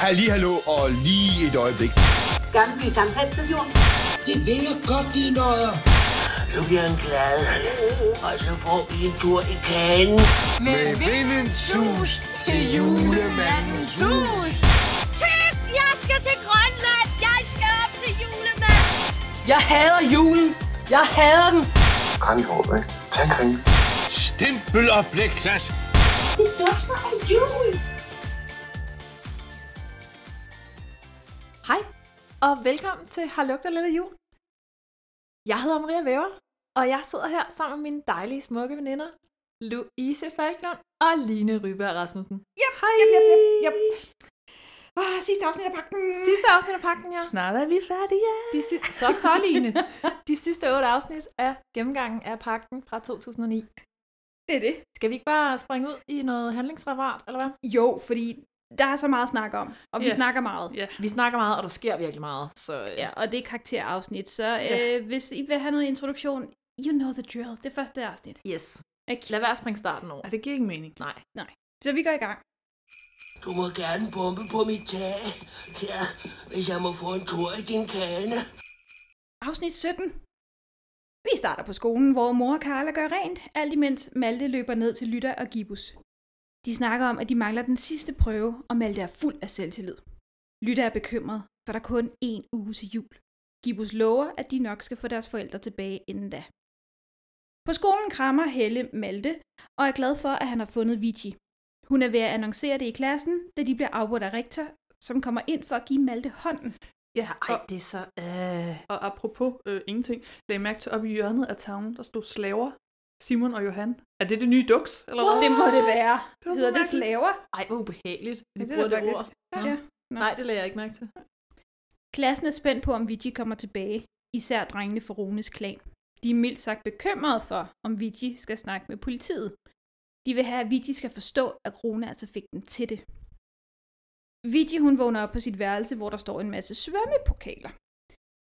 Ha- Lige hallo og lige et øjeblik. Gammelby Samtalsstation. Det vil jeg godt, de nøjer. Så bliver han glad, og så får vi en tur i kagen. Med vindens sus til julemandens hus. Tøft, jeg skal til Grønland. Jeg skal op til julemand. Jeg hader julen. Jeg hader den. Kranjehåb, ikke? Tag en kringle. Stempel og blikklat. Det dufter af jul. Hej, og velkommen til Har lugter lidt af jul. Jeg hedder Maria Væver, og jeg sidder her sammen med mine dejlige, smukke veninder, Louise Falklund og Line Ryberg Rasmussen. Yep, Hej! Yep, yep, yep, yep. Ah, sidste afsnit af pakken. Sidste afsnit af pakken, ja. Snart er vi færdige. De si- så, så, Line. De sidste otte afsnit af gennemgangen af pakken fra 2009. Det er det. Skal vi ikke bare springe ud i noget handlingsreferat, eller hvad? Jo, fordi der er så meget at snakke om, og vi Ja. snakker meget. Ja. Vi snakker meget, og der sker virkelig meget, så øh, Ja, og det er karakterafsnit, så øh, Ja. hvis I vil have noget introduktion, you know the drill. Det er første afsnit. yes. Okay. Lad være at springe starten over. Ej, det giver ikke mening. Nej. Så vi går i gang. Du må gerne bombe på mit tag, ja, hvis jeg må få en tur i din kane. Afsnit 17. Vi starter på skolen, hvor mor og Carla gør rent, alt imens Malte løber ned til Lytter og Gibus. De snakker om, at de mangler den sidste prøve, og Malte er fuld af selvtillid. Lytter er bekymret, for der er kun én uge til jul. Gibus lover, at de nok skal få deres forældre tilbage inden da. På skolen krammer Helle Malte, og er glad for, at han har fundet Vici. Hun er ved at annoncere det i klassen, da de bliver afbrudt af rektor, som kommer ind for at give Malte hånden. Ja, Ej, og, det er så... Øh... og apropos øh, ingenting, lagde I mærke til op i hjørnet af tavlen, der stod slaver, Simon og Johan. Er det det nye duks, eller hvad? Det må det være. Det var så Hedder det mærkeligt. slaver? Ej, hvor ubehageligt. at Ja, De det er bruger da det, det ord. faktisk- Ja. Nå. ja. Nej, det lagde jeg ikke mærke til. Klassen er spændt på, om Vigi kommer tilbage, især drengene fra Runes klan. De er mildt sagt bekymrede for, om Vigi skal snakke med politiet. De vil have, at Vigi skal forstå, at Rune altså fik den til det. Vigi hun vågner op på sit værelse, hvor der står en masse svømmepokaler.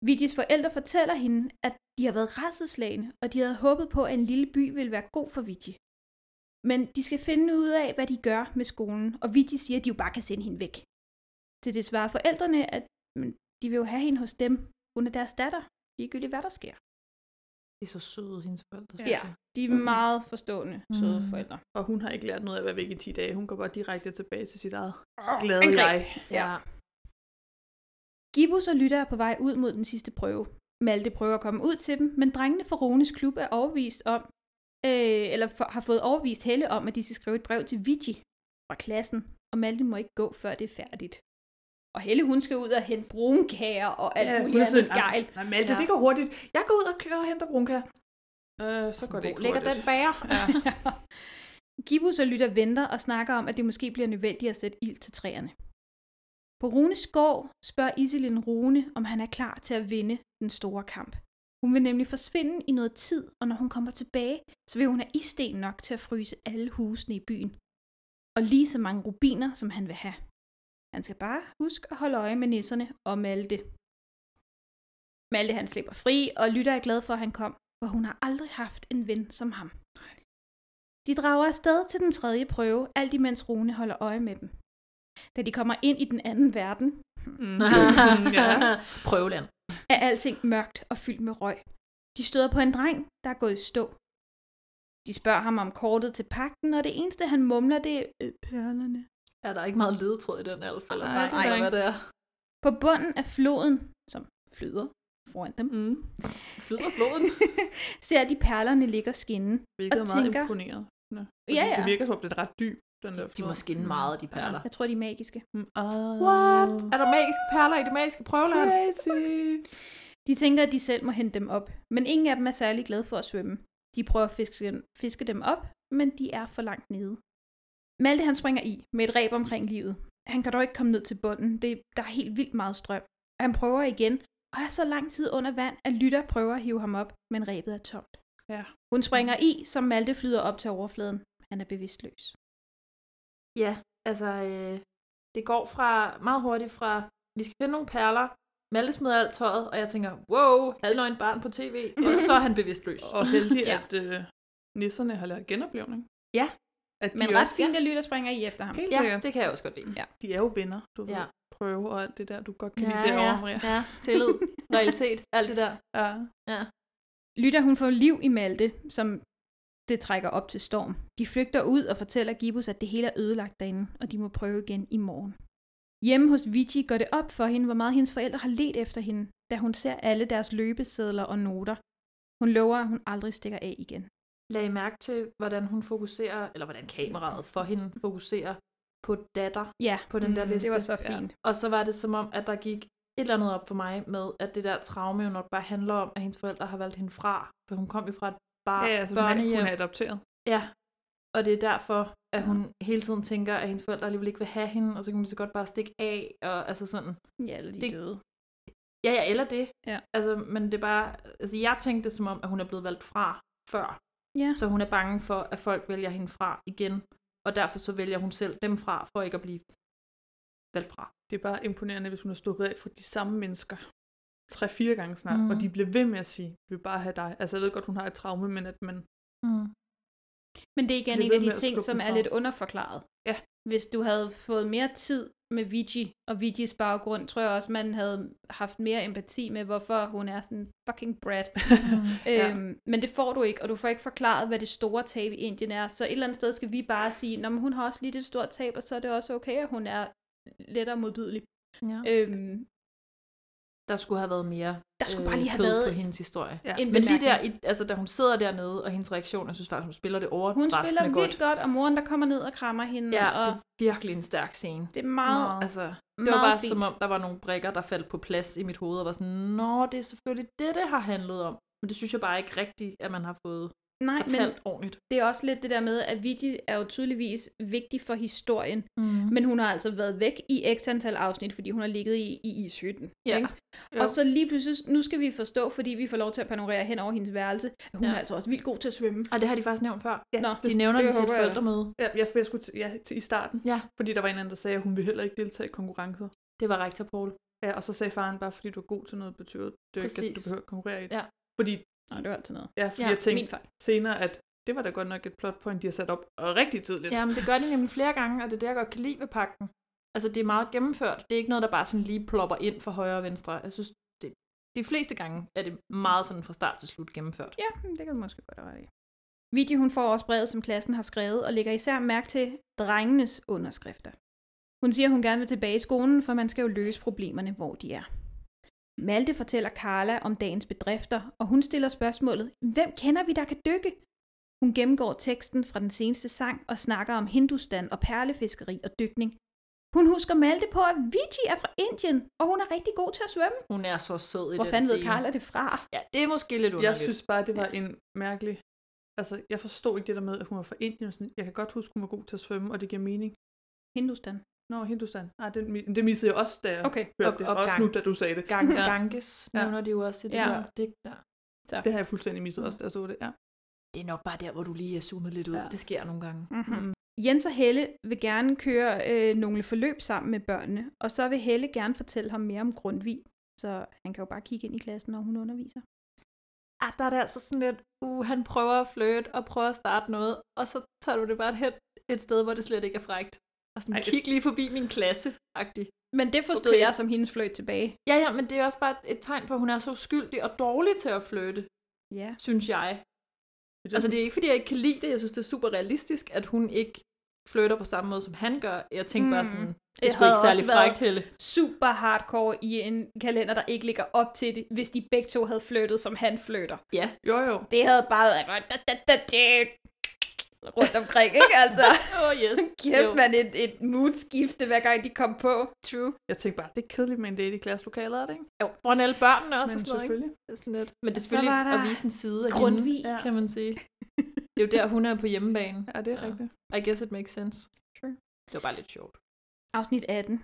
Vigis forældre fortæller hende, at de har været rædselslagende, og de havde håbet på, at en lille by ville være god for Vigi. Men de skal finde ud af, hvad de gør med skolen, og Vigi siger, at de jo bare kan sende hende væk. Til det svarer forældrene, at men de vil jo have hende hos dem. Hun er deres datter. Ligegyldigt hvad der sker. De er så søde, hendes forældre. Ja. synes Ja. jeg. De er meget forstående, søde Mm. forældre. Og hun har ikke lært noget af at være væk i 10 dage. Hun går bare direkte tilbage til sit eget glade angreb. jeg. Ja. ja. Gibus og Lytter er på vej ud mod den sidste prøve. Malte prøver at komme ud til dem, men drengene fra Rones klub er overbevist om, øh, eller for, har fået overbevist Helle om, at de skal skrive et brev til Vigi fra klassen, og Malte må ikke gå, før det er færdigt. Og Helle, hun skal ud og hente brunkager og alt ja, muligt hun er andet sådan, gejl. "Ej, Nej, Malte, Ja. det går hurtigt. Jeg går ud og kører og henter brunka. Øh, så går det Hvor ikke ligger den hurtigt. bager? Ja. Gibus og Lytter venter og snakker om, at det måske bliver nødvendigt at sætte ild til træerne. På Runes gård spørger Iselin Rune, om han er klar til at vinde den store kamp. Hun vil nemlig forsvinde i noget tid, og når hun kommer tilbage, så vil hun have isten nok til at fryse alle husene i byen. Og lige så mange rubiner, som han vil have. Han skal bare huske at holde øje med nisserne og Malte. Malte han slipper fri, og Lytter er glad for, at han kom, for hun har aldrig haft en ven som ham. De drager afsted til den tredje prøve, alt imens Rune holder øje med dem. Da de kommer ind i den anden verden, Mm. ja. ja. Prøveland. er alting mørkt og fyldt med røg. De støder på en dreng, der er gået i stå. De spørger ham om kortet til pakten, og det eneste, han mumler, det er "Øh, perlerne. Ja, der er ikke meget ledetråd i den alfa, eller Nej, nej, det er nej. hvad det er. På bunden af floden, som flyder foran dem, Mm. Flyder floden? ser de perlerne ligge og skinne. Hvilket Og er meget tænker- imponeret. Ja, Ja, Det ja. virker som om, den er ret dyb, den der De må flod. skinne meget, de perler. Jeg tror, de er magiske. Mm. Ah. What? Er der magiske perler i det magiske prøveland? Crazy. De tænker, at de selv må hente dem op, men ingen af dem er særlig glade for at svømme. De prøver at fiske dem, fiske dem op, men de er for langt nede. Malte han springer i med et ræb omkring livet. Han kan dog ikke komme ned til bunden, det, der er helt vildt meget strøm. Og han prøver igen, og er så lang tid under vand, at Lytter prøver at hive ham op, men rebet er tomt. Ja. Hun springer i, som Malte flyder op til overfladen. Han er bevidstløs. Ja, altså, øh, det går fra meget hurtigt fra, vi skal finde nogle perler, Malte smider alt tøjet, og jeg tænker, wow, halvnøgen barn på tv, og så er han bevidstløs. Og heldig, Ja. ja. at øh, nisserne har lært genoplevning. Ja. At de Men også, ret fint, at Lytter springer i efter ham. Helt Ja, sikkert. det kan jeg også godt lide. De er jo venner, du ved. Ja. prøve og alt det der, du godt kan ja, lide derovre, ja, Maria. ja, tillid, realitet, alt det der. Ja. Lytter hun får liv i Malte, som det trækker op til storm. De flygter ud og fortæller Gibus, at det hele er ødelagt derinde, og de må prøve igen i morgen. Hjemme hos Vigi går det op for hende, hvor meget hendes forældre har let efter hende, da hun ser alle deres løbesedler og noter. Hun lover, at hun aldrig stikker af igen. Lag I mærke til, hvordan hun fokuserer, eller hvordan kameraet for hende fokuserer på datter Ja, på den der Mm, det liste. det var så Ja. fint. Og så var det som om, at der gik et eller andet op for mig med, at det der traume jo nok bare handler om, at hendes forældre har valgt hende fra. For hun kom jo fra et bar- Ja, ja, altså, altså, hun er, børnehjem. hun er adopteret. Ja, og det er derfor, at hun hele tiden tænker, at hendes forældre alligevel ikke vil have hende, og så kan hun lige så godt bare stikke af, og altså sådan. Ja, eller de det... Det- døde. Ja, ja, eller det. Ja. Altså, men det er bare, altså jeg tænkte det som om, at hun er blevet valgt fra før. Ja. Så hun er bange for, at folk vælger hende fra igen, og derfor så vælger hun selv dem fra, for ikke at blive valgt fra. Det er bare imponerende, hvis hun har stukket af fra de samme mennesker tre-fire gange snart, mm. Mm. og de blev ved med at sige, vi vil bare have dig. Altså, jeg ved godt, hun har et traume, men at man... Mm. Men det er igen Bliv en af ved de med at ting, skubbe som dem er fra. lidt underforklaret. Ja. Hvis du havde fået mere tid med Vigi og Vigis baggrund, tror jeg også, man havde haft mere empati med, hvorfor hun er sådan fucking brat. Ja. øhm, Men det får du ikke, og du får ikke forklaret, hvad det store tab i Indien er. Så et eller andet sted skal vi bare sige, at hun har også lidt et stort tab, og så er det også okay, at hun er lettere modbydelig. Ja. Øhm, Der skulle have været mere der skulle øh, bare lige have kød været på hendes historie. Ja. en Men lige der, bemærkning. i, altså, da hun sidder dernede, og hendes reaktion, jeg synes faktisk, hun spiller det over Hun spiller vildt godt. godt. godt, og moren, der kommer ned og krammer hende, Ja, og det er virkelig en stærk scene. det er meget, Meget. Altså, det meget var bare fint. fint. som om, der var nogle brikker, der faldt på plads i mit hoved, og var sådan, nå, det er selvfølgelig det, det har handlet om. Men det synes jeg bare ikke rigtigt, at man har fået Nej, men fortalt ordentligt. det er også lidt det der med, at Vigi er jo tydeligvis vigtig for historien, Mm. men hun har altså været væk i x antal afsnit, fordi hun har ligget i, i ishytten. Ja. ikke? Og så lige pludselig, nu skal vi forstå, fordi vi får lov til at panorere hen over hendes værelse, at hun ja. Ja. er altså også vildt god til at svømme. Og det har de faktisk nævnt før. Ja, Nå, De nævner det, det til et håber jeg da. forældremøde. Ja, jeg, jeg skulle til, ja, til, i starten, Ja. fordi der var en eller anden, der sagde, at hun ville heller ikke deltage i konkurrencer. Det var rektor Paul. Ja, og så sagde faren bare, fordi du er god til noget, betyder det jo ikke, at du Præcis. behøver at konkurrere i det. Ja. Fordi, Nå, det var altid noget. ja, fordi Ja, ja, jeg tænkte Min fejl. senere, at det var da godt nok et plot point, de har sat op og rigtig tidligt. Ja, men det gør de nemlig flere gange, og det er det, jeg godt kan lide ved pakken. Altså, det er meget gennemført. Det er ikke noget, der bare sådan lige plopper ind fra højre og venstre. Jeg synes, det, de fleste gange er det meget sådan fra start til slut gennemført. Ja, det kan du måske godt have ret i. Vigi, hun får også brevet, som klassen har skrevet, og lægger især mærke til drengenes underskrifter. Hun siger, hun gerne vil tilbage i skolen, for man skal jo løse problemerne, hvor de er. Malte fortæller Carla om dagens bedrifter, og hun stiller spørgsmålet, hvem kender vi, der kan dykke? Hun gennemgår teksten fra den seneste sang og snakker om hindustan og perlefiskeri og dykning. Hun husker Malte på, at Vigi er fra Indien, og hun er rigtig god til at svømme. Hun er så sød i Hvor den fanden ved scene. Carla det fra? Ja, det er måske lidt Jeg underligt. synes bare, det var en mærkelig... Altså, jeg forstod ikke det der med, at hun var fra Indien. og Sådan, jeg kan godt huske, hun var god til at svømme, og det giver mening. Hindustan. Nå, Hindustan. Nej, den, mi- det missede jeg også, da jeg Okay. hørte Op- det. opgang. Også nu, da du sagde det. Gang, Ja. Ganges Ja. nævner de jo også i det Ja. ja. der digt der. Det har jeg fuldstændig misset også, da jeg så det. Ja. Det er nok bare der, hvor du lige er zoomet lidt ud. Ja. Ja. Det sker nogle gange. Mm-hmm. Jens og Helle vil gerne køre øh, nogle forløb sammen med børnene, og så vil Helle gerne fortælle ham mere om Grundtvig, så han kan jo bare kigge ind i klassen, når hun underviser. Ah, der er det altså sådan lidt, uh, han prøver at flirte og prøver at starte noget, og så tager du det bare hen et sted, hvor det slet ikke er frægt. Og sådan, Ej. Ej. kig lige forbi min klasse -agtig. Men det forstod okay. Okay. jeg som hendes fløjt tilbage. Ja, ja, men det er også bare et tegn på, at hun er så skyldig og dårlig til at flytte, Ja. synes jeg. Altså, det er ikke, fordi jeg ikke kan lide det. Jeg synes, det er super realistisk, at hun ikke flytter på samme måde, som han gør. Jeg tænker mm. bare Mm. sådan, det Jeg er sgu ikke havde særlig også frækt, Helle. Super hardcore i en kalender, der ikke ligger op til det, hvis de begge to havde flyttet, som han flytter. Ja, Jo, jo. Det havde bare været rundt, da, da, da, da, rundt omkring, ikke? Altså, oh yes. kæft Jo. man et, et moodskifte, hver gang de kom på. True. Jeg tænkte bare, det er kedeligt med en date i klasselokalet, er det ikke? Jo, hvordan alle børnene også Men og sådan noget, ikke? selvfølgelig. Det er sådan lidt. Men det er Så selvfølgelig var der at vise en side af Grundtvig. hende, kan man sige. Det er jo der, hun er på hjemmebane. Ja, det er Så rigtigt. I guess it makes sense. Sure. Det var bare lidt sjovt. Afsnit 18.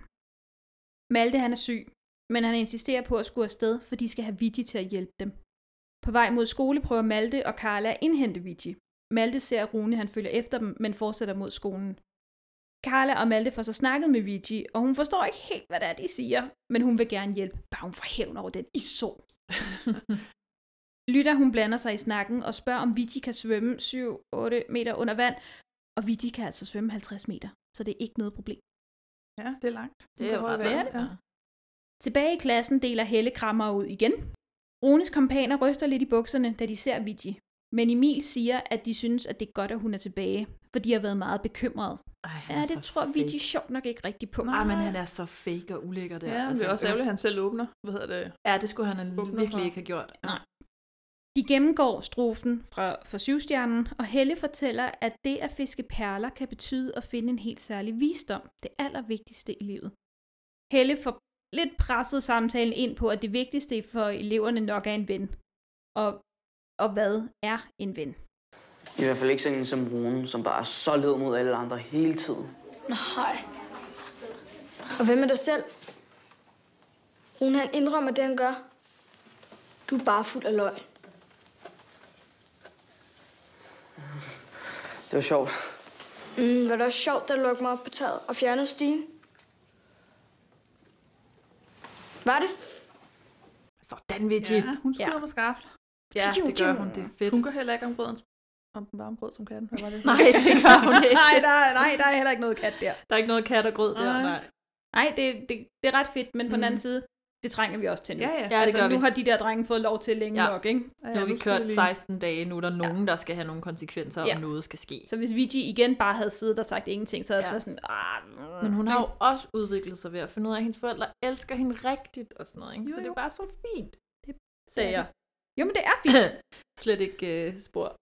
Malte han er syg, men han insisterer på at skulle afsted, for de skal have Vigi til at hjælpe dem. På vej mod skole prøver Malte og Carla at indhente Vigi. Malte ser at Rune, han følger efter dem, men fortsætter mod skolen. Carla og Malte får så snakket med Vigi, og hun forstår ikke helt, hvad det er, de siger, men hun vil gerne hjælpe, bare hun får hævn over den iså. Lytter hun blander sig i snakken og spørger, om Vigi kan svømme 7-8 meter under vand, og Vigi kan altså svømme 50 meter, så det er ikke noget problem. Ja, det er langt. Det er jo ret Ja, langt, ja. Tilbage i klassen deler Helle krammer ud igen. Runes kompaner ryster lidt i bukserne, da de ser Vigi. Men Emil siger, at de synes, at det er godt, at hun er tilbage, for de har været meget bekymrede. Ej, han Ja, er det så tror Vigi fake. sjovt nok ikke rigtigt på. Ej, men han er så fake og ulækker der. Ja, men det er også øv- ærgerligt, at han selv åbner. Hvad hedder det? Ja, det skulle han Åbner virkelig for. ikke have gjort. Nej. De gennemgår strofen fra, fra syvstjernen, og Helle fortæller, at det at fiske perler kan betyde at finde en helt særlig visdom, det allervigtigste i livet. Helle får lidt presset samtalen ind på, at det vigtigste for eleverne nok er en ven. Og, og hvad er en ven? I hvert fald ikke sådan en som Rune, som bare er så led mod alle andre hele tiden. Nej. Og hvem er dig selv? Rune han indrømmer det, han gør. Du er bare fuld af løgn. Det var sjovt. Mm, var det også sjovt, at lukke mig op på taget og fjernede stigen? Var det? Sådan, Vigi. Ja, hun skyder mig skarpt. Ja, det gør hun. Det er fedt. Hun gør heller ikke om grøden, om den varme grød som katten. Hvad var det? Nej, det gør hun ikke. nej, der, nej, der er heller ikke noget kat der. Der er ikke noget kat og grød der. Nej. Nej. Nej, det, det, det er ret fedt, men mm. på den Mm. anden side, det trænger vi også til nu. Ja, ja. Ja, det altså, gør nu vi. har de der drenge fået lov til længe Ja. ja. nok, ikke? Ja, Nu har vi skal kørt vi lige- 16 dage, nu er der nogen, der skal have nogle konsekvenser, Ja. og noget skal ske. Så hvis Vigi igen bare havde siddet og sagt ingenting, så havde Ja. ja. jeg så sådan, ah, Men hun har jo også udviklet sig ved at finde ud af, at hendes forældre elsker hende rigtigt og sådan noget. Ikke? Jo, Så det er jo. bare så fint, det sagde det er jeg. jo, men det er fint. Slet ikke uh, spor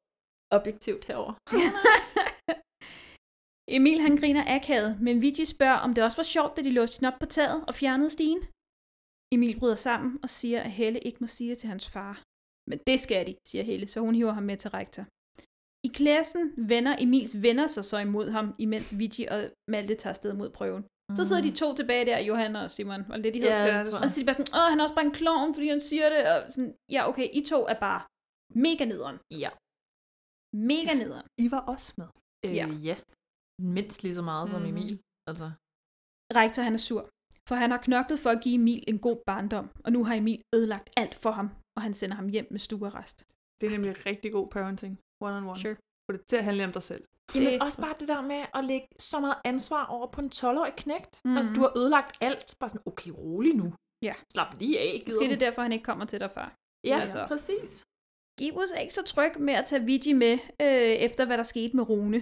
objektivt herover. Emil han griner akavet, men Vigi spørger, om det også var sjovt, da de låste hende op på taget og fjernede stigen. Emil bryder sammen og siger, at Helle ikke må sige det til hans far. Men det skal de, siger Helle, så hun hiver ham med til rektor. I klassen vender Emils venner sig så imod ham, imens Vigi og Malte tager sted mod prøven. Så sidder de to tilbage der, Johan og Simon, og lidt i Ja, det tror Og så jeg. siger de bare sådan, åh, han er også bare en klovn, fordi han siger det. Og sådan, ja, okay, I to er bare mega nederen. Ja. Mega nederen. I var også med. Øh, Ja. ja. ja. Mindst lige så meget som Mhm. Emil. Altså, Rektor han er sur, for han har knoklet for at give Emil en god barndom, og nu har Emil ødelagt alt for ham, og han sender ham hjem med stuerrest. Det er nemlig rigtig god parenting. One on one. Sure. Få det til at handle om dig selv. Jamen Det- også bare det der med at lægge så meget ansvar over på en 12-årig knægt. Mm. Mhm. Altså, du har ødelagt alt. Bare sådan, okay, rolig nu. Ja. Slap lige af, gider Måske det du? er derfor, han ikke kommer til dig før. Ja, altså. altså. præcis. Gibus er ikke så tryg med at tage Vigi med, øh, efter hvad der skete med Rune.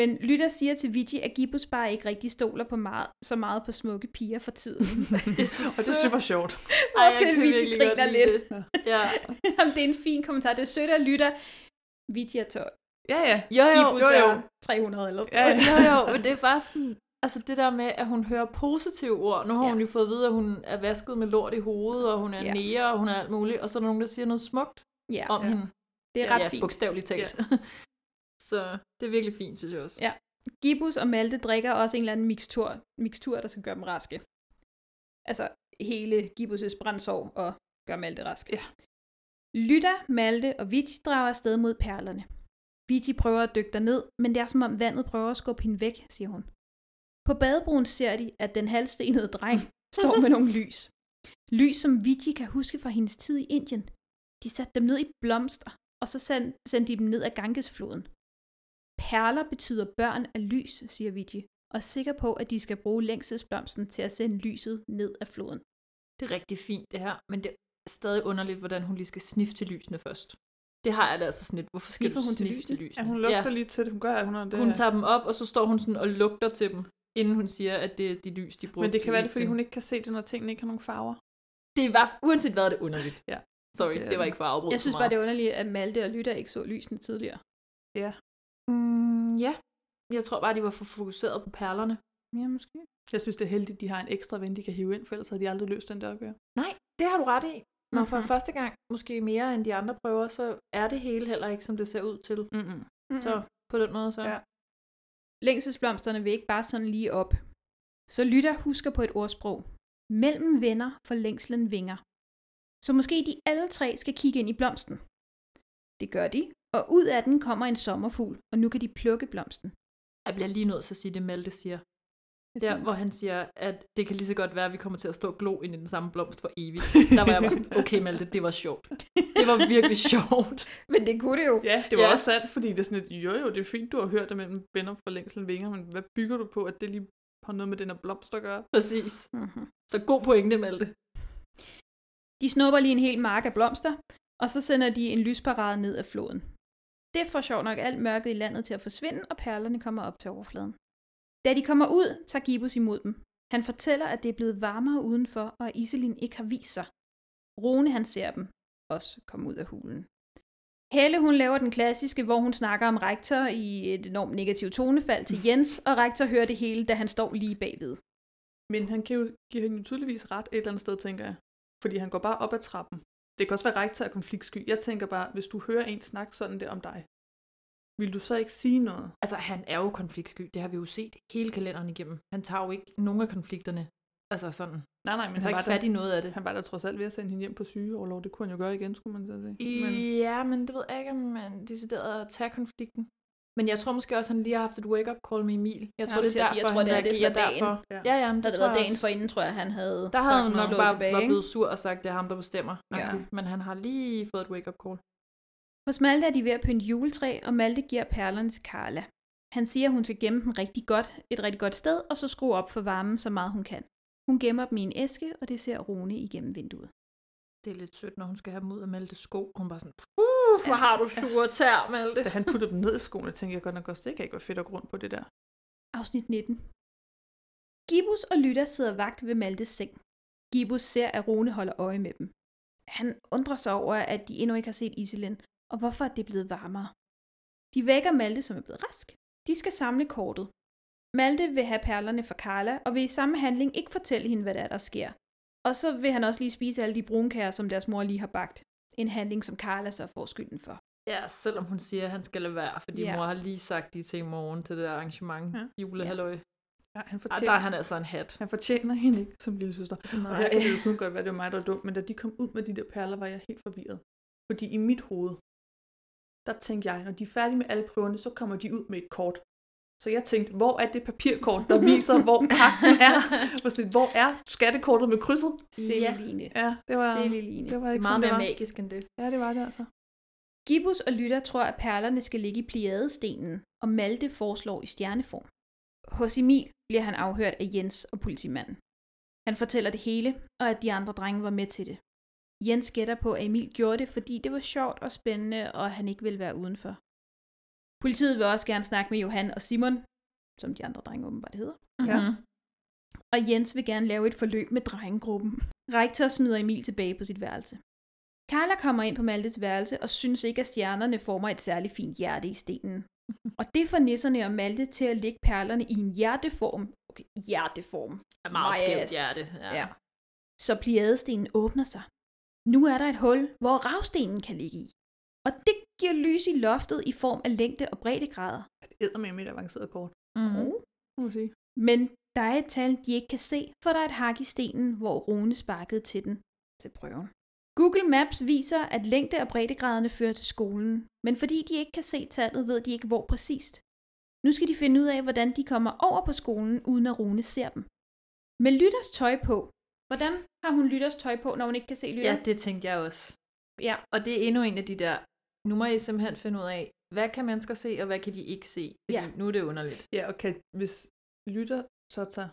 Men Lytter siger til Vigi, at Gibus bare ikke rigtig stoler på meget, så meget på smukke piger for tiden. Det er så Og det synes jeg var sjovt. Ej, jeg til kan Vigi virkelig godt griner lide lidt. det. Ja. Jamen, det er en fin kommentar. Det er sødt at Lytter. Vigi er 12. Ja, ja. Jo, jo, Gibus jo, jo. er 300 eller Ja, sådan noget. jo, jo, men det er bare sådan, altså det der med, at hun hører positive ord. Nu har ja. Ja. hun jo fået at vide, at hun er vasket med lort i hovedet, og hun er ja. Ja. nære, og hun er alt muligt, og så er der nogen, der siger noget smukt Ja, om Ja. hende. det er ret ja, fint. bogstaveligt talt. Ja. så det er virkelig fint, synes jeg også. Ja. Gibus og Malte drikker også en eller anden mixtur, mixtur der skal gøre dem raske. Altså hele Gibus' brændsår og gør Malte rask. Ja. Lytter, Malte og Vigi drager afsted mod perlerne. Vigi prøver at dykke ned, men det er som om vandet prøver at skubbe hende væk, siger hun. På badebroen ser de, at den halvstenede dreng står med nogle lys. Lys, som Vigi kan huske fra hendes tid i Indien. De satte dem ned i blomster, og så send- sendte de dem ned ad Gangesfloden. Perler betyder børn af lys, siger Vigi, og er sikker på, at de skal bruge længselsblomsten til at sende lyset ned af floden. Det er rigtig fint, det her, men det er stadig underligt, hvordan hun lige skal sniffe til lysene først. Det har jeg da altså sådan lidt. Hvorfor skal Sniffer du hun til sniffe til lysene? lysene? Ja, hun lugter øh? lige til det. Hun gør, at hun er det. Hun tager dem op, og så står hun sådan og lugter til dem, inden hun siger, at det er de lys, de bruger. Men det kan være, det, er, fordi hun ikke kan se det, når tingene ikke har nogen farver. Det var, uanset hvad, er det underligt. Ja. Sorry, Det er det, var det. ikke for at afbryde Jeg synes bare, det er underligt, at Malte og Lytter ikke så lysene tidligere. Mm, ja. Jeg tror bare, de var for fokuseret på perlerne. Ja, måske. Jeg synes, det er heldigt, de har en ekstra ven, de kan hive ind, for ellers havde de aldrig løst den der opgave. Nej, det har du ret i. Men for Mhm. første gang, måske mere end de andre prøver, så er det hele heller ikke, som det ser ud til. Mm-mm. Så på den måde så. Ja. Længselsblomsterne vil ikke bare sådan lige op. Så Lytter husker på et ordsprog. Mellem venner for længslen vinger. Så måske de alle tre skal kigge ind i blomsten. Det gør de, og ud af den kommer en sommerfugl, og nu kan de plukke blomsten. Jeg bliver lige nødt til at sige det, Malte siger. Der, hvor han siger, at det kan lige så godt være, at vi kommer til at stå og glo ind i den samme blomst for evigt. Der var jeg bare sådan, okay Malte, det var sjovt. Det var virkelig sjovt. Men det kunne det jo. Ja, det var Ja. også sandt, fordi det er sådan et, jo jo, det er fint, du har hørt det mellem venner for længsel vinger, men hvad bygger du på, at det lige har noget med den her blomst at gøre. Præcis. Mm-hmm. Så god pointe, Malte. De snupper lige en hel mark af blomster, og så sender de en lysparade ned af floden. Det får sjov nok alt mørket i landet til at forsvinde, og perlerne kommer op til overfladen. Da de kommer ud, tager Gibus imod dem. Han fortæller, at det er blevet varmere udenfor, og at Iselin ikke har vist sig. Rune han ser dem også komme ud af hulen. Helle hun laver den klassiske, hvor hun snakker om rektor i et enormt negativt tonefald til Jens, og rektor hører det hele, da han står lige bagved. Men han kan jo give hende jo tydeligvis ret et eller andet sted, tænker jeg. Fordi han går bare op ad trappen. Det kan også være rektor af konfliktsky. Jeg tænker bare, hvis du hører en snak sådan der om dig, vil du så ikke sige noget? Altså, han er jo konfliktsky. Det har vi jo set hele kalenderen igennem. Han tager jo ikke nogen af konflikterne. Altså sådan. Nej, nej, men Han tager han var, ikke fat der, i noget af det. han var der trods alt ved at sende hende hjem på sygeoverlov. Det kunne han jo gøre igen, skulle man så sige. Men Men... Ja, men det ved jeg ikke, om man deciderede at tage konflikten. Men jeg tror måske også, at han lige har haft et wake-up call med Emil. Jeg tror, Jamen, det til er at derfor, sige, jeg jeg tror, tror, han det er det reagerer efter dagen. derfor. Ja. Ja, ja, men Der det havde tror været jeg dagen også. forinden, tror jeg, han havde Der havde han sagt, nok "Slå bare var ikke?" blevet sur og sagt, det er ham, der bestemmer. Ja. Ja. Men han har lige fået et wake-up call. Hos Malte er de ved at pynte juletræ, og Malte giver perlerne til Karla. Han siger, at hun skal gemme dem rigtig godt, et rigtig godt sted, og så skrue op for varmen så meget hun kan. Hun gemmer dem i en æske, og det ser Rune igennem vinduet. Det er lidt sødt, når hun skal have dem ud og melde sko. Hun var sådan, puh, hvor har du sure tær, Malte. da han puttede dem ned i skoene, tænkte jeg godt nok også, det kan ikke være fedt at gå rundt på det der. Afsnit 19. Gibus og Lytter sidder vagt ved Maltes seng. Gibus ser, at Rune holder øje med dem. Han undrer sig over, at de endnu ikke har set Iselin, og hvorfor det er blevet varmere. De vækker Malte, som er blevet rask. De skal samle kortet. Malte vil have perlerne fra Carla, og vil i samme handling ikke fortælle hende, hvad der, er, der sker. Og så vil han også lige spise alle de brunkager, som deres mor lige har bagt. En handling, som Carla så får skylden for. Ja, selvom hun siger, at han skal lade være, fordi Ja. mor har lige sagt de til i morgen til det der arrangement. Ja. Ja. Julehalløj. Ja, han Ej, fortjener, der er han altså en hat. han fortjener hende ikke som lille søster. Og her Nej. kan det jo sådan godt være, det var mig, der var dum, men da de kom ud med de der perler, var jeg helt forvirret. Fordi i mit hoved, der tænkte jeg, når de er færdige med alle prøverne, så kommer de ud med et kort. Så jeg tænkte, hvor er det papirkort, der viser, hvor pakken er? Og sådan lidt, Hvor er skattekortet med krydset? Celine. Ja, det var, Celine. det var Det ikke er meget sådan, det mere var. magisk end det. Ja, det var det altså. Gibus og Lytter tror, at perlerne skal ligge i pliadestenen, og Malte foreslår i stjerneform. Hos Emil bliver han afhørt af Jens og politimanden. Han fortæller det hele, og at de andre drenge var med til det. Jens gætter på, at Emil gjorde det, fordi det var sjovt og spændende, og han ikke ville være udenfor. Politiet vil også gerne snakke med Johan og Simon, som de andre drenge åbenbart hedder Ja. Mm-hmm. og Jens vil gerne lave et forløb med drengegruppen. Rektor smider Emil tilbage på sit værelse. Carla kommer ind på Maltes værelse og synes ikke, at stjernerne former et særligt fint hjerte i stenen. Og det får nisserne og Malte til at lægge perlerne i en hjerteform. Okay, hjerteform. Er meget My skævt ass. hjerte. Ja. Ja. Så pliadestenen åbner sig. Nu er der et hul, hvor ravstenen kan ligge i. Og det giver lys i loftet i form af længde og breddegrader. Det er med et avanceret kort, Mm-hmm. må man sige. Men der er et tal, de ikke kan se, for der er et hak i stenen, hvor Rune sparkede til den til prøven. Google Maps viser, at længde og breddegraderne fører til skolen, men fordi de ikke kan se tallet, ved de ikke hvor præcist. Nu skal de finde ud af, hvordan de kommer over på skolen, uden at Rune ser dem. Med Lytters tøj på. Hvordan har hun Lytters tøj på, når hun ikke kan se Lytter? ja, det tænkte jeg også. ja. Og det er endnu en af de der, nu må I simpelthen finde ud af, hvad kan mennesker se, og hvad kan de ikke se? Fordi Ja. ja. nu er det underligt. Ja, og kan, hvis lytter så tager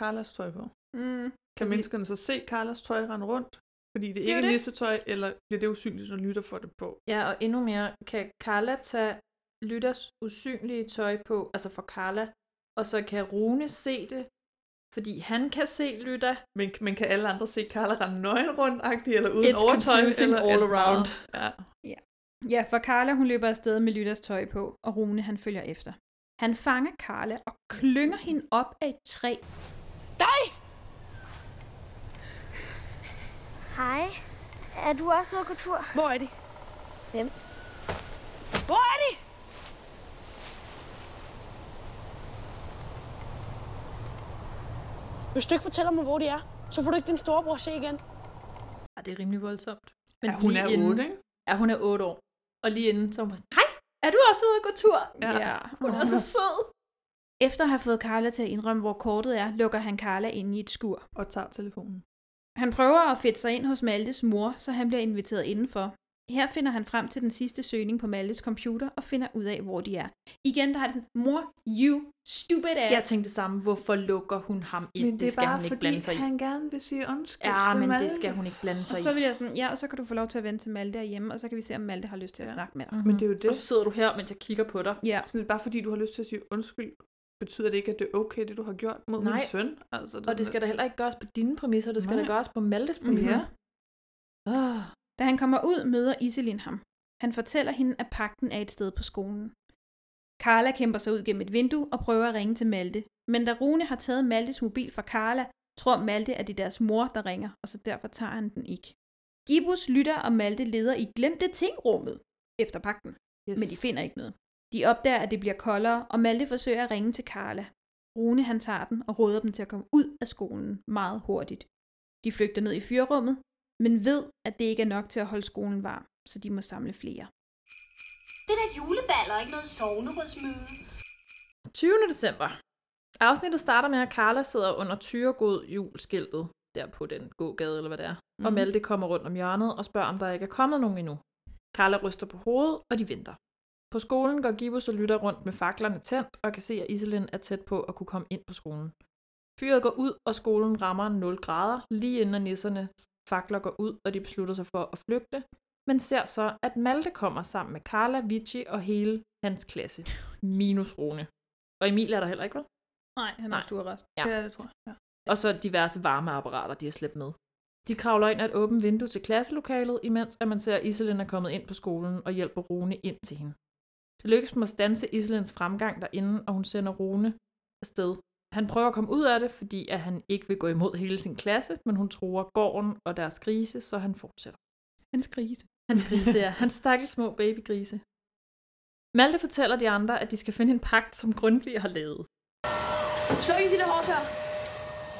Carlas tøj på, Mm. Kan Fordi- menneskerne så se Carlas tøj rende rundt? Fordi det er Det er ikke jo det. nissetøj, eller bliver det usynligt, når lytter får det på? Ja, og endnu mere, kan Carla tage Lytters usynlige tøj på, altså for Carla, og så kan Rune se det, fordi han kan se Lytter. Men, men kan alle andre se Carla rende nøgen rundt, agtig, eller uden It's overtøj? confusing eller all Ja, around. Ja. Ja, for Carla hun løber afsted med Lytters tøj på, og Rune han følger efter. Han fanger Carla og klynger hende op af et træ. Hej. Er du også ude at gå tur? Hvor er det? Hvor er de? Hvis du ikke fortæller mig, hvor de er, så får du ikke din storebror at se igen. Ja, Ah, det er rimelig voldsomt. Men ja, hun lige er inden- 8, ikke? Ja, hun er 8 år. Og lige inden, så er hun bare sådan, hej, er du også ude at gå tur? Ja. Hun er så sød. Efter at have fået Carla til at indrømme, hvor kortet er, lukker han Carla ind i et skur. Og tager telefonen. Han prøver at fedte sig ind hos Maltes mor, så han bliver inviteret indenfor. Her finder han frem til den sidste søgning på Malles computer og finder ud af, hvor de er. Igen, der har det sådan, mor, you stupid ass. Jeg tænkte det samme. Hvorfor lukker hun ham ind? Men det, er skal bare hun ikke fordi, blande sig i. han gerne vil sige undskyld Ja, til men Malte. det skal hun ikke blande sig Og i. så vil jeg sådan, ja, og så kan du få lov til at vende til Malte derhjemme, og så kan vi se, om Malte har lyst til at Ja. snakke med dig. Mhm. Men det er jo det. Og så sidder du her, mens jeg kigger på dig. Ja. Sådan, bare fordi du har lyst til at sige undskyld, betyder det ikke, at det er okay, det du har gjort mod Nej. min søn. Altså, Og det skal da heller ikke gøres på dine præmisser, det skal da Nej. Mhm. gøres på Maltes præmisser. Ja. Åh, Da han kommer ud, møder Iselin ham. Han fortæller hende, at pakken er et sted på skolen. Carla kæmper sig ud gennem et vindue og prøver at ringe til Malte. Men da Rune har taget Maltes mobil fra Carla, tror Malte, at det er deres mor, der ringer, og så derfor tager han den ikke. Gibus lytter, og Malte leder i glemte tingrummet efter pakken, yes. men de finder ikke noget. De opdager, at det bliver koldere, og Malte forsøger at ringe til Carla. Rune han tager den og råder dem til at komme ud af skolen meget hurtigt. De flygter ned i fyrrummet, men ved, at det ikke er nok til at holde skolen varm, så de må samle flere. Det der juleballer er ikke noget sovnerådsmøde. 20. december. Afsnittet starter med, at Carla sidder under Tyregod julskiltet, der på den gågade, eller hvad det er. Mm. Og Mhm. Malte kommer rundt om hjørnet og spørger, om der ikke er kommet nogen endnu. Carla ryster på hovedet, og de venter. På skolen går Gibus og lytter rundt med faklerne tændt, og kan se, at Iselin er tæt på at kunne komme ind på skolen. Fyret går ud, og skolen rammer 0 grader, lige inden at nisserne fakler går ud, og de beslutter sig for at flygte, men ser så, at Malte kommer sammen med Carla, Vici og hele hans klasse. Minus Rune. Og Emil er der heller ikke, vel? Nej, han Nej. er stuerrest. Ja. Ja, det tror jeg. Ja. Og så diverse varmeapparater, de har slæbt med. De kravler ind af et åbent vindue til klasselokalet, imens at man ser, at Iselin er kommet ind på skolen og hjælper Rune ind til hende. Det lykkes dem at stanse Iselins fremgang derinde, og hun sender Rune afsted. Han prøver at komme ud af det, fordi at han ikke vil gå imod hele sin klasse, men hun tror gården og deres grise, så han fortsætter. Han skriger. Hans grise er. Hans stakkels små babygrise. Malte fortæller de andre, at de skal finde en pagt, som Grundtvig har lavet. Slå ikke det der hår før.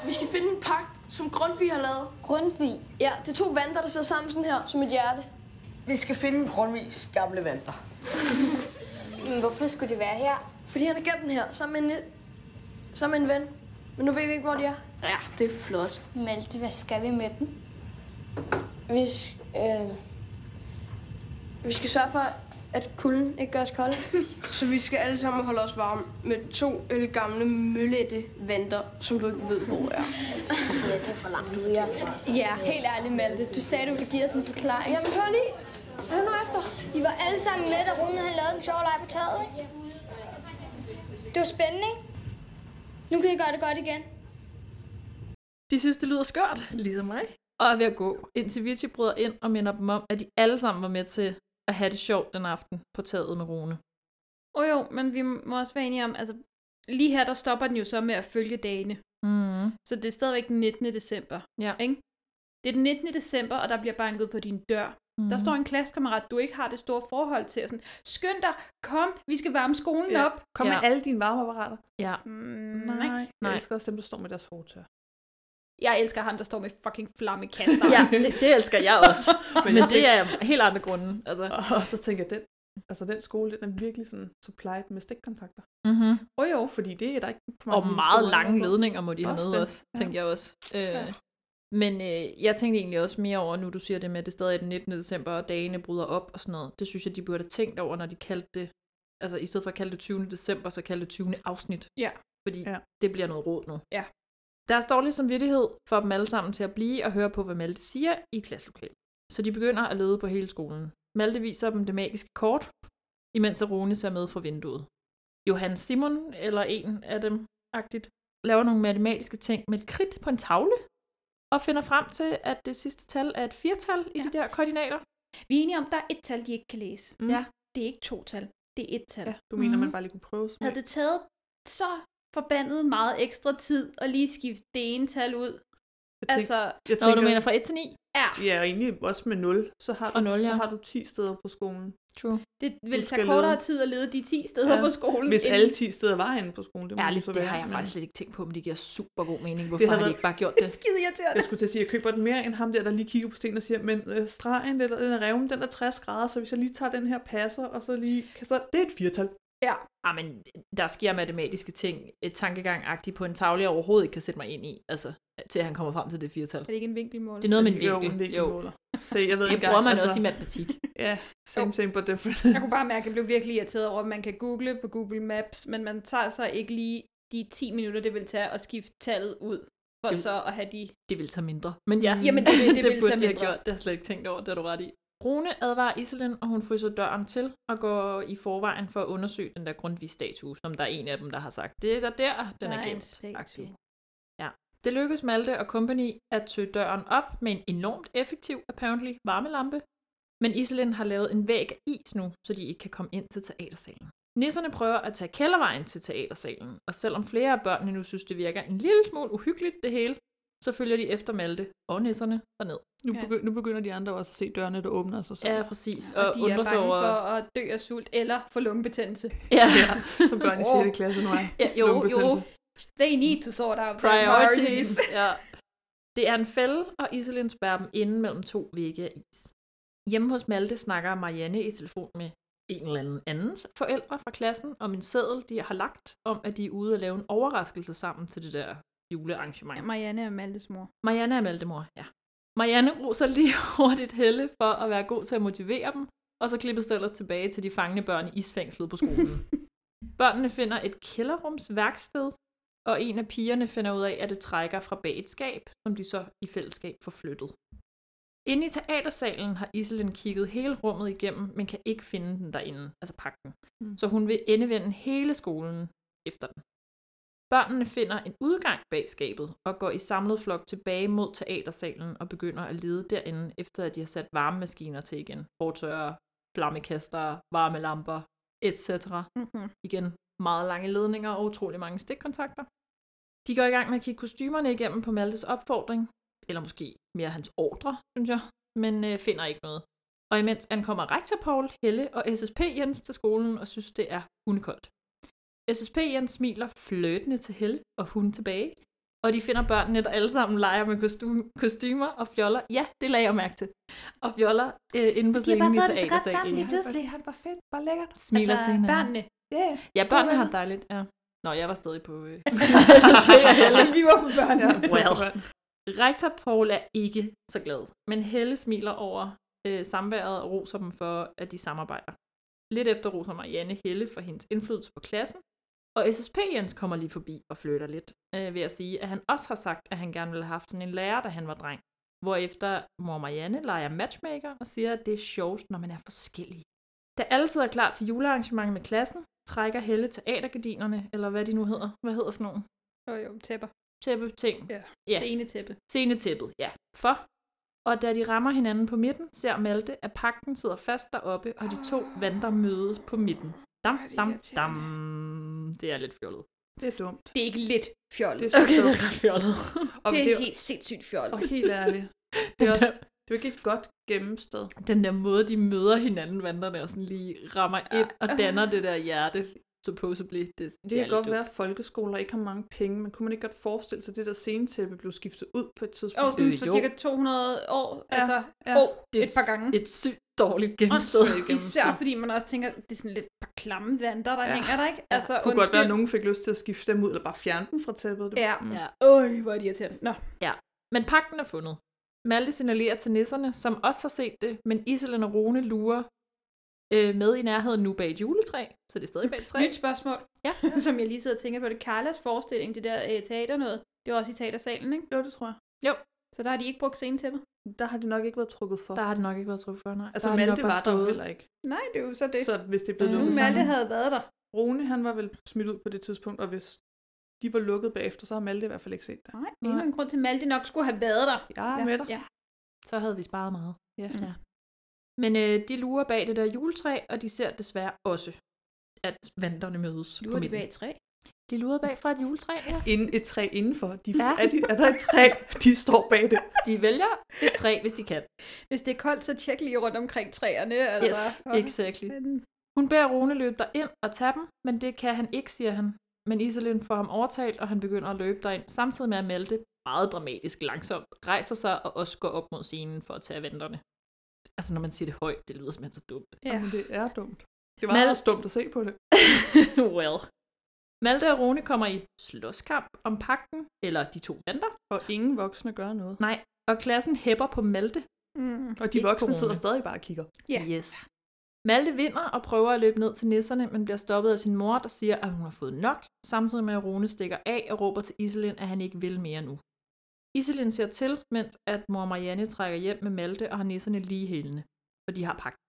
Vi skal finde en pagt, som Grundtvig har lavet. Grundtvig. Ja, det er to vandter, der sidder sammen sådan her, som et hjerte. Vi skal finde Grundtvigs gamle vandter. Men hvorfor skulle det være her? Fordi han har gemt den her, sammen med en, sammen med en ven. Men nu ved vi ikke, hvor de er. Ja, det er flot. Malte, hvad skal vi med dem? Vi, s- øh, vi skal sørge for, at kulden ikke gør os kolde. Så vi skal alle sammen holde os varme med to øh, el gamle møllette vanter, som du ikke ved, hvor er. Ja, det er for langt ud, jeg så. Ja, helt ærligt, Malte. Du sagde, du ville give os en forklaring. Jamen, hør lige. Hør nu efter. I var alle sammen med, da Rune han lavede en sjov leg på taget, ikke? Det var spændende, ikke? Nu kan I gøre det godt igen. De synes, det lyder skørt, ligesom mig, og er ved at gå, indtil Vici bryder ind og minder dem om, at de alle sammen var med til at have det sjovt den aften på taget med Rune. Åh oh, jo, men vi må også være enige om, altså lige her, der stopper den jo så med at følge dagene. Mm. Så det er stadigvæk den 19. december. Ja. Ikke? Det er den 19. december, og der bliver banket på din dør. Mm. Der Mhm. står en klassekammerat, du ikke har det store forhold til. Og sådan, Skynd dig, kom, vi skal varme skolen Ja. op. Kom med Ja. alle dine varmeapparater. Ja. Mm, Nej. Jeg Nej. elsker også dem, der står med deres hårdtør. Jeg elsker ham, der står med fucking flammekaster. ja, det, det elsker jeg også, men det er af helt andre grunde. Altså. Og så tænker jeg, den, altså den skole, den er virkelig sådan supplied med stikkontakter. Mm-hmm. Åh jo. Fordi det er der ikke for Og mange meget skoler, der lange går. ledninger må de have Også med det. også, tænkte jeg også. Øh, men øh, jeg tænkte egentlig også mere over, nu du siger det med, at det stadig er den 19. december, og dagene bryder op og sådan noget. Det synes jeg, de burde have tænkt over, når de kaldte det, altså i stedet for at kalde det 20. december, så kalde det 20. afsnit. Ja. Fordi Ja. det bliver noget råd nu. Ja. Der er dårlig samvittighed for dem alle sammen til at blive og høre på, hvad Malte siger i klasselokalet. Så de begynder at lede på hele skolen. Malte viser dem det magiske kort, imens at Rune ser med fra vinduet. Johan Simon, eller en af dem, agtigt, laver nogle matematiske ting med et kridt på en tavle, og finder frem til, at det sidste tal er et firtal i ja. de der koordinater. Vi er enige om, der er et tal, de ikke kan læse. Mm. Ja. Det er ikke to tal, det er et tal. Ja, du mener, Mhm. man bare lige kunne prøve sådan Havde det taget så forbandet meget ekstra tid at lige skifte det ene tal ud? Jeg tænkte- altså, jeg Når du mener fra 1 til 9? ja, Ja, og egentlig også med 0. Så har du, Og nul, så ja. har du 10 steder på skolen. True. det vil Du tage skal kortere lede. tid at lede de 10 steder Ja, på skolen. Hvis end- alle 10 steder var inde på skolen, det må Ærligt, så det være. har jeg men- faktisk slet ikke tænkt på, men det giver super god mening. Hvorfor har havde de været- ikke bare gjort det? Skide irriterende. Jeg skulle til at sige, at jeg køber den mere end ham der, der lige kigger på stenen og siger, men øh, stregen, den, den er revnen, den er 60 grader, så hvis jeg lige tager den her passer, og så lige, kan så, det er et firtal. Ja. Ah, men der sker matematiske ting, et tankegangagtigt på en tavle, jeg overhovedet ikke kan sætte mig ind i, altså, til han kommer frem til det firetal. Er det ikke en vinkelmål? Det er noget med en Jo, vinkel. en vinkelmåler. Så jeg ved Det ikke bruger man også i matematik. Ja, same, Jo. same, but different. Jeg kunne bare mærke, at jeg blev virkelig irriteret over, at man kan google på Google Maps, men man tager så ikke lige de 10 minutter, det vil tage at skifte tallet ud, for Det- så at have de... Det vil tage mindre. Men ja, Mm. Jamen, det vil- det det vil tage burde de have mindre. gjort. Det har jeg slet ikke tænkt over, det har du ret i. Rune advarer Iselin, og hun fryser døren til og går i forvejen for at undersøge den der Grundtvig-statue, som der er en af dem, der har sagt, det er der der, den Der er, er en gemt. statue. agtig. Ja. Det lykkedes Malte og company at tø døren op med en enormt effektiv, apparently, varmelampe, men Iselin har lavet en væg af is nu, så de ikke kan komme ind til teatersalen. Nisserne prøver at tage kældervejen til teatersalen, og selvom flere af børnene nu synes, det virker en lille smule uhyggeligt det hele, så følger de efter Malte og nisserne derned. Nu, begy- nu begynder de andre også at se dørene, der åbner sig. Ja, præcis. Og, Og de er undrer sig bange over... for at dø af sult eller få lungebetændelse. Ja. Som børn i 6. klasse nu er. Ja, jo, Lungebetændelse. jo. They need to sort out their Priorities. ja. Det er en fælde, og Iselin spærrer dem inde mellem to vægge af is. Hjemme hos Malte snakker Marianne i telefon med en eller anden andens forældre fra klassen om en seddel, de har lagt, om at de er ude at lave en overraskelse sammen til det der julearrangement. Ja, Marianne er Maltes mor. Marianne er Maltemor, ja. Marianne roser lige hurtigt Helle for at være god til at motivere dem, og så klippes det ellers tilbage til de fangne børn i isfængslet på skolen. Børnene finder et kælderrumsværksted, og en af pigerne finder ud af, at det trækker fra bag et skab, som de så i fællesskab får flyttet. Inde i teatersalen har Iselin kigget hele rummet igennem, men kan ikke finde den derinde, altså pakken. Mm. Mm. Så hun vil endevende hele skolen efter den. Børnene finder en udgang bag skabet og går i samlet flok tilbage mod teatersalen og begynder at lede derinde, efter at de har sat varmemaskiner til igen. Hårdtørre, flammekaster, varmelamper, etc. Mhm. Igen, meget lange ledninger og utrolig mange stikkontakter. De går i gang med at kigge kostymerne igennem på Maltes opfordring, eller måske mere hans ordre, synes jeg, men øh, finder ikke noget. Og imens ankommer rektor Paul, Helle og SSP Jens til skolen og synes, det er hundekoldt. SSP Jens smiler fløtende til Helle og hun tilbage, og de finder børnene, der alle sammen leger med kostum- kostymer og fjoller. Ja, det lagde jeg mærke til. Og fjoller øh, inde på De har bare scenen i fået det så godt sammen teatersalen. lige pludselig. Altså, Han var fedt, bare lækkert. Smiler til hinanden. børnene. Yeah. Ja, børnene har det dejligt, ja. Nå, jeg var stadig på øh, SSP og Helle. Vi var på børnene. Well. Rektor Paul er ikke så glad, men Helle smiler over øh, samværet og roser dem for, at de samarbejder. Lidt efter roser Marianne Helle for hendes indflydelse på klassen, og SSP Jens kommer lige forbi og flytter lidt, øh, ved at sige, at han også har sagt, at han gerne ville have haft sådan en lærer, da han var dreng. Hvorefter mor Marianne leger matchmaker og siger, at det er sjovest, når man er forskellige. Da alle sidder klar til julearrangementet med klassen, trækker Helle teatergardinerne, eller hvad de nu hedder. Hvad hedder sådan nogle? Jo, jo, tæpper. Tæppe ting. Ja. Ja. Scenetæppe. Scenetæppet, ja. For. Og da de rammer hinanden på midten, ser Malte, at pakken sidder fast deroppe, og de to vanter mødes på midten. Dam, dam, dam. Det er lidt fjollet. Det er dumt. Det er ikke lidt fjollet. Det er Det Okay, det er, så dumt. er ret fjollet. Og det det er er- helt sindssygt fjollet. Og helt ærligt, det er, også, det er jo ikke et godt gemmested. Den der måde, de møder hinanden, vanterne, og sådan lige rammer ind og danner det der hjerte, supposedly. Det, det, Det er kan godt lidt være, at folkeskoler ikke har mange penge, men kunne man ikke godt forestille sig, at det der scenetæppe blev skiftet ud på et tidspunkt? Og sådan Øh, for jo. cirka 200 år, Ja, altså ja. år, Det er et par gange. dumt. Et sygt dårligt gennemsted. Især fordi man også tænker, det er sådan lidt par klamme vanter, der Ja. hænger der, ikke? Altså, Det kunne godt være, at nogen fik lyst til at skifte dem ud, eller bare fjerne dem fra tæppet. Det- Ja. Mm. Ja. Øj, hvor er de irriterende. Nå, Ja, men pakken er fundet. Malte signalerer til nisserne, som også har set det, men Iselin og Rune lurer øh, med i nærheden nu bag et juletræ, så det er stadig bag et træ. nyt spørgsmål, Ja. som jeg lige sidder og tænker på. Det er Carlas forestilling, det der øh, teater noget. Det var også i teatersalen, ikke? Jo, det tror jeg. Jo, Så der har de ikke brugt scenetæppet? Der har det nok ikke været trukket for. der har det nok ikke været truffet for, nej. altså, der har det Malte nok bare var der jo stået. heller ikke. Nej, det er jo så det. Så hvis det blev Øh, lukket Malte sammen. havde været der. Rune, han var vel smidt ud på det tidspunkt, og hvis de var lukket bagefter, så har Malte i hvert fald ikke set det. Nej, endnu en grund til, at Malte nok skulle have været der. Jeg er med dig. Ja. Så havde vi sparet meget. Ja. Ja. Men øh, de lurer bag det der juletræ, og de ser desværre også, at vanterne mødes Lurer på de midten. bag et træ? De lurer bag fra et juletræ, ja. Inden et træ indenfor. De, Ja. ja. er, de, er der et træ, de står bag det? De vælger et træ, hvis de kan. Hvis det er koldt, så tjek lige rundt omkring træerne. Altså. Yes, Og- exactly. Hun beder Rune løbe derind og tage dem, men det kan han ikke, siger han. Men Iselin får ham overtalt, og han begynder at løbe derind, samtidig med at Malte meget dramatisk langsomt rejser sig og også går op mod scenen for at tage venterne. Altså, når man siger det højt, det lyder simpelthen så dumt. Ja. Jamen, det er dumt. Det var Mal- meget dumt at se på det. well. Malte og Rune kommer i slåskamp om pakken, eller de to venter. Og ingen voksne gør noget. Nej, og klassen hæpper på Malte, Mm, Og de ikke voksne corona. sidder stadig bare og kigger. Ja. Yes. Malte vinder og prøver at løbe ned til nisserne, men bliver stoppet af sin mor, der siger, at hun har fået nok, samtidig med at Rune stikker af og råber til Iselin, at han ikke vil mere nu. Iselin ser til, mens at mor Marianne trækker hjem med Malte og har nisserne lige hælende, for de har pakket.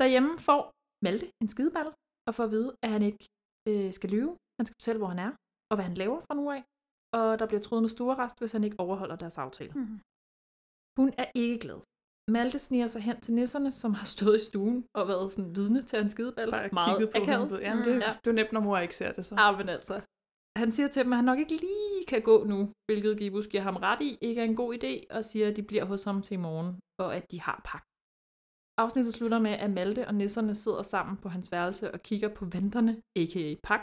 Derhjemme får Malte en skideballe og får at vide, at han ikke øh, skal lyve. Han skal fortælle, hvor han er og hvad han laver fra nu af, og der bliver troet med stuerest, hvis han ikke overholder deres aftale. Mhm. Hun er ikke glad. Malte sniger sig hen til nisserne, som har stået i stuen og været sådan vidne til en skideball. Bare kigget på ham. Ja, men det, det er nemt, når mor ikke ser det så. Ah, men altså. Han siger til dem, at han nok ikke lige kan gå nu, hvilket Gibus giver ham ret i, ikke er en god idé, og siger, at de bliver hos ham til i morgen, og at de har pakket. Afsnittet slutter med, at Malte og nisserne sidder sammen på hans værelse og kigger på venterne, a.k.a. pak,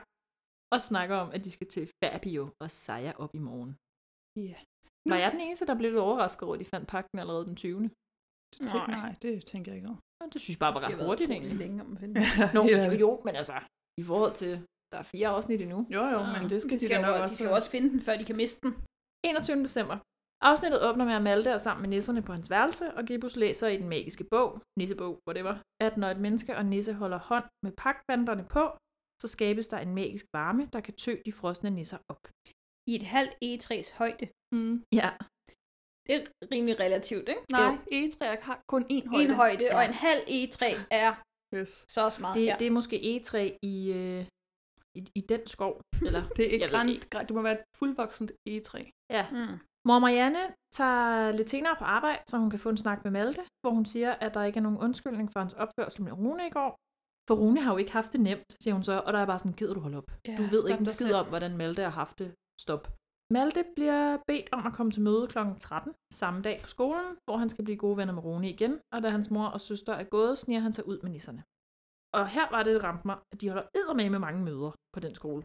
og snakker om, at de skal til Fabio og sejre op i morgen. Ja. Var jeg den eneste, der blev lidt overrasket over, at de fandt pakken allerede den 20. Det tænker, nej, det tænker jeg ikke over. Nå, Det synes jeg bare var Det har ret været hurtigt utrolig egentlig. længe om at finde. Nå, Ja. jo, jo, men altså, i forhold til, der er fire afsnit endnu. Jo, jo, men det skal de da nok jo- de også- skal jo også finde den, før de kan miste den. 21. december. Afsnittet åbner med, at Malte er sammen med nisserne på hans værelse, og Gibus læser i den magiske bog, nissebog, hvor det var, at når et menneske og nisse holder hånd med pakvandrene på, så skabes der en magisk varme, der kan tø de frosne nisser op. I et halvt E3's højde. Mm. Ja. Det er rimelig relativt, ikke? Nej, Jo. egetræer har kun én højde. En højde, og en Ja. halv E3 er Yes. så også meget. Det, ja. det er måske egetræ i, øh, i, i den skov. Eller, Det er jeg et ved grand, grand, det må være et fuldvoksent egetræ. Ja. Mm. Mor Marianne tager lidt senere på arbejde, så hun kan få en snak med Malte, hvor hun siger, at der ikke er nogen undskyldning for hans opførsel med Rune i går. For Rune har jo ikke haft det nemt, siger hun så, og der er bare sådan, gider du holde op? Ja, du ved stop ikke en dig skid selv." om, hvordan Malte har haft det. Stop. Malte bliver bedt om at komme til møde kl. 13 samme dag på skolen, hvor han skal blive gode venner med Rune igen, og da hans mor og søster er gået, sniger han sig ud med nisserne. Og her var det, det ramte mig, at de holder eddermame med mange møder på den skole.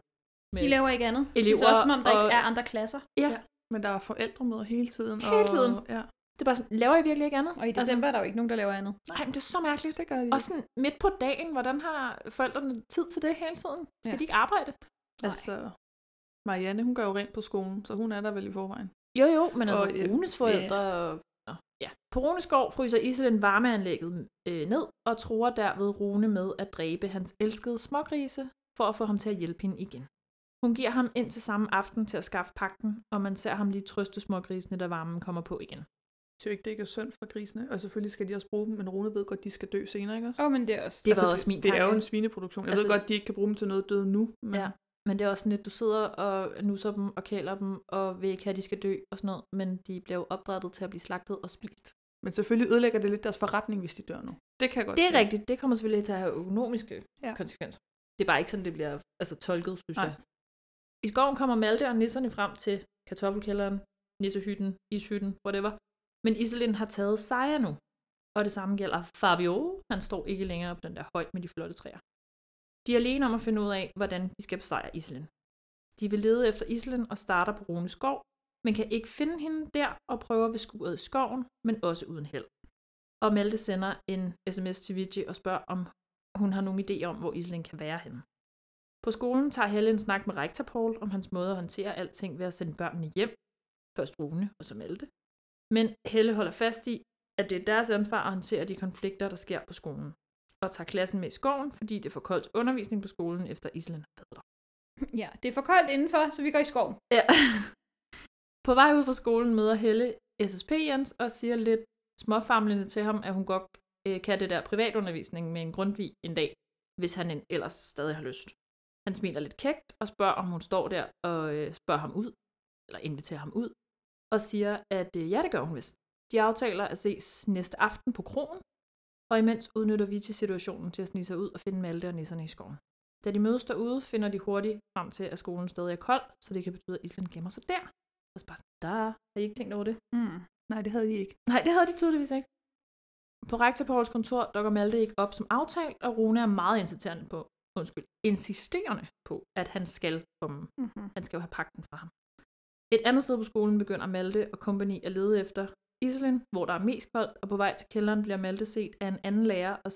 De laver ikke andet. Det er elever så også, som om der og- ikke er andre klasser. Ja, Men der er forældremøder hele tiden. Hele tiden. Og, ja. Det er bare sådan, laver I virkelig ikke andet? Altså, Og i december er der jo ikke nogen, der laver andet. Nej, men det er så mærkeligt. Det gør de Og sådan midt på dagen, hvordan har forældrene tid til det hele tiden? Skal Ja. ja. de ikke arbejde? Altså, Marianne, hun gør jo rent på skolen, så hun er der vel i forvejen. Jo, jo, men altså Og, øh, Runes forældre... Yeah. Nå, ja. På Runeskov fryser Iselin varmeanlægget øh, ned, og tror derved Rune med at dræbe hans elskede smågrise, for at få ham til at hjælpe hende igen. Hun giver ham ind til samme aften til at skaffe pakken, og man ser ham lige trøste smågrisene, da varmen kommer på igen. Det er jo ikke, det ikke er synd for grisene, og selvfølgelig skal de også bruge dem, men Rune ved godt, de skal dø senere, ikke også? Altså, Åh, oh, men det er også... Det var også min Det er jo tanke. en svineproduktion. Jeg altså, Altså- ved godt, de ikke kan bruge dem til noget død nu, men Ja. Men det er også sådan lidt, du sidder og nusser dem og kæler dem, og vil ikke have, at de skal dø og sådan noget, men de bliver jo opdrettet til at blive slagtet og spist. Men selvfølgelig ødelægger det lidt deres forretning, hvis de dør nu. Det kan jeg godt det er se. rigtigt, det kommer selvfølgelig til at have økonomiske Ja. ja. konsekvenser. Det er bare ikke sådan, det bliver altså, tolket, synes Nej. jeg. I skoven kommer Malte og nisserne frem til kartoffelkælderen, nissehytten, ishytten, whatever. Men Iselin har taget sejr nu. Og det samme gælder Fabio. Han står ikke længere på den der høj med de flotte træer. De er alene om at finde ud af, hvordan de skal besejre Iselin. De vil lede efter Iselin og starter på Rune skov, men kan ikke finde hende der og prøver ved skuret i skoven, men også uden held. Og Malte sender en sms til Vigi og spørger, om hun har nogen idé om, hvor Iselin kan være henne. På skolen tager Helle en snak med rektor Paul om hans måde at håndtere alting ved at sende børnene hjem. Først Rune, og så Malte. Men Helle holder fast i, at det er deres ansvar at håndtere de konflikter, der sker på skolen. Og tager klassen med i skoven, fordi det er for koldt undervisning på skolen, efter Iselin har været der. Ja, det er for koldt indenfor, så vi går i skoven. Ja. På vej ud fra skolen møder Helle SSP Jens og siger lidt småfamlende til ham, at hun godt øh, kan det der privatundervisning med en grundvig en dag, hvis han en- ellers stadig har lyst. Han smiler lidt kægt og spørger, om hun står der og øh, spørger ham ud, eller inviterer ham ud, og siger, at øh, ja, det gør hun vist. De aftaler at ses næste aften på krogen, og imens udnytter vi til situationen til at snige sig ud og finde Malte og nisserne i skoven. Da de mødes derude, finder de hurtigt frem til, at skolen stadig er kold, så det kan betyde, at Island gemmer sig der. Og så bare sådan, der har I ikke tænkt over det? Mm. Nej, det havde de ikke. Nej, det havde de tydeligvis ikke. På rektor Pauls kontor dukker Malte ikke op som aftalt, og Rune er meget insisterende på, undskyld, insisterende på, at han skal komme. Mhm. Han skal jo have pakken fra ham. Et andet sted på skolen begynder Malte og kompagni at lede efter Iselin, hvor der er mest koldt, og på vej til kælderen bliver Malte set af en anden lærer og,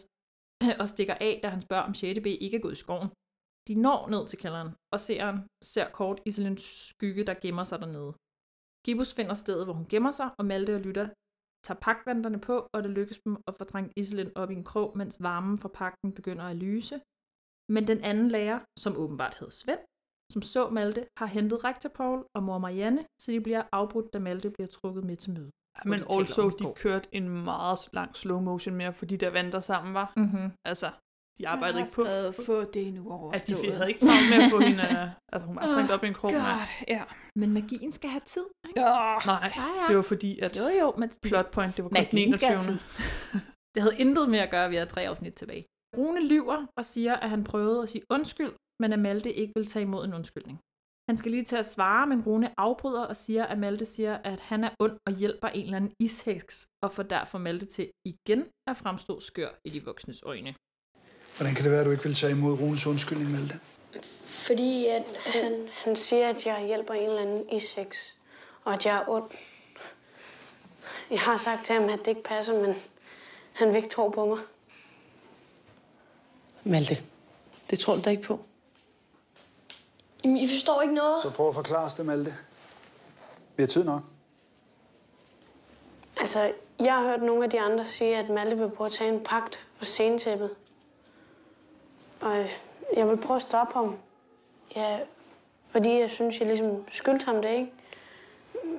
og stikker af, da han spørger, om 6. B ikke er gået i skoven. De når ned til kælderen, og seeren ser kort Iselins skygge, der gemmer sig dernede. Gibus finder stedet, hvor hun gemmer sig, og Malte og Lytter tager pagtvanderne på, og det lykkes dem at fortrænge Iselin op i en krog, mens varmen fra pagten begynder at lyse. Men den anden lærer, som åbenbart hed Svend, som så Malte, har hentet rektor Paul og mor Marianne, så de bliver afbrudt, da Malte bliver trukket med til møde. hvor Men de taler also, om det de går. kørte en meget lang slow motion mere, fordi der vandt der sammen var. Mhm. Altså, de Jeg arbejdede har ikke på. skrevet, "Få det nu Altså, de overstået." havde ikke travlt med at få hende... øh, Altså, hun var trængt op i en krog. nej. ja. Men magien skal have tid, ikke? Nej, det var fordi, at jo, jo, men plot point, det var kun den Magien skal 21. Det havde intet med at gøre, at vi havde tre afsnit tilbage. Rune lyver og siger, at han prøvede at sige undskyld, men at Malte ikke vil tage imod en undskyldning. Han skal lige til at svare, men Rune afbryder og siger, at Malte siger, at han er ond og hjælper en eller anden isheks, og får derfor Malte til igen at fremstå skør i de voksnes øjne. Hvordan kan det være, at du ikke vil tage imod Runes undskyldning, Malte? Fordi at han, han siger, at jeg hjælper en eller anden i sex, og at jeg er ond. Jeg har sagt til ham, at det ikke passer, men han vil ikke tro på mig. Malte, det tror du da ikke på. Jamen, I forstår ikke noget. Så prøv at forklare os det, Malte. Vi har tid nok. Altså, jeg har hørt nogle af de andre sige, at Malte vil prøve at tage en pagt for sentæppet. Og øh, jeg vil prøve at stoppe ham. Ja, fordi jeg synes, jeg ligesom skyldte ham det, ikke?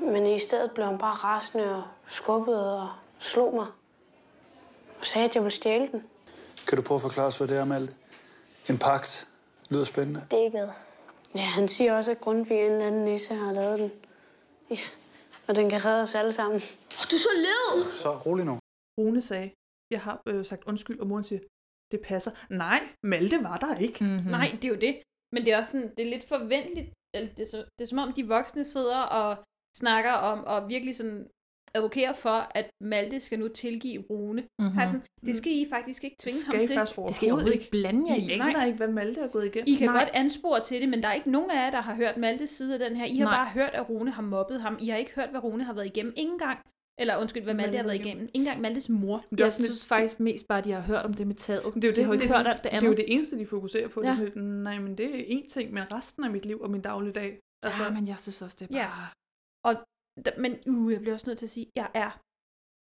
Men i stedet blev han bare rasende og skubbede og slog mig. Og sagde, at jeg ville stjæle den. Kan du prøve at forklare os, hvad det er, Malte? En pagt lyder spændende. Det er ikke noget. Ja, han siger også, at Grundtvig en eller anden nisse har lavet den. Ja, og den kan redde os alle sammen. Du så led! Så rolig nu. Rune sagde, jeg har øh, sagt undskyld, og moren siger, det passer. Nej, Malte var der ikke. Mm-hmm. Nej, det er jo det. Men det er også sådan, det er lidt forventeligt. Eller det, er, så- det er som om, de voksne sidder og snakker om, og virkelig sådan advokerer for, at Malte skal nu tilgive Rune. Mhm. Mm-hmm. Altså, det skal I faktisk ikke tvinge Skal ham I til. faktisk Det skal I overhovedet overhovedet ikke ikke. blande jer I i. aner ikke, hvad Malte er gået igennem. I kan Nej. godt anspore til det, men der er ikke nogen af jer, der har hørt Maltes side af den her. I har Nej. Nej. bare hørt, at Rune har mobbet ham. I har ikke hørt, hvad Rune har været igennem. Ingen gang, eller undskyld, hvad Malte har været igennem. Ingen gang Maltes mor. Jeg synes faktisk mest bare, at de har hørt om det med taget. Det er jo de har jo ikke hørt alt det andet. Det er jo det eneste, de fokuserer på. Ja. Det Ja. er sådan lidt, nej, men det er én ting, men resten af mit liv og min dagligdag. Altså, Ja, men jeg synes også, det er Ja. bare... Og, da- men uh, jeg bliver også nødt til at sige, at jeg er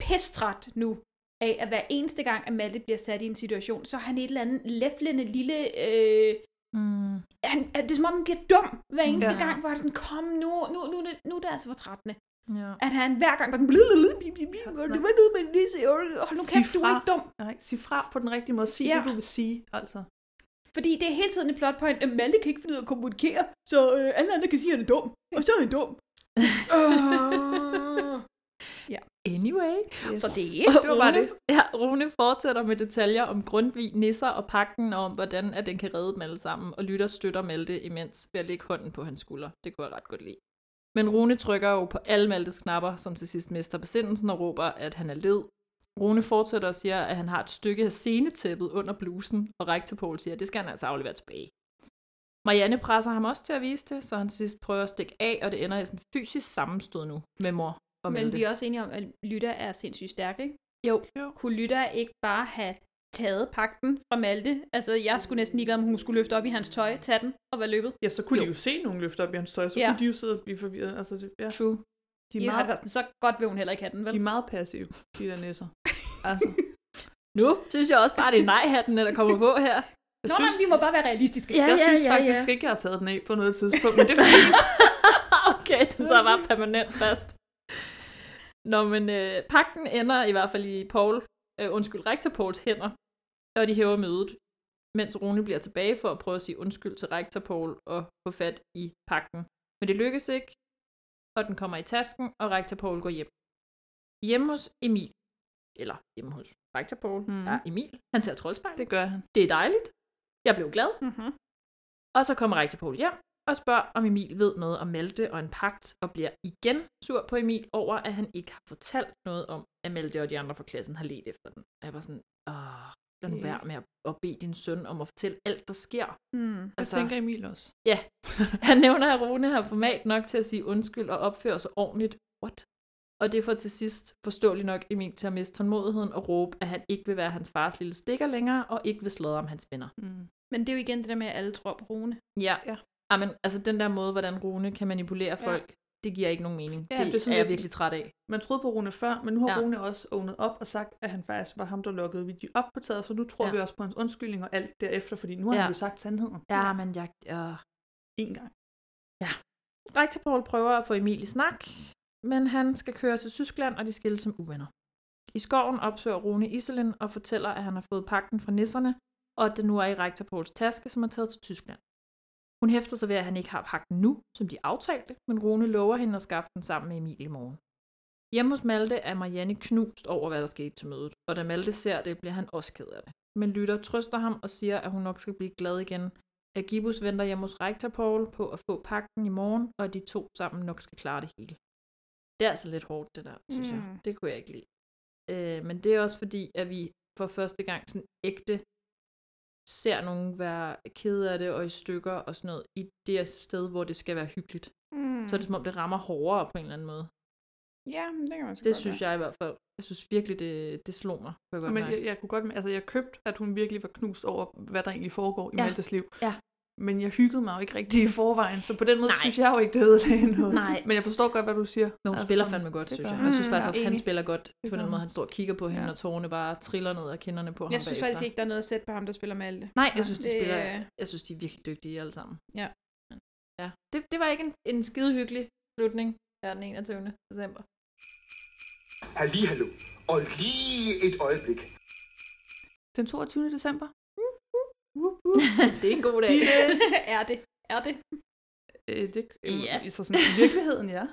pestret nu af, at hver eneste gang, at Malte bliver sat i en situation, så er han et eller andet læflende lille... Øh, Mm. han, er det er som om, han bliver dum hver eneste Ja. ja. gang, hvor han er sådan, kom nu, nu, nu, er det- nu er det altså for trættende. Ja. At han hver gang var sådan, "Blablabla, det var noget med Lise, hold nu kæft, du er ikke dum. Nej, sig fra på den rigtige måde. Sig ja. Ja. det, du vil sige. Altså. Fordi det er hele tiden et plot point, at Malte kan ikke finde ud af at kommunikere, så øh, alle andre kan sige, at han er dum, og så er han dum. Øh. Ja. Anyway. Yes. Yes. Så det- det var bare Rune, det. Ja, Rune fortsætter med detaljer om Grundtvig, nisser og pakken, og om hvordan at den kan redde dem alle sammen, og lytter støtter Malte imens ved at lægge hånden på hans skulder. Det kunne jeg ret godt lide. Men Rune trykker jo på alle Maltes knapper, som til sidst mister besindelsen og råber, at han er led. Rune fortsætter og siger, at han har et stykke af scenetæppet under blusen, og rektor Paul siger, at det skal han altså aflevere tilbage. Marianne presser ham også til at vise det, så han til sidst prøver at stikke af, og det ender i sådan et fysisk sammenstød nu med mor og Men Malte. vi er også enige om, at Lytter er sindssygt stærk, ikke? Jo. jo. Kunne Lytter ikke bare have taget pakten fra Malte? Altså, jeg skulle næsten ikke om hun skulle løfte op i hans tøj, tage den og være løbet. Ja, så kunne jo. de jo se nogle løfter op i hans tøj, så Ja. kunne de jo sidde og blive forvirret. Altså, det, ja. True. De er, Ja, altså. meget, det var sådan, så godt vil hun heller ikke have den, vel? de er meget passive, de der næsser. Altså. Nu synes jeg også bare, det er nej-hatten, der kommer på her. Nå, synes... nej, vi må bare være realistiske. Ja, jeg ja, synes ja, faktisk ja. ikke, jeg har taget den af på noget tidspunkt, men det er fordi, Okay, den så bare permanent fast. Nå, men øh, pakten ender i hvert fald i Paul, øh, undskyld, rektor Pauls hænder, og de hæver mødet, mens Rune bliver tilbage for at prøve at sige undskyld til rektor Paul og få fat i pakten. Men det lykkes ikke, og den kommer i tasken, og rektor Paul går hjem. Hjemme hos Emil, eller hjemme hos rektor Paul, mm. er Emil. Han ser troldspejlet. Det gør han. Det er dejligt. Jeg blev glad. Mm-hmm. Og så kommer rektor Paul hjem og spørger, om Emil ved noget om Malte og en pagt, og bliver igen sur på Emil over, at han ikke har fortalt noget om, at Malte og de andre fra klassen har let efter den. Og jeg var sådan, åh, lad nu Ja. være med at, at bede din søn om at fortælle alt, der sker. Mm. det Altså. tænker Emil også. Ja. Han nævner, at Rune har format nok til at sige undskyld og opføre sig ordentligt. What? Og det får til sidst forståeligt nok Emil til at miste tålmodigheden og råbe, at han ikke vil være hans fars lille stikker længere, og ikke vil sladre om hans venner. Mm. Men det er jo igen det der med, at alle tror på Rune. Ja. Ah, ja. Amen, altså den der måde, hvordan Rune kan manipulere Ja. folk, det giver ikke nogen mening. Ja, Ja, det, det er det sådan er jeg lidt- virkelig træt af. Man troede på Rune før, men nu har Ja. ja. Rune også åbnet op og sagt, at han faktisk var ham, der lukkede Vigi op på taget, så nu tror Ja. ja. vi også på hans undskyldning og alt derefter, fordi nu har Ja. ja. han jo sagt sandheden. Ja, men jeg... Øh. En gang. Ja. Rektor Paul prøver at få Emil i snak, men han skal køre til Tyskland, og de skilles som uvenner. I skoven opsøger Rune Iselin og fortæller, at han har fået pakken fra nisserne, og at den nu er i rektor Pauls taske, som er taget til Tyskland. Hun hæfter sig ved, at han ikke har pakken nu, som de aftalte, men Rune lover hende at skaffe den sammen med Emil i morgen. Hjemme hos Malte er Marianne knust over, hvad der skete til mødet, og da Malte ser det, bliver han også ked af det. Men Lytter trøster ham og siger, at hun nok skal blive glad igen, at Gibus venter hjemme hos rektor Paul på at få pakken i morgen, og at de to sammen nok skal klare det hele. Det er altså lidt hårdt, det der, synes mm. Mm. jeg. Det kunne jeg ikke lide. Øh, men det er også fordi, at vi for første gang sådan ægte ser nogen være ked af det og i stykker og sådan noget, i det sted, hvor det skal være hyggeligt. Mm. Så er det som om, det rammer hårdere på en eller anden måde. Ja, men det kan man så Det godt synes være. jeg i hvert fald. Jeg synes virkelig, det, det slog mig. Kan jeg godt Men mærke. jeg, jeg kunne godt, altså jeg købte, at hun virkelig var knust over, hvad der egentlig foregår i Ja. ja. Maltes liv. Ja. Men jeg hyggede mig jo ikke rigtig i forvejen, så på den måde Nej. Nej. synes jeg jo ikke, det ødelagde noget. Nej. Men jeg forstår godt, hvad du siger. Men hun altså, spiller fandme godt, synes jeg. Jeg Mm, synes faktisk også, han spiller godt på den måde, han står og kigger på hende, ja. Ja. og tårerne bare triller ned af kinderne på ham Jeg synes bagefter. faktisk ikke, der er noget at sætte på ham, der spiller med alle. Nej, jeg synes, de det, spiller, øh, jeg synes, de er virkelig dygtige alle sammen. Ja. ja. Det, det var ikke en, en skide hyggelig slutning her den 21. december. Halli, hallo. Og lige et øjeblik. Den 22. december. det er en god dag. er det? Er det? Øh, det, øh, Ja. Så sådan, I virkeligheden, ja.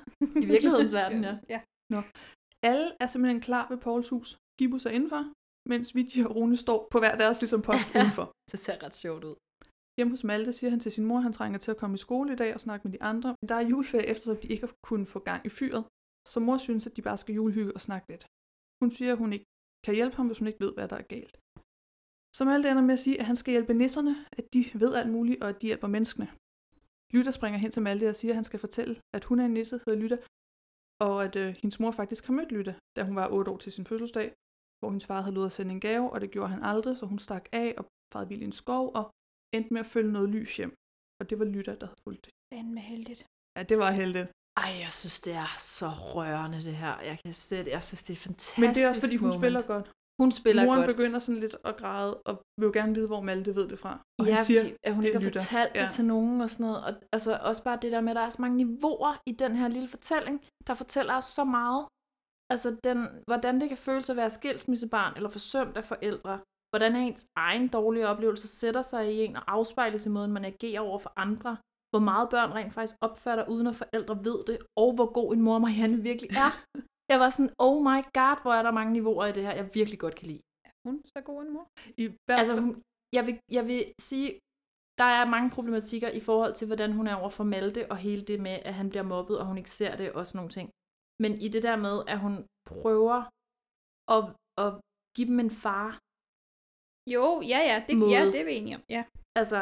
I virkelighedens verden, ja. ja. Nå. Alle er simpelthen klar ved Pauls hus. Gibus er indenfor, mens Vigi og Rune står på hver deres ligesom post udenfor. Det ser ret sjovt ud. Hjemme hos Malte siger han til sin mor, at han trænger til at komme i skole i dag og snakke med de andre. Men der er juleferie efter, så de ikke har kunnet få gang i fyret. Så mor synes, at de bare skal julehygge og snakke lidt. Hun siger, at hun ikke kan hjælpe ham, hvis hun ikke ved, hvad der er galt. Så Malte ender med at sige, at han skal hjælpe nisserne, at de ved alt muligt, og at de hjælper menneskene. Lytter springer hen til Malte og siger, at han skal fortælle, at hun er en nisse, hedder Lytter, og at øh, hendes mor faktisk har mødt Lytte, da hun var 8 år til sin fødselsdag, hvor hendes far havde lovet at sende en gave, og det gjorde han aldrig, så hun stak af og farede vild i en skov og endte med at følge noget lys hjem. Og det var Lytter, der havde fulgt det. Fandme heldigt. Ja, det var heldigt. Ej, jeg synes, det er så rørende, det her. Jeg, kan sætte, jeg synes, det er fantastisk Men det er også, fordi hun moment. spiller godt. Hun spiller Moren godt. begynder sådan lidt at græde, og vil jo gerne vide, hvor Malte ved det fra. Og ja, han siger, fordi, at hun det ikke er har Lytter. fortalt ja. det til nogen og sådan noget. Og, altså også bare det der med, at der er så mange niveauer i den her lille fortælling, der fortæller os så meget. Altså den, hvordan det kan føles at være skilsmissebarn eller forsømt af forældre. Hvordan ens egen dårlige oplevelser sætter sig i en og afspejles i måden, man agerer over for andre. Hvor meget børn rent faktisk opfatter, uden at forældre ved det. Og hvor god en mor Marianne virkelig er. Jeg var sådan, oh my god, hvor er der mange niveauer i det her, jeg virkelig godt kan lide. Hun er så god en mor. I hvert altså, hun, jeg, vil, jeg vil sige, der er mange problematikker i forhold til, hvordan hun er over for Malte, og hele det med, at han bliver mobbet, og hun ikke ser det, og sådan nogle ting. Men i det der med, at hun prøver at, at give dem en far, Jo, ja, ja. Det, ja, Måde. det er vi enige om. Ja. altså,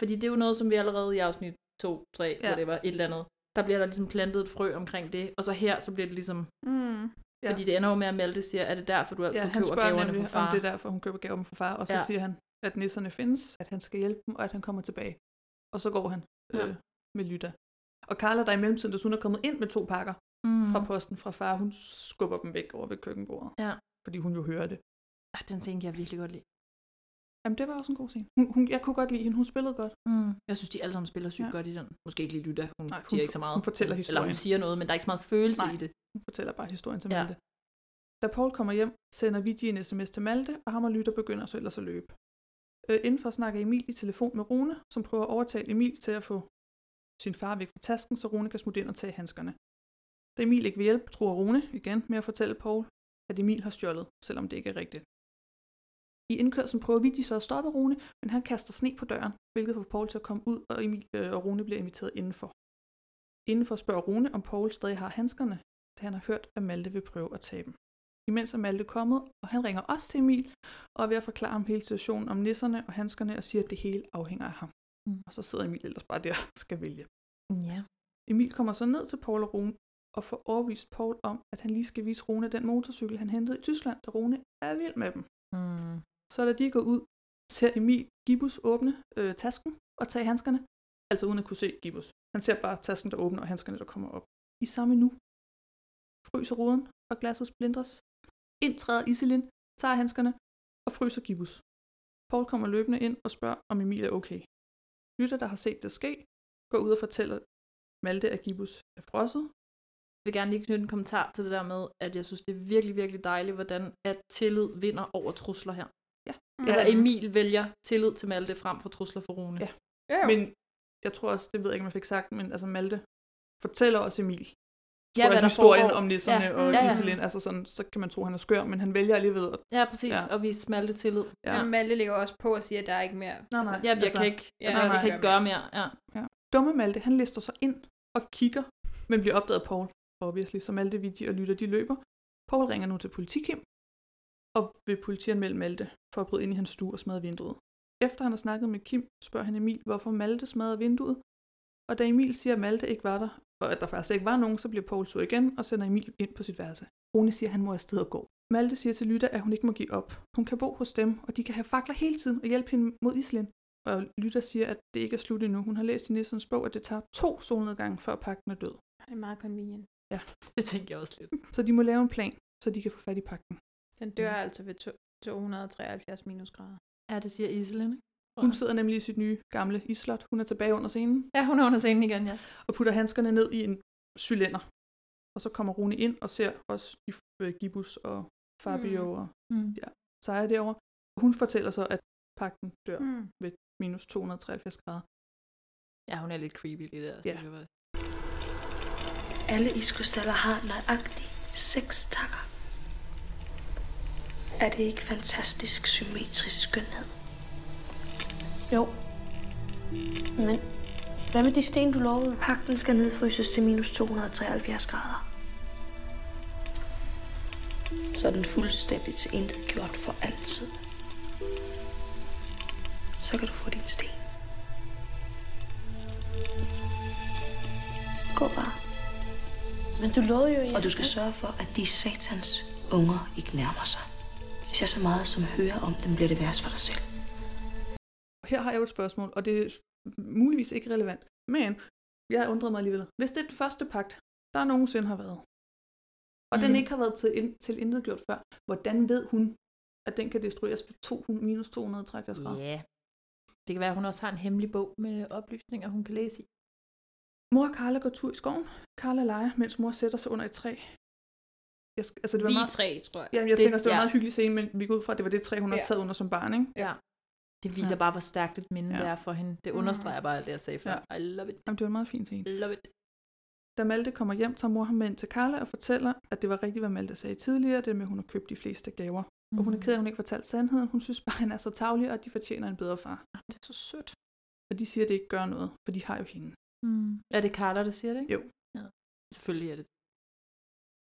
fordi det er jo noget, som vi allerede i afsnit 2, 3, ja. whatever, et eller andet, der bliver der ligesom plantet et frø omkring det, og så her, så bliver det ligesom, Mm. ja. fordi det ender jo med, at Malte siger, er det derfor, du altid ja, ja, han køber spørger gaverne nemlig, fra far? om det er derfor, hun køber gaven fra far. Og så Ja. ja. siger han, at nisserne findes, at han skal hjælpe dem, og at han kommer tilbage. Og så går han øh, Ja. ja. med Lytta. Og Carla, der i mellemtiden desuden er kommet ind med to pakker Mm. mm. fra posten fra far, hun skubber dem væk over ved køkkenbordet. Ja. Fordi hun jo hører det. Ah, den ting kan jeg virkelig godt lide. Jamen, det var også en god scene. Hun, hun, jeg kunne godt lide hende. Hun spillede godt. Mm. Jeg synes, de alle sammen spiller sygt ja. godt i den. Måske ikke lige Lytta, hun, Nej, Nej, hun hun siger f- ikke så meget. hun fortæller Eller hun historien. siger noget, men der er ikke så meget følelse Nej. i det. Hun fortæller bare historien til Ja. Malte. Da Paul kommer hjem, sender Vigi en sms til Malte, og ham og Lytter begynder så ellers at løbe. Øh, indenfor snakker Emil i telefon med Rune, som prøver at overtale Emil til at få sin far væk fra tasken, så Rune kan smutte ind og tage handskerne. Da Emil ikke vil hjælpe, tror Rune igen med at fortælle Paul, at Emil har stjålet, selvom det ikke er rigtigt. I indkørselen prøver Vigi så at stoppe Rune, men han kaster sne på døren, hvilket får Paul til at komme ud, og, Emil, øh, og Rune bliver inviteret indenfor. Indenfor spørger Rune, om Paul stadig har handskerne, da han har hørt, at Malte vil prøve at tage dem. Imens er Malte kommet, og han ringer også til Emil, og er ved at forklare ham hele situationen om nisserne og handskerne, og siger, at det hele afhænger af ham. Mm. Og så sidder Emil ellers bare der og skal vælge. Ja. Emil kommer så ned til Paul og Rune, og får overvist Paul om, at han lige skal vise Rune den motorcykel, han hentede i Tyskland, da Rune er vild med dem. Mm. Så da de går ud, ser Emil Gibus åbne øh, tasken og tage handskerne, altså uden at kunne se Gibus. Han ser bare tasken, der åbner, og handskerne, der kommer op. I samme nu. Fryser ruden, og glasset splindres. Ind træder Iselin, tager handskerne og fryser gibus. Paul kommer løbende ind og spørger, om Emil er okay. Lytter, der har set det ske, går ud og fortæller Malte, at gibus er frosset, Jeg vil gerne lige knytte en kommentar til det der med, at jeg synes, det er virkelig, virkelig dejligt, hvordan at tillid vinder over trusler her. Ja. Mm. Altså Emil vælger tillid til Malte frem for trusler for Rune. Ja. Men jeg tror også, det ved jeg ikke, om jeg fik sagt, men altså Malte fortæller også Emil, tror hvad jeg, der historien foregår. om nisserne Ja. og Mm. Ja, ja. Iselin, altså sådan, så kan man tro, han er skør, men han vælger alligevel at... Ja, præcis. Ja. Og vise Malte tillid. Ja. Men Malte ligger også på og siger, at der er ikke mere. Nej, nej. Altså, Jamen, jeg kan ikke- altså, jeg kan ikke gøre mere, ja. ja. Dumme Malte, han lister sig ind og kigger, men bliver opdaget af Paul, obviously, så Malte, Vigi og Lytter, de løber. Paul ringer nu til politikim, og vil politianmelde Malte for at bryde ind i hans stue og smadre vinduet. Efter han har snakket med Kim, spørger han Emil, hvorfor Malte smadrede vinduet, og da Emil siger, at Malte ikke var der, og at der faktisk ikke var nogen, så bliver Paul sur igen og sender Emil ind på sit værelse. Rune siger, at han må afsted og gå. Malte siger til Lytta, at hun ikke må give op. Hun kan bo hos dem, og de kan have fakler hele tiden og hjælpe hende mod Island. Og Lytta siger, at det ikke er slut endnu. Hun har læst i Nissens bog, at det tager to solnedgange, før pakken er død. Det er meget convenient. Ja. Det tænker jeg også lidt. Så de må lave en plan, så de kan få fat i pakken. Den dør altså ved to- 273 minusgrader. Ja, det siger Iselin, ikke? Hun sidder nemlig i sit nye gamle islot. Hun er tilbage under scenen. Ja, hun er under scenen igen, ja. Og putter handskerne ned i en cylinder. Og så kommer Rune ind og ser også de, øh, Gibus og Fabio Mm. mm. og Mm. ja, Seja derovre. Og hun fortæller så, at pakken dør Mm. mm. ved minus 273 grader. Ja, hun er lidt creepy lige der. Ja. synes jeg faktisk. Alle iskrystaller har nøjagtigt seks takker. Er det ikke fantastisk symmetrisk skønhed? Jo. Men hvad med de sten, du lovede? Pakten skal nedfryses til minus 273 grader. Så er den fuldstændig til intet gjort for altid. Så kan du få din sten. Gå bare. Men du lovede jo... Og du skal sørge for, at de satans unger ikke nærmer sig. Hvis jeg så meget som hører om dem, bliver det værst for dig selv. Og her har jeg jo et spørgsmål, og det er muligvis ikke relevant. Men jeg undrede mig alligevel. Hvis det er den første pagt, der nogensinde har været, og mm. den Mhm. ikke har været til, ind, til intet gjort før, hvordan ved hun, at den kan destrueres ved 200, minus 273 grader? Ja. Det kan være, at hun også har en hemmelig bog med oplysninger, hun kan læse i. Mor og Carla går tur i skoven. Carla leger, mens mor sætter sig under et træ. Jeg, sk- altså, det var Vi meget, tre, tror jeg. Jamen, jeg Det- det, tænker også, det var ja. ja. meget hyggelig scene, men vi går ud fra, at det var det træ, hun ja. Ja. også sad under som barn, ikke? Ja. Det viser Ja. bare, hvor stærkt et minde ja. Ja. det er for hende. Det Mm. understreger bare alt det, jeg sagde før. Ja. I love it. Jamen, det var en meget fin scene. Love it. Da Malte kommer hjem, tager mor ham med ind til Carla og fortæller, at det var rigtigt, hvad Malte sagde tidligere, det med, at hun har købt de fleste gaver. Mm. Og hun er Mhm. ked af, at hun ikke fortalte sandheden. Hun synes bare, at han er så tavlig, og at de fortjener en bedre far. Det er så sødt. Og de siger, at det ikke gør noget, for de har jo hende. Mm. Er det Carla, der siger det, ikke? Jo. Ja. Selvfølgelig er det.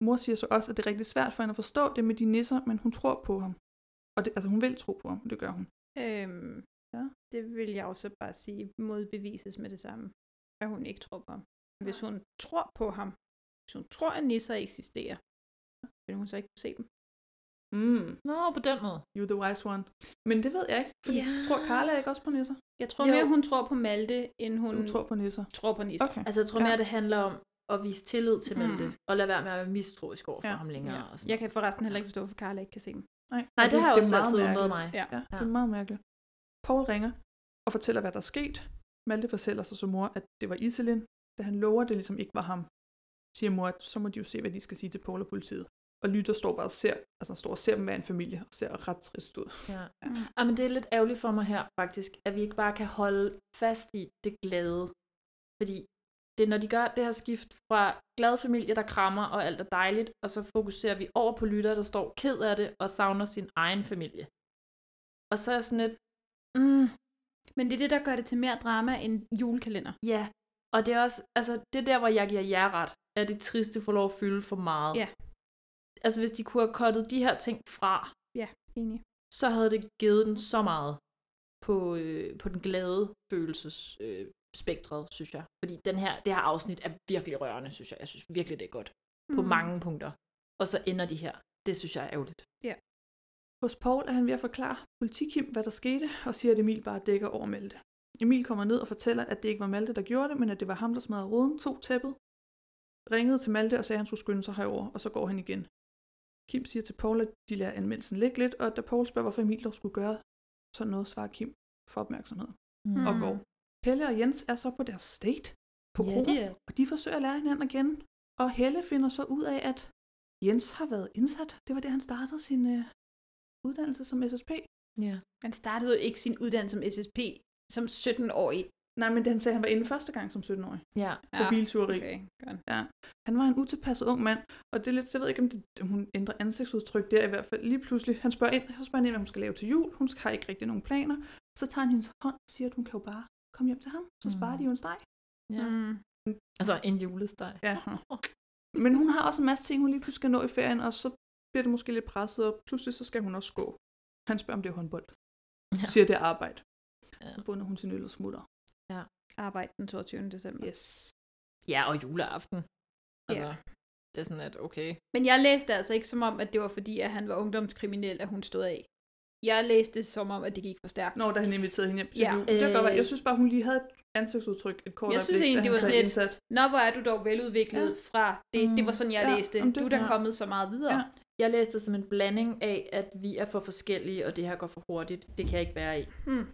Mor siger så også, at det er rigtig svært for hende at forstå det med de nisser, men hun tror på ham. Og det, altså, hun vil tro på ham, og det gør hun. Øhm, ja. Det vil jeg også bare sige modbevises med det samme, at hun ikke tror på ham. Hvis hun tror på ham, hvis hun tror, at nisser eksisterer, vil hun så ikke kunne se dem. Mm. Nå, på den måde. You the wise one. Men det ved jeg ikke, fordi Ja. ja. tror Carla ikke også på nisser? Jeg tror Jo. mere, hun tror på Malte, end hun, Hun tror på nisser. tror på nisser. Okay. Altså, jeg tror mere, det handler om at vise tillid til Mm. Malte, og lade være med at være mistroisk over for ham længere. Og sådan Jeg kan forresten heller ikke forstå, hvorfor Carla ikke kan se dem. Nej, Nej, det har jeg er også meget altid undret mærkeligt. mig. Ja. ja, Ja. det er meget mærkeligt. Paul ringer og fortæller, hvad der er sket. Malte fortæller sig som mor, at det var Iselin, da han lover, at det ligesom ikke var ham. Siger mor, at så må de jo se, hvad de skal sige til Paul og politiet. Og lytter står bare og ser, altså står og ser dem være en familie, og ser ret trist ud. Ja. ja. Ah, men det er lidt ærgerligt for mig her, faktisk, at vi ikke bare kan holde fast i det glade. Fordi det er, når de gør det her skift fra glade familie, der krammer, og alt er dejligt, og så fokuserer vi over på lytter, der står ked af det, og savner sin egen familie. Og så er jeg sådan lidt, mm, Men det er det, der gør det til mere drama end julekalender. Ja, og det er også, altså det er der, hvor jeg giver jer ret, at det triste får lov at fylde for meget. Ja. Altså hvis de kunne have kottet de her ting fra, Ja, enig. så havde det givet den så meget på, øh, på den glade følelses øh, spektret, synes jeg. Fordi den her, det her afsnit er virkelig rørende, synes jeg. Jeg synes virkelig, det er godt. På Mm. mange punkter. Og så ender de her. Det synes jeg er ærgerligt. Hos Paul er han ved at forklare politikim, hvad der skete, og siger, at Emil bare dækker over Malte. Emil kommer ned og fortæller, at det ikke var Malte, der gjorde det, men at det var ham, der smadrede ruden, tog tæppet ringede til Malte og sagde, at han skulle skynde sig herover, og så går han igen. Kim siger til Paul, at de lader anmeldelsen ligge lidt, og da Paul spørger, hvorfor Emil dog skulle gøre sådan noget, svarer Kim for opmærksomhed Mm. mm. og går. Helle og Jens er så på deres state på Ja, kroen, de er. og de forsøger at lære hinanden at kende. Og Helle finder så ud af, at Jens har været indsat. Det var det, han startede sin øh, uddannelse som SSP. Ja. Han startede jo ikke sin uddannelse som SSP som 17-årig. Nej, men han sagde, han var inde første gang som 17-årig. Ja. På biltyveri. Okay, godt. Ja. Han var en utilpasset ung mand, og det er lidt, jeg ved ikke, om det, hun ændrer ansigtsudtryk der i hvert fald. Lige pludselig, han spørger ind, så spørger han ind, hvad hun skal lave til jul. Hun har ikke rigtig nogen planer. Så tager han hendes hånd og siger, at hun kan jo bare komme hjem til ham. Så sparer de jo en steg. Ja. Mm. Altså en julesteg. Ja. Men hun har også en masse ting, hun lige pludselig skal nå i ferien, og så bliver det måske lidt presset, og pludselig så skal hun også gå. Han spørger, om det er håndbold. Ja. Siger, det er arbejde. Ja. Så bunder hun sin øl og smutter. Ja. Arbejde den 22. december. Yes. Ja, og juleaften. Altså, Ja. det er sådan, at okay. Men jeg læste altså ikke som om, at det var fordi, at han var ungdomskriminel, at hun stod af. Jeg læste det som om, at det gik for stærkt. Når da han inviterede hende hjem til Ja. jul. Det kan godt være. Øh. Jeg synes bare, hun lige havde et ansigtsudtryk et kort jeg synes øjeblik, da egentlig, det han var sådan sagde lidt, indsat. nå hvor er du dog veludviklet ja. fra det. Det var sådan, jeg Mm. Ja, læste. jamen, det er Du er da fair. kommet så meget videre. Ja. Jeg læste det som en blanding af, at vi er for forskellige, og det her går for hurtigt. Det kan jeg ikke være i. Hmm.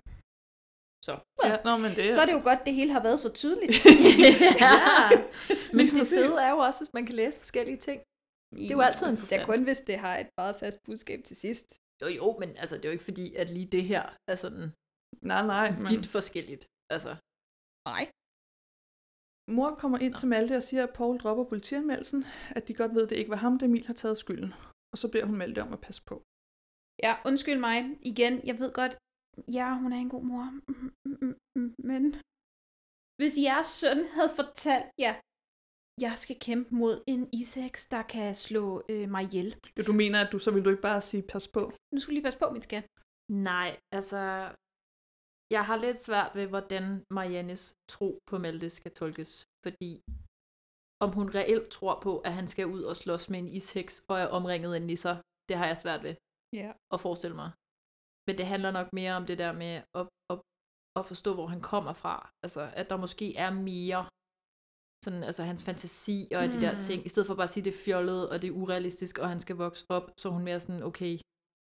Så. Ja, nå, men det Så er det jo godt, det hele har været så tydeligt. Men det fede er jo også, at man kan læse forskellige ting. Det er jo altid interessant. Det er kun, hvis det har et meget fast budskab til sidst. Jo, jo, men altså, det er jo ikke fordi, at lige det her er sådan Nej, nej. Men... vidt forskelligt. Altså, Nej. Mor kommer ind til Malte og siger, at Paul dropper politianmeldelsen, at de godt ved, at det ikke var ham, der Emil har taget skylden. Og så beder hun Malte om at passe på. Ja, undskyld mig. Igen, jeg ved godt, ja, hun er en god mor. Mm, mm, mm, Men hvis jeres søn havde fortalt jer, jeg skal kæmpe mod en iseks, der kan slå øh, mig ihjel. Jo, du mener, at du så vil du ikke bare sige, pas på? Nu skulle jeg lige passe på, min skat. Nej, altså... Jeg har lidt svært ved, hvordan Mariannes tro på Malte skal tolkes, fordi om hun reelt tror på, at han skal ud og slås med en isheks og er omringet af nisser, det har jeg svært ved Ja. at forestille mig. Men det handler nok mere om det der med at, at, at forstå, hvor han kommer fra. Altså, at der måske er mere sådan, altså hans fantasi og mm. de der Mm. ting, i stedet for bare at sige, det er fjollet, og det er urealistisk, og han skal vokse op, så er hun mere sådan, okay,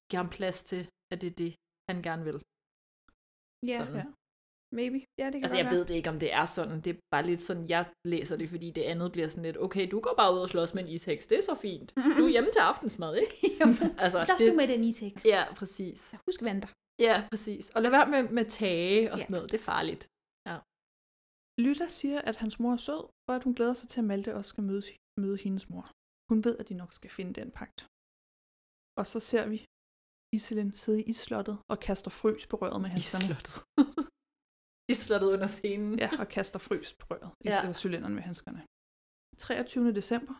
giver ham plads til, at det er det, han gerne vil. Ja, Sådan. ja. Maybe. Ja, det kan Altså, godt jeg være. ved det ikke, om det er sådan. Det er bare lidt sådan, jeg læser det, fordi det andet bliver sådan lidt, okay, du går bare ud og slås med en isheks, det er så fint. Du er hjemme til aftensmad, ikke? altså, Slås du med den isheks? Ja, præcis. Husk venter. Ja, præcis. Og lad være med, med tage og Ja. sådan noget, det er farligt. Ja. Lytta siger, at hans mor er sød, og at hun glæder sig til, at Malte også skal møde, møde hendes mor. Hun ved, at de nok skal finde den pagt. Og så ser vi Iselin sidde i islottet og kaster frøs på røret med handskerne. Islottet. islottet under scenen. Ja, og kaster frøs på røret i Ja. ja. cylinderen med handskerne. 23. december.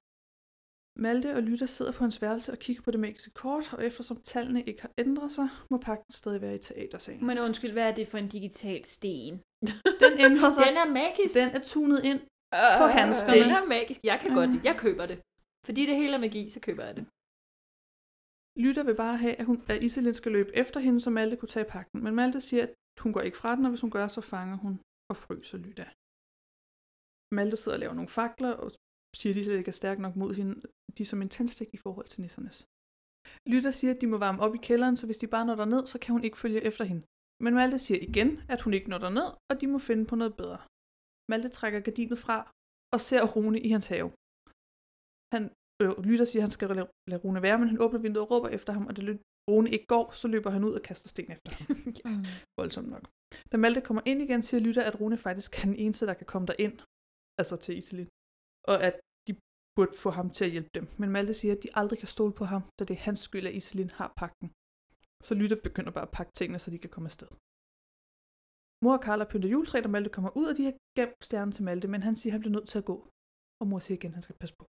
Malte og Lytta sidder på hans værelse og kigger på det magiske kort, og eftersom tallene ikke har ændret sig, må pakken stadig være i teatersalen. Men undskyld, hvad er det for en digital sten? Den ændrer sig. Den er magisk. Den er tunet ind på handskerne. Den er magisk. Jeg kan godt lide. Jeg køber det. Fordi det hele er magi, så køber jeg det. Lytter vil bare have, at, hun, at Iselin skal løbe efter hende, så Malte kunne tage pakken. Men Malte siger, at hun går ikke fra den, og hvis hun gør, så fanger hun og fryser Lytta. Malte sidder og laver nogle fakler, og siger, at de slet ikke er stærke nok mod hende. De er som en tændstik i forhold til nissernes. Lytter siger, at de må varme op i kælderen, så hvis de bare når derned, så kan hun ikke følge efter hende. Men Malte siger igen, at hun ikke når derned, og de må finde på noget bedre. Malte trækker gardinet fra og ser Rune i hans have. Han øh, lytter siger, at han skal lade, lade Rune være, men han åbner vinduet og råber efter ham, og da Ly- Rune ikke går, så løber han ud og kaster sten efter ham. Voldsomt nok. Da Malte kommer ind igen, siger Lytter, at Rune faktisk er den eneste, der kan komme derind, altså til Iselin, og at de burde få ham til at hjælpe dem. Men Malte siger, at de aldrig kan stole på ham, da det er hans skyld, at Iselin har pakken. Så Lytter begynder bare at pakke tingene, så de kan komme afsted. Mor og Karl har pyntet juletræ, da Malte kommer ud, og de har gemt stjernen til Malte, men han siger, at han bliver nødt til at gå. Og mor siger igen, at han skal passe på.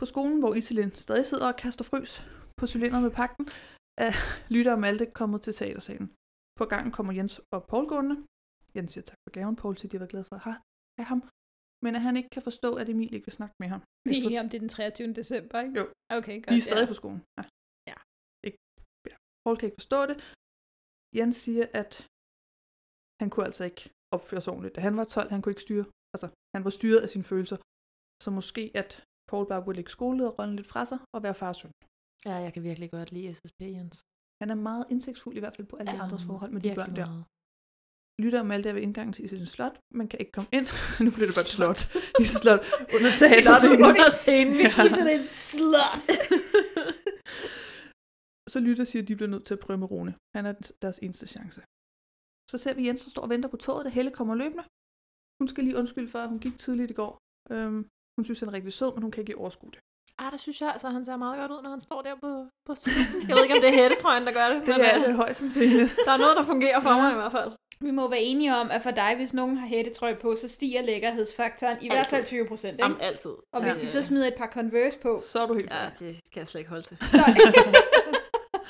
På skolen, hvor Iselin stadig sidder og kaster frøs på cylinderen med pakken, er Lytter og Malte kommet til teatersalen. På gangen kommer Jens og Paul gående. Jens siger tak for gaven. Paul siger, at de var glade for at have have ham. Men at han ikke kan forstå, at Emil ikke vil snakke med ham. Vi er enige om, det er den 23. december, ikke? Jo. Okay, godt. De er stadig ja. på skolen. Ja. Ja. Ikke, ja. Paul kan ikke forstå det. Jens siger, at han kunne altså ikke opføre sig ordentligt. Da han var 12, han kunne ikke styre. Altså, han var styret af sine følelser. Så måske at Paul bare burde lægge skolelederrollen lidt fra sig og være far og søn. Ja, jeg kan virkelig godt lide SSP, Jens. Han er meget indsigtsfuld i hvert fald på alle de Ja, andres forhold med de virkelig børn der. meget. Lytter om alt der ved indgangen til Iselin Slot. Man kan ikke komme ind. nu bliver det bare et slot. Iselin Slot under teaterscenen. Under scenen. Ja. slot. Så Lytter siger, at de bliver nødt til at prøve med Rune. Han er den- deres eneste chance. Så ser vi Jens, der står og venter på toget, da Helle kommer løbende. Hun skal lige undskylde for, at hun gik tidligt i går. Øhm, hun synes, han er rigtig sød, men hun kan ikke lige overskue det. Ah, der synes jeg altså, han ser meget godt ud, når han står der på, på stationen. Jeg ved ikke, om det er hættetrøjen, der gør det. øh, Det er det højst sandsynligt. Der er noget, der fungerer for mig i hvert fald. Vi må være enige om, at for dig, hvis nogen har hættetrøje på, så stiger lækkerhedsfaktoren i hvert Altid. fald 20 procent. Jamen, altid. Og hvis Ja. de så smider et par Converse på, så er du helt ja. Det kan jeg slet ikke holde til.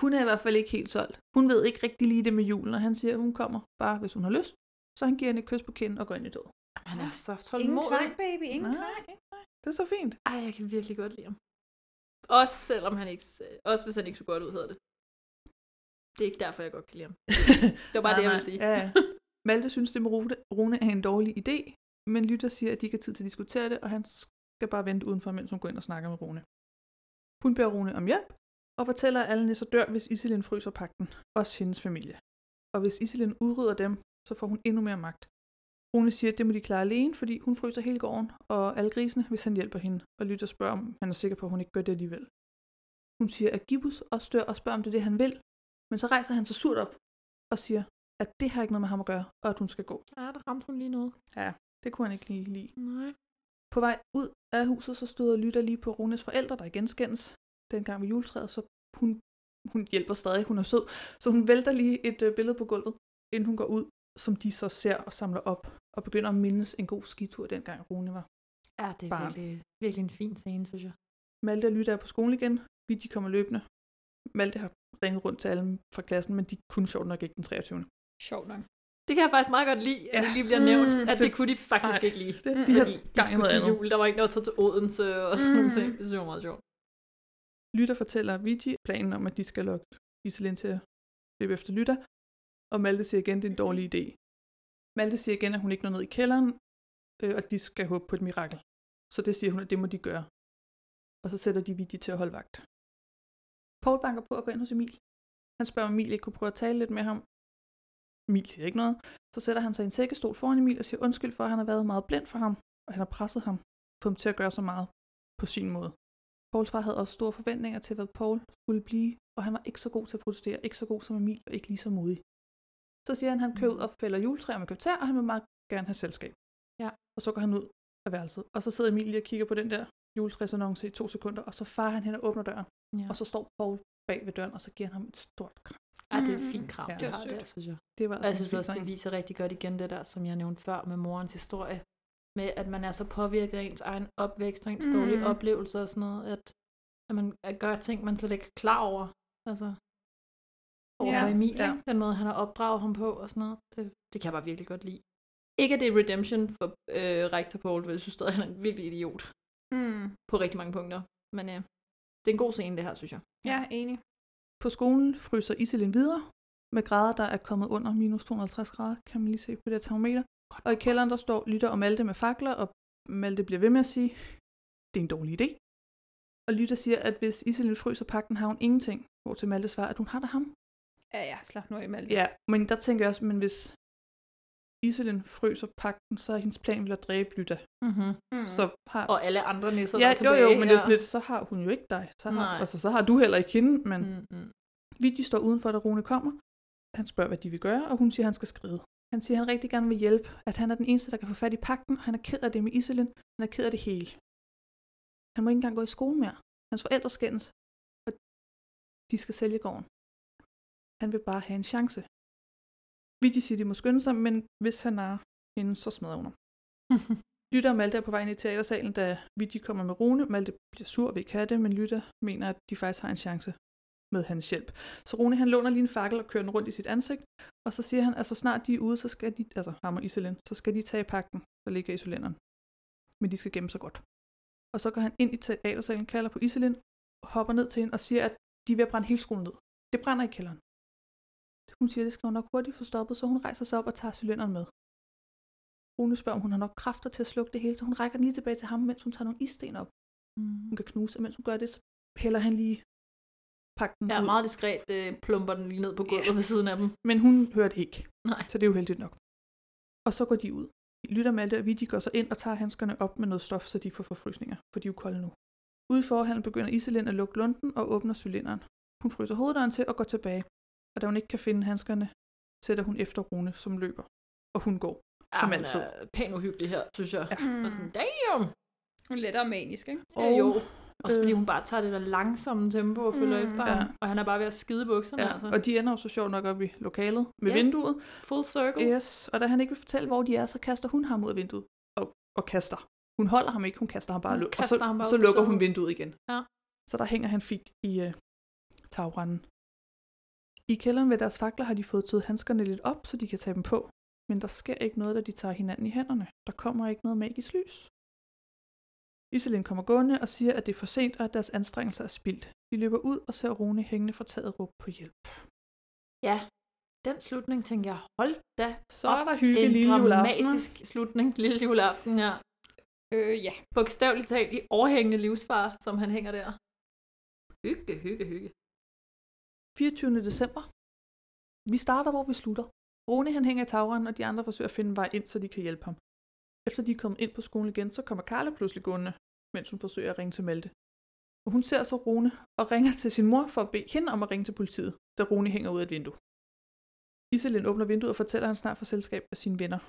Hun er i hvert fald ikke helt solgt. Hun ved ikke rigtig lige det med julen, og han siger, at hun kommer bare, hvis hun har lyst. Så han giver hende et kys på kinden og går ind i toget. Han er så Ingen tålmodig. tvang, baby. Ingen Nej. tvang. Det er så fint. Ej, jeg kan virkelig godt lide ham. Også selvom han ikke... øh, Også hvis han ikke så godt ud, hedder det. Det er ikke derfor, jeg godt kan lide ham. Det var bare Nej, det, jeg nej. ville sige. Ja, ja. Malte synes, det med Rune, Rune er en dårlig idé, men Lytter siger, at de ikke har tid til at diskutere det, og han skal bare vente udenfor, mens hun går ind og snakker med Rune. Hun beder Rune om hjælp, og fortæller, at alle nisser dør, hvis Iselin fryser pakten, også hendes familie. Og hvis Iselin udrydder dem, så får hun endnu mere magt. Rune siger, at det må de klare alene, fordi hun fryser hele gården og alle grisene, hvis han hjælper hende, og Lytter spørger, om han er sikker på, at hun ikke gør det alligevel. Hun siger, at Gibbus også dør og spørger, om det er det, han vil, men så rejser han sig surt op og siger, at det har ikke noget med ham at gøre, og at hun skal gå. Ja, der ramte hun lige noget. Ja, det kunne han ikke lige lide. Nej. På vej ud af huset, så stod og lytter lige på Runes forældre, der igen skændes dengang ved juletræet, så hun, hun hjælper stadig, hun er sød. Så hun vælter lige et øh, billede på gulvet, inden hun går ud, som de så ser og samler op, og begynder at mindes en god skitur, dengang Rune var. Ja, det er Barn. virkelig, virkelig en fin scene, synes jeg. Malte og Lytte er på skolen igen, vi de kommer løbende. Malte har ringet rundt til alle fra klassen, men de kunne sjovt nok ikke den 23. Sjovt nok. Det kan jeg faktisk meget godt lide, at det lige bliver Mm, nævnt, at det det- kunne de faktisk nej, ikke lide. det- de de har fordi de gang i skulle noget til andet. jul, der var ikke noget at tage til Odense og sådan nogle Mm. ting. Det synes jeg var meget sjovt. Lytter fortæller Vigi planen om, at de skal lokke Iselin til at løbe efter Lytter, og Malte siger igen, at det er en dårlig idé. Malte siger igen, at hun ikke når ned i kælderen, øh, og at de skal håbe på et mirakel. Så det siger hun, at det må de gøre. Og så sætter de Vigi til at holde vagt. Paul banker på at gå ind hos Emil. Han spørger, om Emil ikke kunne prøve at tale lidt med ham. Emil siger ikke noget. Så sætter han sig i en sækkestol foran Emil og siger undskyld for, at han har været meget blind for ham, og han har presset ham, fået ham til at gøre så meget på sin måde. Pauls far havde også store forventninger til, hvad Paul skulle blive, og han var ikke så god til at protestere, ikke så god som Emil, og ikke lige så modig. Så siger han, at han Mm. kører ud og fælder juletræer med kvarter, og han vil meget gerne have selskab. Ja. Og så går han ud af værelset, og så sidder Emil lige og kigger på den der juletræsannonce i to sekunder, og så farer han hen og åbner døren, Ja. og så står Paul bag ved døren, og så giver han ham et stort kram. Ja, det er et fint kram, Ja. ja, Det Mm. det var har sødt. der, synes jeg. Det var og jeg altså en synes fin også, det dreng. viser rigtig godt igen det der, som jeg nævnte før med morens historie, med at man er så påvirket af ens egen opvækst og ens mm. dårlige Mm. oplevelser og sådan noget, at, at man at gør ting, man slet ikke er klar over. Altså, over Ja. for Emil, Ja. ja. den måde, han har opdraget ham på og sådan noget. Det, det kan jeg bare virkelig godt lide. Ikke at det er redemption for øh, rektor Paul, for jeg synes stadig, han er en virkelig idiot Mm. på rigtig mange punkter. Men øh, det er en god scene, det her, synes jeg. Ja, enig. På skolen fryser Iselin videre, med grader, der er kommet under minus 250 grader, kan man lige se på det her termometer. Og i kælderen, der står Lytter og Malte med fakler, og Malte bliver ved med at sige, det er en dårlig idé. Og Lytter siger, at hvis Iselin fryser pakten, har hun ingenting. Hvor til Malte svarer, at hun har da ham. Ja, ja, slap nu af, Malte. Ja, men der tænker jeg også, men hvis Iselin fryser pakten, så er hendes plan vel at dræbe Lytter. Mhm. Så har... Og alle andre nisser, der ja, er jo, tilbage jo, men det er her. sådan lidt, så har hun jo ikke dig. Så har, Nej. altså, så har du heller ikke hende, men... Mm. Vicky står udenfor, da Rune kommer. Han spørger, hvad de vil gøre, og hun siger, at han skal skride. Han siger, at han rigtig gerne vil hjælpe, at han er den eneste, der kan få fat i pakten, og han er ked af det med Iselin. Han er ked af det hele. Han må ikke engang gå i skole mere. Hans forældre skændes, og de skal sælge gården. Han vil bare have en chance. Vicky siger, at de må skynde sig, men hvis han er hende, så smadrer hun ham. Lytter og Malte er på vej ind i teatersalen, da Vicky kommer med Rune. Malte bliver sur og vil ikke have det, men Lytter mener, at de faktisk har en chance med hans hjælp. Så Rune han låner lige en fakkel og kører den rundt i sit ansigt, og så siger han, at så snart de er ude, så skal de, altså ham og Iselin, så skal de tage pakken, der ligger i cylinderen. Men de skal gemme sig godt. Og så går han ind i teatersalen, kalder på Iselin, hopper ned til hende og siger, at de er ved at brænde hele skolen ned. Det brænder i kælderen. Hun siger, at det skal hun nok hurtigt få stoppet, så hun rejser sig op og tager cylinderen med. Rune spørger, om hun har nok kræfter til at slukke det hele, så hun rækker den lige tilbage til ham, mens hun tager nogle isten op. Mm. Hun kan knuse, og mens hun gør det, så piller han lige pakken Jeg ud. er meget diskret, øh, plumper den lige ned på gulvet yeah. ved siden af dem. Men hun hører det ikke. Nej. Så det er jo heldigt nok. Og så går de ud. Lytter Malte og Vidi går så ind og tager handskerne op med noget stof, så de får forfrysninger, for de er jo kolde nu. Ude i forhallen begynder Iselin at lukke lunden og åbner cylinderen. Hun fryser hoveddøren til og går tilbage. Og da hun ikke kan finde handskerne, sætter hun efter Rune, som løber. Og hun går, Ja, som hun altid. Mm. er pænt uhyggelig her, synes jeg. Ja. Og sådan, damn! Mm. Øh. Hun er lettere manisk, ikke? Og, jo. Også øh, fordi hun bare tager det der langsomme tempo og følger Mm. mm. efter Ja. ja. ham. Og han er bare ved at skide bukserne, Ja, altså. og de ender jo så sjovt nok op i lokalet med Ja. vinduet. Full circle. Yes, og da han ikke vil fortælle, hvor de er, så kaster hun ham ud af vinduet. Og, og kaster. Hun holder ham ikke, hun kaster ham bare Hun løb. Og så, kaster ham bare så ud på lukker hun taget. vinduet igen. Ja. Så der hænger han fint i øh, tagranden. I kælderen ved deres fakler har de fået tøet handskerne lidt op, så de kan tage dem på. Men der sker ikke noget, da de tager hinanden i hænderne. Der kommer ikke noget magisk lys. Iselin kommer gående og siger, at det er for sent, og at deres anstrengelser er spildt. De løber ud og ser Rune hængende fra taget råbe på hjælp. Ja. Den slutning tænker jeg, hold da Så er op, der hygge en lille juleaften, hva'? dramatisk slutning lille juleaften, ja. Øh, ja. Bogstaveligt talt i overhængende livsfar, som han hænger der. Hygge, hygge, hygge. 24. december. Vi starter, hvor vi slutter. Rune han hænger i tagrenden, og de andre forsøger at finde vej ind, så de kan hjælpe ham. Efter de er kommet ind på skolen igen, så kommer Karla pludselig gående, mens hun forsøger at ringe til Malte. Og hun ser så Rune og ringer til sin mor for at bede hende om at ringe til politiet, da Rune hænger ud af et vindue. Iselin åbner vinduet og fortæller, at han snart får selskab af sine venner.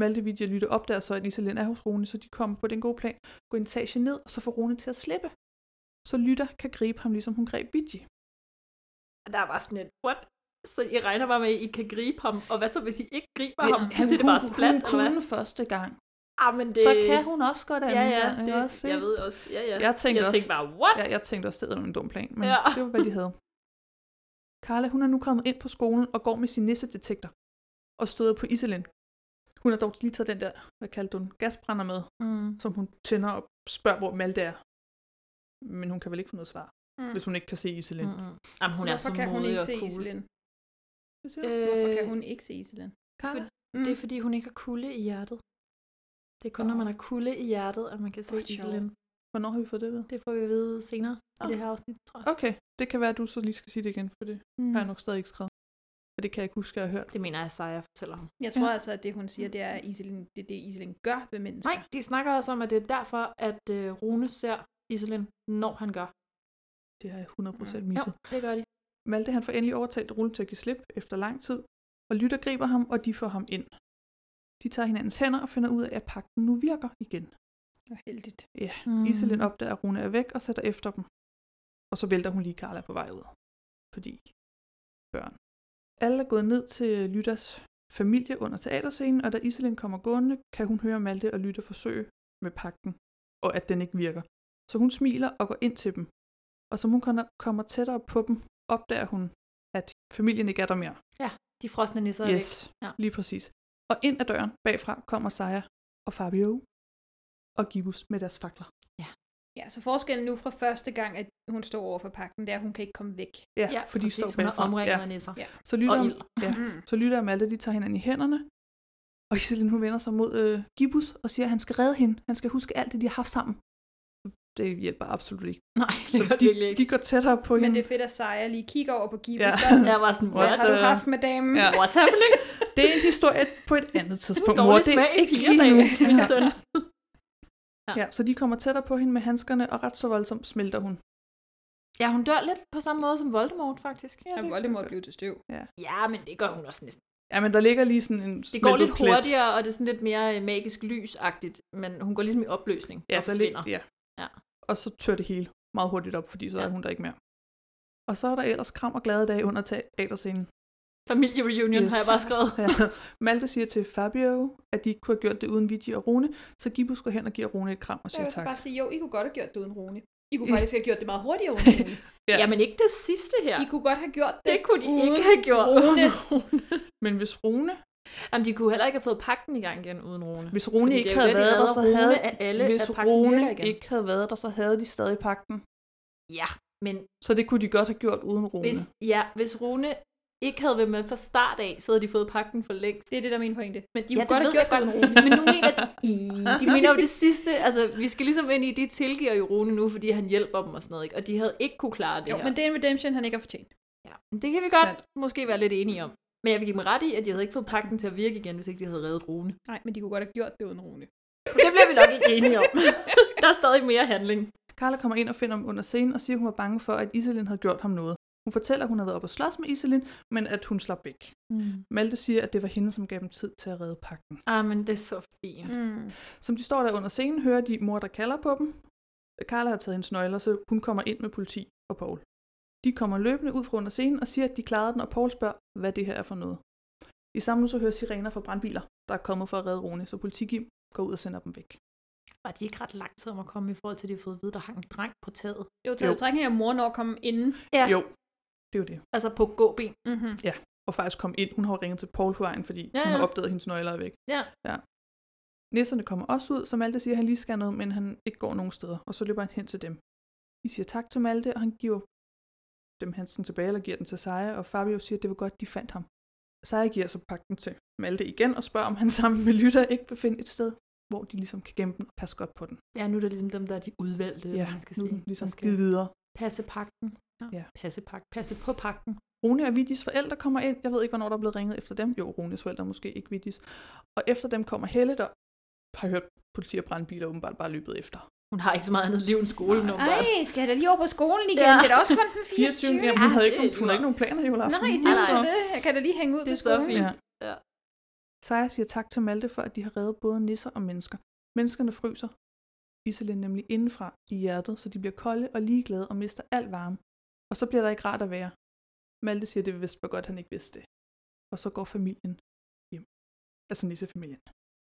Malte Vidja lytter op der, så at Iselin er hos Rune, så de kommer på den gode plan, går en etage ned, og så får Rune til at slippe. Så Lytter kan gribe ham, ligesom hun greb Vidji. Og der var sådan et, what? Så I regner bare med, at I kan gribe ham, og hvad så, hvis I ikke griber Ja, ham? Så han- siger det hun- bare splat, hun eller hvad? kunne første gang. Ah, men det... Så kan hun også godt ja, anden ja, gang, det, ikke også, jeg ikke? ved også. Ja, ja. Jeg tænkte, jeg også, tænkte bare, what? Ja, jeg tænkte også, det var en dum plan, men Ja. ja. det var, hvad de havde. Carla, hun er nu kommet ind på skolen og går med sin nissedetektor og støder på Iselin. Hun har dog lige taget den der, hvad kaldte hun, gasbrænder med, Mm. som hun tænder og spørger, hvor Malte er. Men hun kan vel ikke få noget svar, mm. Mm. hvis hun ikke kan se Iselin. Mm, mm. Jamen, hun er Hvorfor så kan hun modig ikke og se cool. Iselin? Hvad siger du? Hvorfor kan Øh, hun ikke se Iselin? Mm. Carla? For, Det er, fordi hun ikke har kulde i hjertet. Det er kun, når man har kulde i hjertet, at man kan se Godt sjovt. Iselin. Hvornår har vi fået det ved? Det får vi at vide senere i Ah. det her afsnit, tror jeg. Okay, det kan være, at du så lige skal sige det igen, for det mm. Mm. har jeg nok stadig ikke skrevet. Og det kan jeg ikke huske, at jeg har hørt. Det mener jeg, Saja fortæller ham. Jeg tror ja. altså, at det, hun siger, det er, at Iselin, det er det, Iselin gør ved mennesker. Nej, de snakker også om, at det er derfor, at øh, Rune ser Iselin, når han gør. Det har jeg 100% Jo, misset. det gør de. Malte han får endelig overtalt Rune til at give slip efter lang tid, og Lytter griber ham, og de får ham ind. De tager hinandens hænder og finder ud af, at pakken nu virker igen. Hvor heldigt. Ja, Mm. mm. Iselin opdager, at Rune er væk og sætter efter dem. Og så vælter hun lige Karla på vej ud. Fordi børn. Alle er gået ned til Lytters familie under teaterscenen, og da Iselin kommer gående, kan hun høre Malte og Lytter forsøge med pakken, og at den ikke virker. Så hun smiler og går ind til dem. Og som hun kommer- kommer tættere på dem, opdager hun, at familien ikke er der mere. Ja, de frosne nisser er væk. Yes, Ja. lige præcis. Og ind ad døren bagfra kommer Seja og Fabio og Gibus med deres fakler. Ja, så forskellen nu fra første gang, at hun står over for pakken, det er, at hun kan ikke komme væk. Ja, ja for de præcis. står Hun er bagfra. omringet af nisser. Ja. Så lytter, Og og ild. ja. Mm. så lytter og Malte, de tager hinanden i hænderne. Og Iselin, hun vender sig mod øh, Gibus og siger, at han skal redde hende. Han skal huske alt det, de har haft sammen. Det hjælper absolut ikke. Nej, det så gør det de, virkelig ikke. de går tættere på Men hende. det er fedt, at Seja lige kigger over på Gibus. Ja. Ja. Sådan, Jeg var sådan, Hvad what, har du øh, haft med damen? Ja. what's happening? Det er en historie på et andet tidspunkt, mor. Dårlig Det smag er i ikke fire lige dage, nu. min søn. Ja. ja, så de kommer tættere på hende med handskerne, og ret så voldsomt smelter hun. Ja, hun dør lidt på samme måde som Voldemort, faktisk. Ja, Voldemort blev til støv. Ja. Ja, men det gør hun også næsten. Ja, men der ligger lige sådan en Det går smeltet lidt plet. hurtigere, og det er sådan lidt mere øh, magisk lysagtigt, men hun går ligesom i opløsning Ja, og der lig, forsvinder. ja. Ja. Og så tør det hele meget hurtigt op, fordi så ja. er hun der ikke mere. Og så er der ellers kram og glade dage under teaterscenen. Familiereunion yes. har jeg bare skrevet. Ja. Malte siger til Fabio, at de ikke kunne have gjort det uden Vigi og Rune, så Gibus går hen og giver Rune et kram og Jeg siger vil så tak. bare sige, jo, I kunne godt have gjort det uden Rune. I kunne faktisk have gjort det meget hurtigere uden Rune. Ja. Jamen ikke det sidste her. I kunne godt have gjort det, Det kunne de ikke uden have gjort. Rune. Men hvis Rune, Jamen, de kunne heller ikke have fået pakken i gang igen uden Rune. hvis Rune Fordi det ikke er jo havde det, de været der, redder så Rune havde af alle, hvis at pakken Rune virker igen. ikke havde været der, så havde de stadig pakken. Ja, men Så det kunne de godt have gjort uden Rune. hvis, ja, hvis Rune ikke havde været med fra start af, så havde de fået pakken for længst. Det er det, der er min pointe. Men de ja, Ja, det kunne ved godt jeg have gjort godt. godt. Men nu mener de, I- de mener jo det sidste. Altså, vi skal ligesom ind i, de tilgiver jo Rune nu, fordi han hjælper dem og sådan noget. Ikke? Og de havde ikke kunne klare det Jo, her. men det er en redemption, han ikke har fortjent. Men Det kan vi godt måske være lidt enige om. Men jeg vil give dem ret i, at de havde ikke fået pakken til at virke igen, hvis ikke de havde reddet Rune. Nej, men de kunne godt have gjort det uden Rune. Det bliver vi nok ikke enige om. Der er stadig mere handling. Carla kommer ind og finder ham under scenen og siger, at hun var bange for, at Iselin havde gjort ham noget. Hun fortæller, at hun havde været oppe og slås med Iselin, men at hun slap væk. Mm. Malte siger, at det var hende, som gav dem tid til at redde pakken. Ah, men det er så fint. Mm. Som de står der under scenen, hører de mor, der kalder på dem. Carla har taget hendes nøgler, så hun kommer ind med politi og Paul. De kommer løbende ud fra under scenen og siger, at de klarede den, og Paul spørger, hvad det her er for noget. I samme nu så hører sirener fra brandbiler, der er kommet for at redde Rune, så politigim går ud og sender dem væk. Var de ikke ret lang tid om at komme i forhold til, at de har fået at vide, der hang en dreng på taget? Jo, taget jo. trækning af mor når at komme inden. Ja. Jo, det er jo det. Altså på gåben. Mm-hmm. Ja, og faktisk kom ind. Hun har jo ringet til Paul på vejen, fordi Ja, ja, ja. hun ja. har opdaget, at hendes nøgler er væk. Ja. ja. Nisserne kommer også ud, som Malte siger, at han lige skal noget, men han ikke går nogen steder. Og så løber han hen til dem. De siger tak til Malte, og han giver dem handsken tilbage, eller giver den til Seja, og Fabio siger, at det var godt, de fandt ham. Seja giver så pakken til Malte igen, og spørger, om han sammen med Lytter ikke vil finde et sted, hvor de ligesom kan gemme den og passe godt på den. Ja, nu er det ligesom dem, der er de udvalgte, ja, hvad man skal nu er sige. den ligesom Der skal givet videre. Passe pakken. Ja. Passe pakken. Passe på pakken. Rune og Vidis forældre kommer ind. Jeg ved ikke, hvornår der er blevet ringet efter dem. Jo, Runes forældre måske ikke Vidis. Og efter dem kommer Helle, der har hørt politi og brandbiler åbenbart bare løbet efter. Hun har ikke så meget andet liv end skole nu. Ej, skal jeg da lige over på skolen igen? Ja. Ja. Det er da også kun den 24. Jamen, hun, havde ikke, nogen- hun havde ikke nogen planer i juleaften. Altså. Nej, det er jo så det. Jeg kan da lige hænge ud Det på er så skolen. fint. Ja. Seja siger tak til Malte for, at de har reddet både nisser og mennesker. Menneskerne fryser. Iselin nemlig indenfra i hjertet, så de bliver kolde og ligeglade og mister al varme. Og så bliver der ikke rart at være. Malte siger, det var vist var godt, han ikke vidste det. Og så går familien hjem. Altså nissefamilien.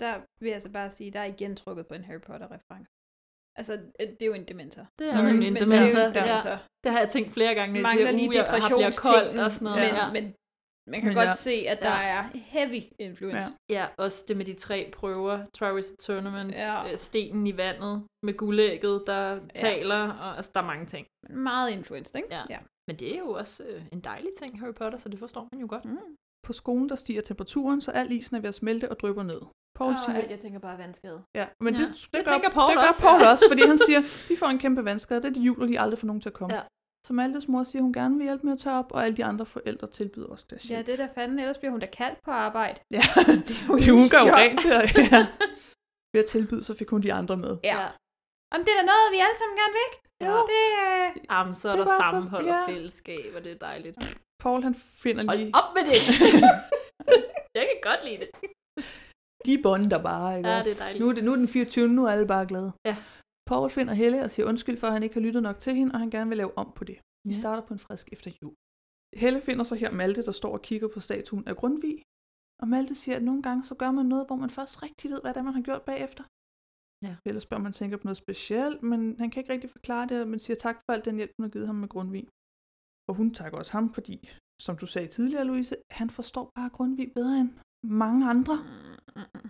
Der vil jeg så bare sige, der er igen trukket på en Harry Potter-reference. Altså, øh, det er jo en dementor. Altså, Det er Sorry, jo en men dementor. Det er jo en Ja. Det har jeg tænkt flere gange, når jeg Mangler siger, lige "Uh, jeg- jeg bliver depressionstingen, kold og sådan noget. Men, Ja. men man kan Men godt ja. se, at der Ja. er heavy influence. Ja. ja, også det med de tre prøver, Travis Tournament, Ja. ja. stenen i vandet, med guldægget, der ja. taler, og altså, der er mange ting. Meget influenced, ikke? Ja. Mm. ja. Men det er jo også øh, en dejlig ting, Harry Potter, så det forstår man jo godt. Mm. På skolen der stiger temperaturen, så al isen er ved at smelte og drypper ned. Paul Åh, siger, alt, jeg tænker bare er vandskade. ja, men det, Ja. det, Det gør, tænker Paul det gør også. Paul også, fordi han siger, de får en kæmpe vandskade, det er de jul, og de aldrig får nogen til at komme. Ja. Ja. Så Maltes mor siger, hun gerne vil hjælpe med at tørre op, og alle de andre forældre tilbyder også deres ja, hjælp. det er da fanden, ellers bliver hun da kaldt på arbejde. Ja, det er det hun gør jo job. rent der. Ja. Ved at tilbyde, så fik hun de andre med. Ja. Om det er da noget, vi alle sammen gerne vil, ikke? Jo. Det, øh, Jamen, så er Det der er bare så- sammenhold og ja. fællesskab, og det er dejligt. Paul han finder lige, Op med det! jeg kan godt lide det. de bonder bare. Ikke Ja, det er også? dejligt. nu, er det, nu er den 24, nu er alle bare glade. Ja. Paul finder Helle og siger undskyld for, at han ikke har lyttet nok til hende, og han gerne vil lave om på det. De Ja. starter på en frisk efter jul. Helle finder så her Malte, der står og kigger på statuen af Grundtvig. Og Malte siger, at nogle gange så gør man noget, hvor man først rigtig ved, hvad det er, man har gjort bagefter. Ja. Helle spørger, om han tænker på noget specielt, men han kan ikke rigtig forklare det, men siger tak for alt den hjælp, hun har givet ham med Grundtvig. Og hun takker også ham, fordi, som du sagde tidligere, Louise, han forstår bare Grundtvig bedre end mange andre.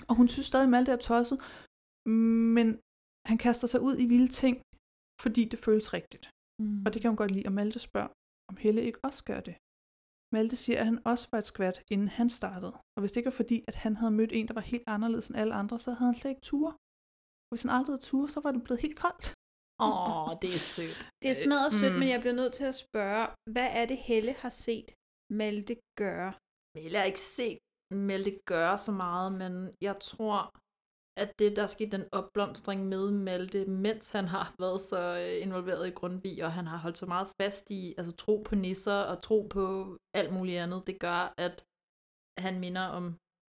Og hun synes stadig, at Malte er tosset, men han kaster sig ud i vilde ting, fordi det føles rigtigt. Mm. Og det kan hun godt lide, og Malte spørger, om Helle ikke også gør det. Malte siger, at han også var et skvat, inden han startede. Og hvis det ikke var fordi, at han havde mødt en, der var helt anderledes end alle andre, så havde han slet ikke ture. Og hvis han aldrig havde ture, så var det blevet helt koldt. Åh, oh, det er sødt. det er smadret sødt, Mm. men jeg bliver nødt til at spørge, hvad er det, Helle har set Malte gøre? Melle har ikke set Melle gøre så meget, men jeg tror, at det, der skete den opblomstring med Malte, mens han har været så øh, involveret i Grundtvig, og han har holdt så meget fast i, altså tro på nisser og tro på alt muligt andet, det gør, at han minder om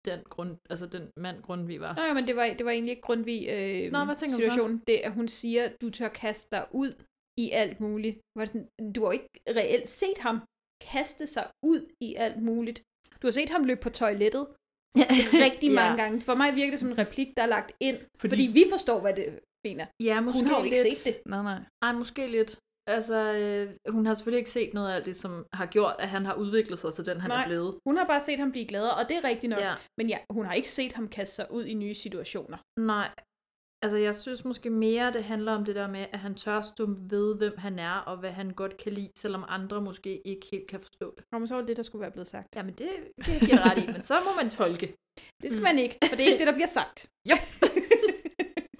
den, grund, altså den mand Grundtvig var. Nej, men det var, det var egentlig ikke Grundtvig øh, Nå, hvad tænker du så? situationen. Det, at hun siger, du tør kaste dig ud i alt muligt. Var det sådan, du har jo ikke reelt set ham kaste sig ud i alt muligt. Du har set ham løbe på toilettet rigtig Ja. mange gange. For mig virker det som en replik, der er lagt ind, fordi, Fordi- fordi vi forstår, hvad det mener. Ja, måske hun har jo ikke lidt. set det. Nej, nej. Ej, måske lidt. Altså, øh, hun har selvfølgelig ikke set noget af det, som har gjort, at han har udviklet sig til den, han Nej, er blevet. hun har bare set ham blive gladere, og det er rigtigt nok. Ja. Men ja, hun har ikke set ham kaste sig ud i nye situationer. Nej. Altså, jeg synes måske mere, det handler om det der med, at han tør stå ved, hvem han er, og hvad han godt kan lide, selvom andre måske ikke helt kan forstå det. Nå, men så var det det, der skulle være blevet sagt. Jamen, det, det giver jeg ret i, men så må man tolke. Det skal mm. man ikke, for det er ikke det, der bliver sagt.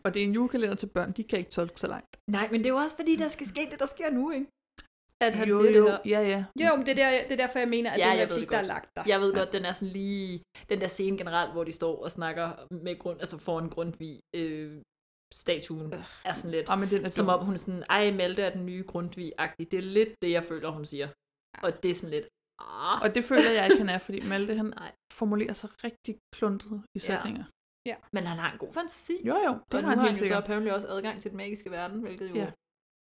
Og det er en julekalender til børn, de kan ikke tolke så langt. Nej, men det er jo også fordi, der skal ske det, der sker nu, ikke? At han jo, siger jo, det her. ja, ja. Jo, men det er, der, det er derfor, jeg mener, at ja, jeg den ved replik, det der er godt. lagt der. Jeg ved godt, den er sådan lige, den der scene generelt, hvor de står og snakker med grund, altså foran Grundtvig, øh, statuen er sådan lidt, Ah, men den er som dum. om hun er sådan, ej, Malte er den nye Grundtvig-agtig. Det er lidt det, jeg føler, hun siger. Og det er sådan lidt, ah. Og det føler jeg ikke, han er, fordi Malte han formulerer sig rigtig kluntet i sætninger. Ja. Men han har en god fantasi. Jo, jo, det og har nu har han helt han jo så sikkert. apparently også adgang til den magiske verden, hvilket jo Ja. ja.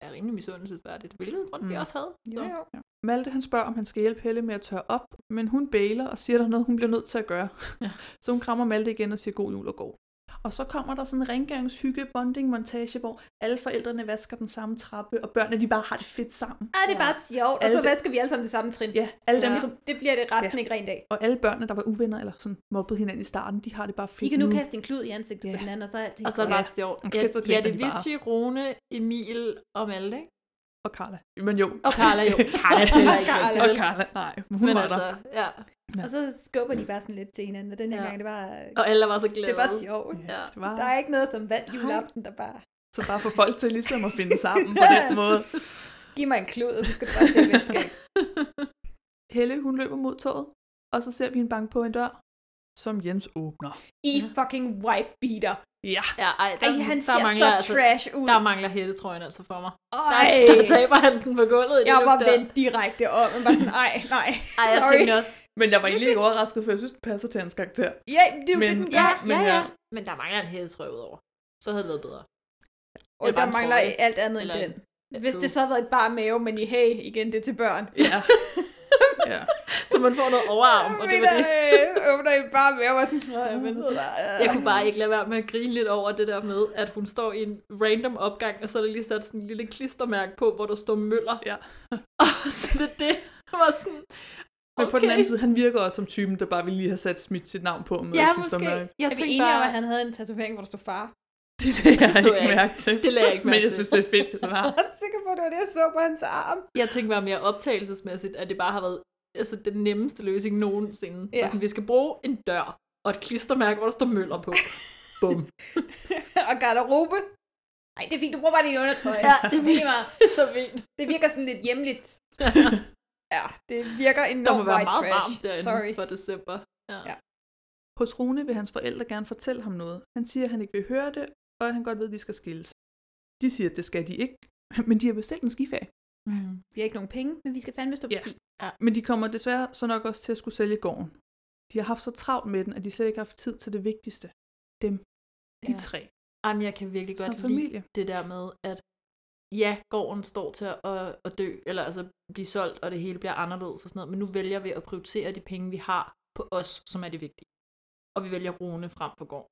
er rimelig misundelsesværdigt, hvilket Grundtvig Mm. mm. også havde. Jo, jo. Malte han spørger, om han skal hjælpe Helle med at tørre op, men hun bailer og siger, der er noget, hun bliver nødt til at gøre. Ja. Så hun krammer Malte igen og siger god jul og går. Og så kommer der sådan en rengøringshygge bonding montage, hvor alle forældrene vasker den samme trappe, og børnene de bare har det fedt sammen. Ah, det er bare sjovt, og Alle så dem- vasker vi alle sammen det samme trin. Ja, alle dem, Ja. som- Det bliver det resten ikke rent af. Og alle børnene, der var uvenner eller sådan mobbede hinanden i starten, de har det bare fedt De kan nu nu kaste en klud i ansigtet på den anden, og så er alting Og så er det godt. bare sjovt. Ja, ja, det er Vichy, Rune, Emil og Malte, ikke? Og Carla. Men jo. Og Carla, jo. Carla tæller ikke rigtig, Og vel? Carla, nej. men Hun Men var altså, der. ja. Og så skubber de bare sådan lidt til hinanden, og den her ja. gang, det var... øh, Og alle var så glade. Det var sjovt. Ja. Det var- Der er ikke noget som vand juleaften, der bare... Så bare få folk til ligesom at finde sammen på den måde. Giv mig en klud, og så skal du bare se venskab. Helle, hun løber mod toget, og så ser vi en bank på en dør, som Jens åbner. I fucking wife beater. Ja. Ja, ej, der, Ej, han der ser mangler, så trash ud. altså. Der mangler hættetrøjen altså for mig. Der, Ej. der taber han den på gulvet i det Jeg look var der. vendt direkte om, og bare sådan, ej, nej, Ej, jeg sorry. tænkte også. Men jeg var egentlig ikke overrasket, for jeg synes, den passer til hans karakter. Ja, det er jo Men- det, den Ja, gør. ja, ja. Men der mangler en hættetrøj udover. Så havde det været bedre. Og der mangler alt andet end den. Hvis det så havde været et bar mave, men i hey, igen, det er til børn. Ja. ja. Så man får noget overarm, og det var det. Øh, åbner i bare mave, og sådan, "Åh, jeg ved det." Jeg kunne bare ikke lade være med at grine lidt over det der med, at hun står i en random opgang, og så er der lige sat sådan en lille klistermærke på, hvor der står Møller. Ja. Og så det, det var sådan... Men på den Okay. anden side, han virker også som typen, der bare ville lige have sat smidt sit navn på med Ja, et måske. klistermærke. Jeg Jeg er vi tænkte enige om, bare- at han havde en tatovering, hvor der stod far? Det har jeg så jeg ikke ikke. mærke til. Det lagde jeg ikke Men mærke jeg til. synes, det er fedt, hvis han har. Jeg er sikker på, at det var det, jeg så på hans arm. Jeg tænkte bare mere optagelsesmæssigt, at det bare har været altså, den nemmeste løsning nogensinde. Ja. Ja. Sådan, vi skal bruge en dør og et klistermærke, hvor der står Møller på. Bum. og garderobe. Nej, det er fint, du bruger bare din undertøj. Ja, det er fint. Lige meget. så vildt. Det virker sådan lidt hjemligt. ja, det virker enormt Der må være white meget trash. varmt derinde Sorry. Sorry. for december. Ja. ja. Hos Rune vil hans forældre gerne fortælle ham noget. Han siger, at han ikke vil høre det, og at han godt ved, at de skal skilles. De siger, at det skal de ikke, men de har bestilt en skiferie. Mm. Vi har ikke nogen penge, men vi skal fandme stå på Ja. ski. Ja. Men de kommer desværre så nok også til at skulle sælge gården. De har haft så travlt med den, at de slet ikke har haft tid til det vigtigste. Dem. De Ja. tre. Jamen, jeg kan virkelig Som godt familie. lide det der med, at ja, gården står til at, at dø, eller altså blive solgt, og det hele bliver anderledes og sådan noget, men nu vælger vi at prioritere de penge, vi har på os, som er det vigtige. Og vi vælger Rune frem for gården.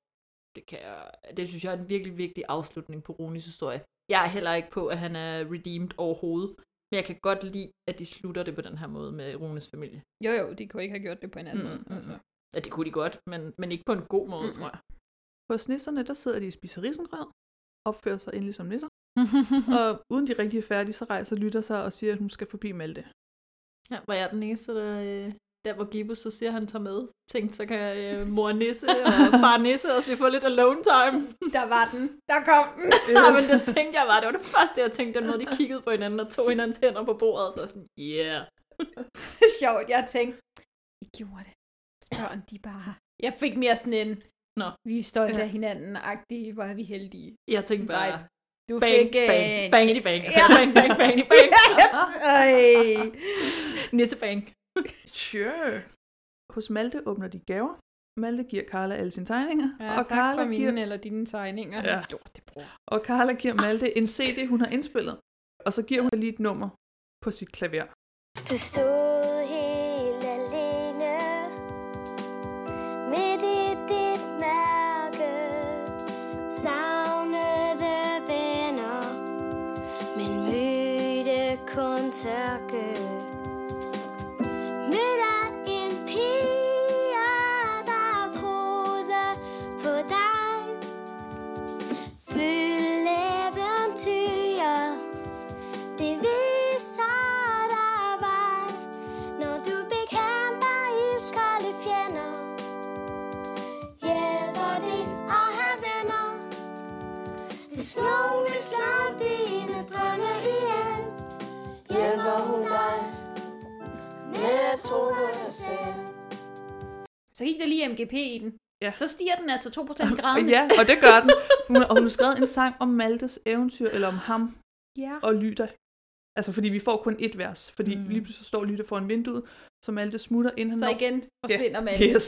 Det, kan jeg, det synes jeg er en virkelig vigtig afslutning på Ronis historie. Jeg er heller ikke på, at han er redeemed overhovedet, men jeg kan godt lide, at de slutter det på den her måde med Rones familie. Jo, jo, de kunne ikke have gjort det på en Mm, Mm. anden måde. Altså. Ja, det kunne de godt, men, men ikke på en god måde, Mm-mm. tror jeg. Hos nisserne, der sidder de og spiser risengrød, opfører sig endelig som nisser. og uden de rigtig er færdige, så rejser Lytter sig og siger, at hun skal forbi Malte. Ja, var jeg den eneste, der, øh, der hvor Gibus så siger, at han tager med. Tænkte, så kan øh, mor Nisse og far Nisse også lige få lidt alone time. Der var den. Der kom den. ja, men det tænkte jeg bare. Det var det første, jeg tænkte, den måde, de kiggede på hinanden og tog hinandens hænder på bordet. Så sådan, yeah. Sjovt, jeg tænkte, I gjorde det. Børn, de bare... Jeg fik mere sådan en, Nå. vi er stolte Ja. af hinanden-agtig, hvor er vi heldige. Jeg tænkte bare, Vibe. Du bang, fik... øh, bang, en bang, check. bang, Ja. altså, bang, bang, bang, bang. Ej. Nisse bang. Øh, Sure. Hos Malte åbner de gaver. Malte giver Carla alle sine tegninger. Ja, og tak Carla for mine giver, eller dine tegninger. Ja. Jo, det bruger jeg. og Carla giver Malte en CD, hun har indspillet. Og så giver hun lige et nummer på sit klaver. Du stod helt alene Midt i dit mørke Savnede venner Men mødte kun tørke Mødte en pige, der troede på dig Følte Så gik der lige MGP i den. Ja. Så stiger den altså 2% i Og graden. ja, og det gør den. Hun, og hun har skrevet en sang om Maltes eventyr, eller om ham Ja. og Lyda. Altså, fordi vi får kun et vers, fordi mm. lige pludselig står Lyda foran vinduet, så Malte smutter ind. Han Så når- igen forsvinder ja. Malte. Yes.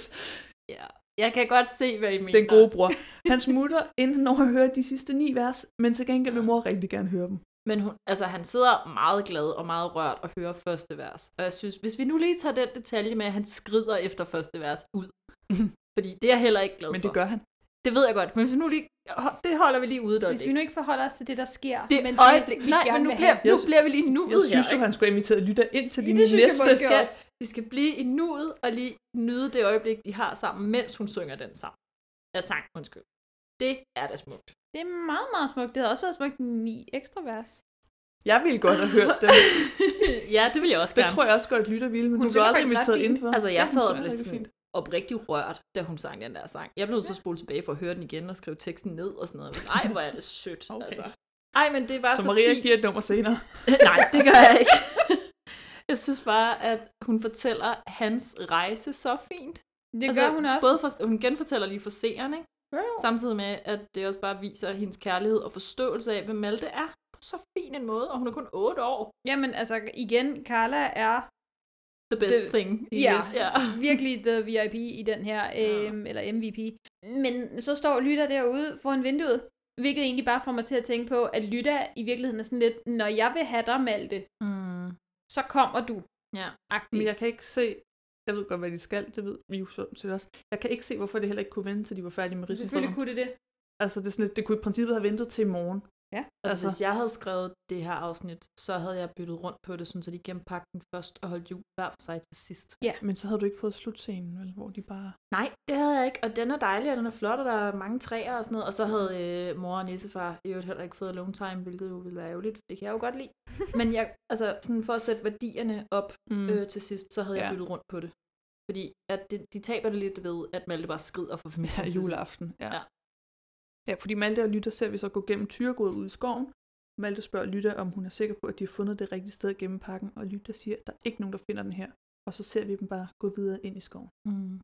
Ja. Jeg kan godt se, hvad I mener. Den gode bror. Han smutter, inden han når at høre de sidste ni vers, men til gengæld vil mor rigtig gerne høre dem. Men hun, altså, han sidder meget glad og meget rørt og hører første vers. Og jeg synes, hvis vi nu lige tager den detalje med, at han skrider efter første vers ud. Fordi det er jeg heller ikke glad Men for. det gør han. Det ved jeg godt, men hvis vi nu lige, det holder vi lige ude der. Hvis vi nu ikke forholder os til det, der sker. Det men øjeblik. vi Nej, gerne men nu vil bliver- have. nu bliver vi lige nuet Jeg her, synes jo, ikke? han skulle invitere Lytter ind til de det synes jeg næste. måske skal, Vi skal blive i nuet og lige nyde det øjeblik, de har sammen, mens hun synger den sang. Ja, sang, undskyld. Det er da smukt. Det er meget, meget smukt. Det havde også været smukt ni ekstra vers. Jeg ville godt have hørt den. ja, det vil jeg også Det gerne. tror jeg også godt, Lytter ville, men hun, blev aldrig inviteret indenfor. Altså, jeg hun sad synger og blev rigtig sådan fint. oprigtig rørt, da hun sang den der sang. Jeg blev nødt til at spole tilbage for at høre den igen og skrive teksten ned og sådan noget. Nej, hvor er det sødt. okay. altså. Ej, men det var Så så Maria fint. giver et nummer senere. Nej, det gør jeg ikke. Jeg synes bare, at hun fortæller hans rejse så fint. Altså, Det gør hun også. Både for, hun genfortæller lige for seeren, ikke? Samtidig med, at det også bare viser hendes kærlighed og forståelse af, hvem Malte er på så fin en måde, og hun er kun 8 år. Jamen, altså igen, Carla er... The best the- thing. Ja, Yes. Ja. virkelig the VIP i den her, øhm, eller MVP. Men så står Lytter derude foran vinduet, hvilket egentlig bare får mig til at tænke på, at Lytter i virkeligheden er sådan lidt, når jeg vil have dig, Malte, Mm. så kommer du. Ja. Men jeg kan ikke se, jeg ved godt, hvad de skal, det ved vi jo sådan set også. Jeg kan ikke se, hvorfor det heller ikke kunne vente, til de var færdige med risengrøden. Selvfølgelig kunne det det. Altså, det, er sådan lidt, det kunne i princippet have ventet til i morgen. Ja. Altså, altså, hvis jeg havde skrevet det her afsnit, så havde jeg byttet rundt på det, sådan, så de genpakte den først og holdt jul hver for sig til sidst. Ja. Men så havde du ikke fået slutscenen, vel, hvor de bare... Nej, det havde jeg ikke, og den er dejlig, og den er flot, og der er mange træer og sådan noget. Og så havde øh, mor og nissefar i øvrigt heller ikke fået alone time, hvilket jo ville være ærgerligt, for det kan jeg jo godt lide. Men jeg, altså, sådan for at sætte værdierne op Mm. mm. øh, til sidst, så havde ja. Ja. jeg byttet rundt på det. Fordi at det, de taber det lidt ved, at Malte bare skrider for familien. Ja, til sidst. juleaften, ja. Ja, fordi Malte og Lytter ser vi så gå gennem Tyregod ud i skoven. Malte spørger Lytter, om hun er sikker på, at de har fundet det rigtige sted gennem pakken, og Lytter siger, at der er ikke nogen, der finder den her. Og så ser vi dem bare gå videre ind i skoven. Mm.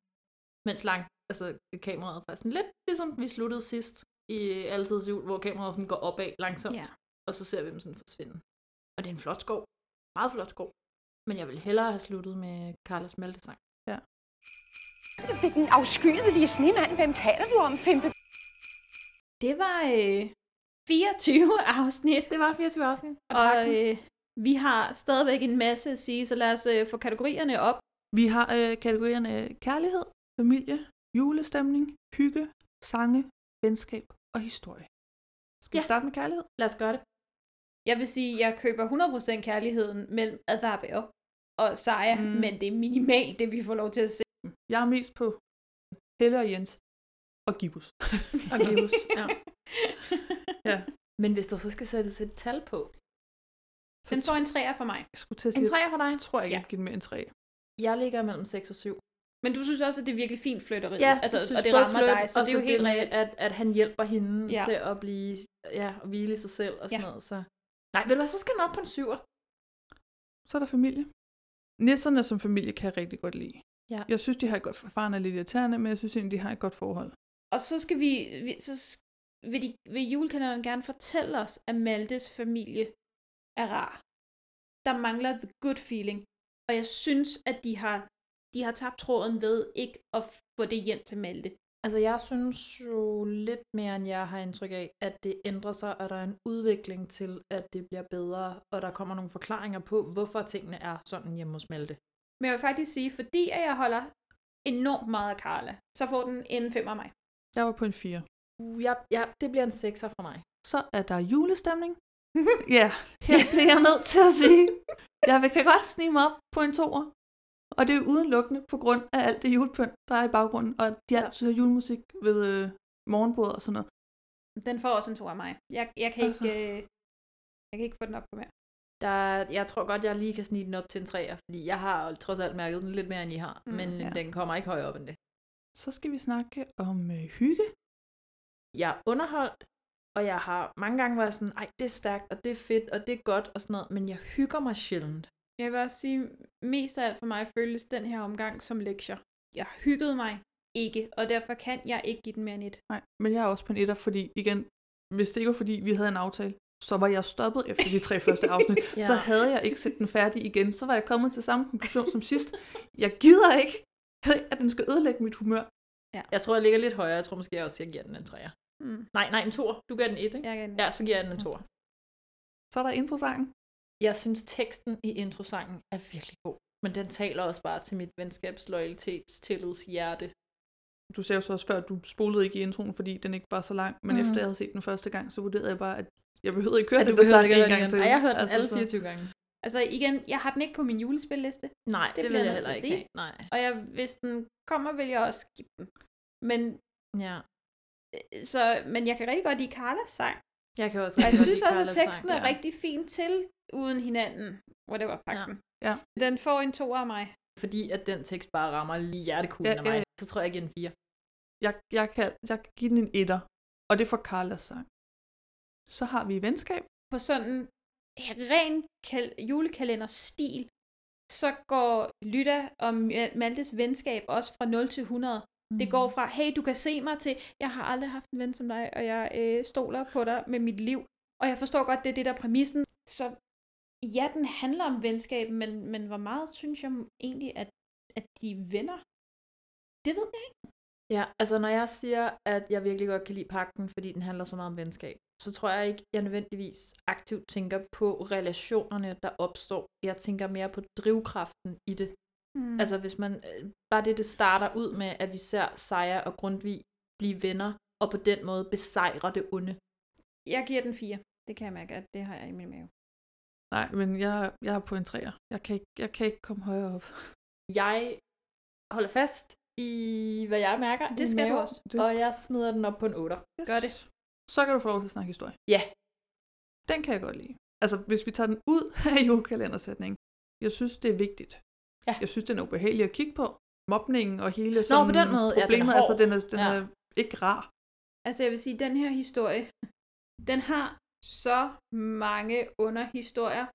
Mens langt, altså kameraet var sådan lidt ligesom vi sluttede sidst i Altidets Jul, hvor kameraet sådan går opad langsomt, Ja. og så ser vi dem sådan forsvinde. Og det er en flot skov. Meget flot skov. Men jeg ville hellere have sluttet med Carlos Maltesang. Ja. Det er den afskyelige snemand. Hvem taler du om, Pimpe? Det var øh, 24 afsnit. Det var 24 afsnit. Og øh, vi har stadigvæk en masse at sige, så lad os øh, få kategorierne op. Vi har øh, kategorierne kærlighed, familie, julestemning, hygge, sange, venskab og historie. Skal ja. vi starte med kærlighed? Lad os gøre det. Jeg vil sige, jeg køber 100% kærligheden mellem Adarbeo og Saja, mm. men det er minimalt, det vi får lov til at se. Jeg er mest på Helle og Jens og Gibus. Og Gibus, ja. ja. Men hvis der så skal sættes et tal på. Den får en 3'er for mig. Jeg skulle til at En sige, træer for dig? jeg tror ikke, ja. jeg kan give den mere end tre. Jeg ligger mellem 6 og 7. Men du synes også, at det er virkelig fint flytteri. Ja, altså, jeg synes, og det både rammer flyt, dig, så og det er jo det helt med, reelt. At, at han hjælper hende Ja. ja. til at blive, ja, at hvile i sig selv og sådan ja. noget. Så. Nej, ved du hvad, så skal den op på en syver. Så er der familie. Nisserne som familie kan jeg rigtig godt lide. Ja. Jeg synes, de har et godt forfarende lidt irriterende, men jeg synes egentlig, de har et godt forhold. Og så skal vi, vi så s- vil, de, vil julekalenderen gerne fortælle os, at Maltes familie er rar. Der mangler the good feeling. Og jeg synes, at de har, de har tabt tråden ved ikke at få det hjem til Malte. Altså, jeg synes jo lidt mere, end jeg har indtryk af, at det ændrer sig, og der er en udvikling til, at det bliver bedre, og der kommer nogle forklaringer på, hvorfor tingene er sådan hjemme hos Malte. Men jeg vil faktisk sige, fordi at jeg holder enormt meget af Carla, så får den en 5 af mig. Jeg var på en 4. Ja, ja det bliver en sekser for mig. Så er der julestemning. ja, her bliver jeg nødt til at sige, jeg vil- kan godt snige mig op på en toer. Og det er udelukkende på grund af alt det julepynt, der er i baggrunden, og at de altid hører julemusik ved øh, morgenbordet og sådan noget. Den får også en 2 af mig. Jeg, jeg, kan Altså. ikke, øh, jeg kan ikke få den op på mere. Der, jeg tror godt, jeg lige kan snige den op til en træer, fordi jeg har trods alt mærket den lidt mere, end I har, Mm, mm, men ja. ja. den kommer ikke højere op end det. Så skal vi snakke om øh, hygge. jeg er underholdt, og jeg har mange gange været sådan, ej, det er stærkt, og det er fedt, og det er godt, og sådan noget, men jeg hygger mig sjældent. Jeg vil også sige, mest af alt for mig føles den her omgang som lektier. jeg hyggede mig ikke, og derfor kan jeg ikke give den mere end et. Nej, men jeg er også på en etter, fordi igen, hvis det ikke var fordi, vi havde en aftale, så var jeg stoppet efter de tre første afsnit. Ja. ja. Så havde jeg ikke set den færdig igen. Så var jeg kommet til samme konklusion som sidst. Jeg gider ikke, at den skal ødelægge mit humør. Ja. Jeg tror, jeg ligger lidt højere. Jeg tror måske jeg også, jeg giver den en træer. Mm. Nej, nej, en toer. Du gør den et, ikke? Jeg gav den Ja, så giver jeg den en toer. Så er der introsangen. Jeg synes, teksten i introsangen er virkelig god. Men den taler også bare til mit venskabs, loyalitets, tillids hjerte. Du sagde jo så også før, at du spolede ikke i introen, fordi den ikke var så lang. Men Mhm. mm. efter jeg havde set den første gang, så vurderede jeg bare, at jeg behøvede ikke høre At du den der behøvede sang ikke en høre den gang igen. til. Altså, Ej, jeg har hørt den alle så- 24 gange. Altså igen, jeg har den ikke på min julespilliste. Nej, det vil bliver jeg nødt til heller at ikke sige. have. Nej. Og jeg, hvis den kommer, vil jeg også give den. Men, Ja. så, men jeg kan rigtig godt lide Carlas sang. Jeg kan også Og jeg rigtig godt synes lide også, at Carlas sang, teksten er ja. rigtig fint til uden hinanden. Whatever, pak ja. den. Ja. Den får en to af mig. Fordi at den tekst bare rammer lige hjertekuglen Ja, af ja, mig, ja. så tror jeg ikke en fire. Jeg, jeg, kan, jeg kan give den en etter. Og det er for Carlas sang. Så har vi venskab. På sådan ren kal- julekalenderstil, så går Lytta og Ma- Maltes venskab også fra 0 til 100. Mm. Det går fra, hey, du kan se mig til, jeg har aldrig haft en ven som dig, og jeg øh, stoler på dig med mit liv. Og jeg forstår godt, det er det, der er præmissen. Så ja, den handler om venskab, men, men hvor meget synes jeg egentlig, at, at de er venner? Det ved jeg ikke. Ja, altså når jeg siger, at jeg virkelig godt kan lide pakken, fordi den handler så meget om venskab, så tror jeg ikke, jeg nødvendigvis aktivt tænker på relationerne, der opstår. Jeg tænker mere på drivkraften i det. Mm. Altså hvis man, øh, bare det, det starter ud med, at vi ser Sejer og Grundtvig blive venner, og på den måde besejre det onde. Jeg giver den fire. Det kan jeg mærke, at det har jeg i min mave. Nej, men jeg, jeg er på en træer. Jeg kan, ikke, jeg kan ikke komme højere op. Jeg holder fast i, hvad jeg mærker. i Det skal du maven, også. Og jeg smider den op på en 8. Gør det. Så kan du få lov til at snakke historie. Ja. Den kan jeg godt lide. Altså, hvis vi tager den ud af julekalendersætningen, jeg synes, det er vigtigt. Ja. Jeg synes, den er ubehagelig at kigge på. Mobningen og hele Nå, sådan på den måde, ja, den er problemet, altså, hård. den er, den Ja. er ikke rar. Altså jeg vil sige, den her historie, den har så mange underhistorier,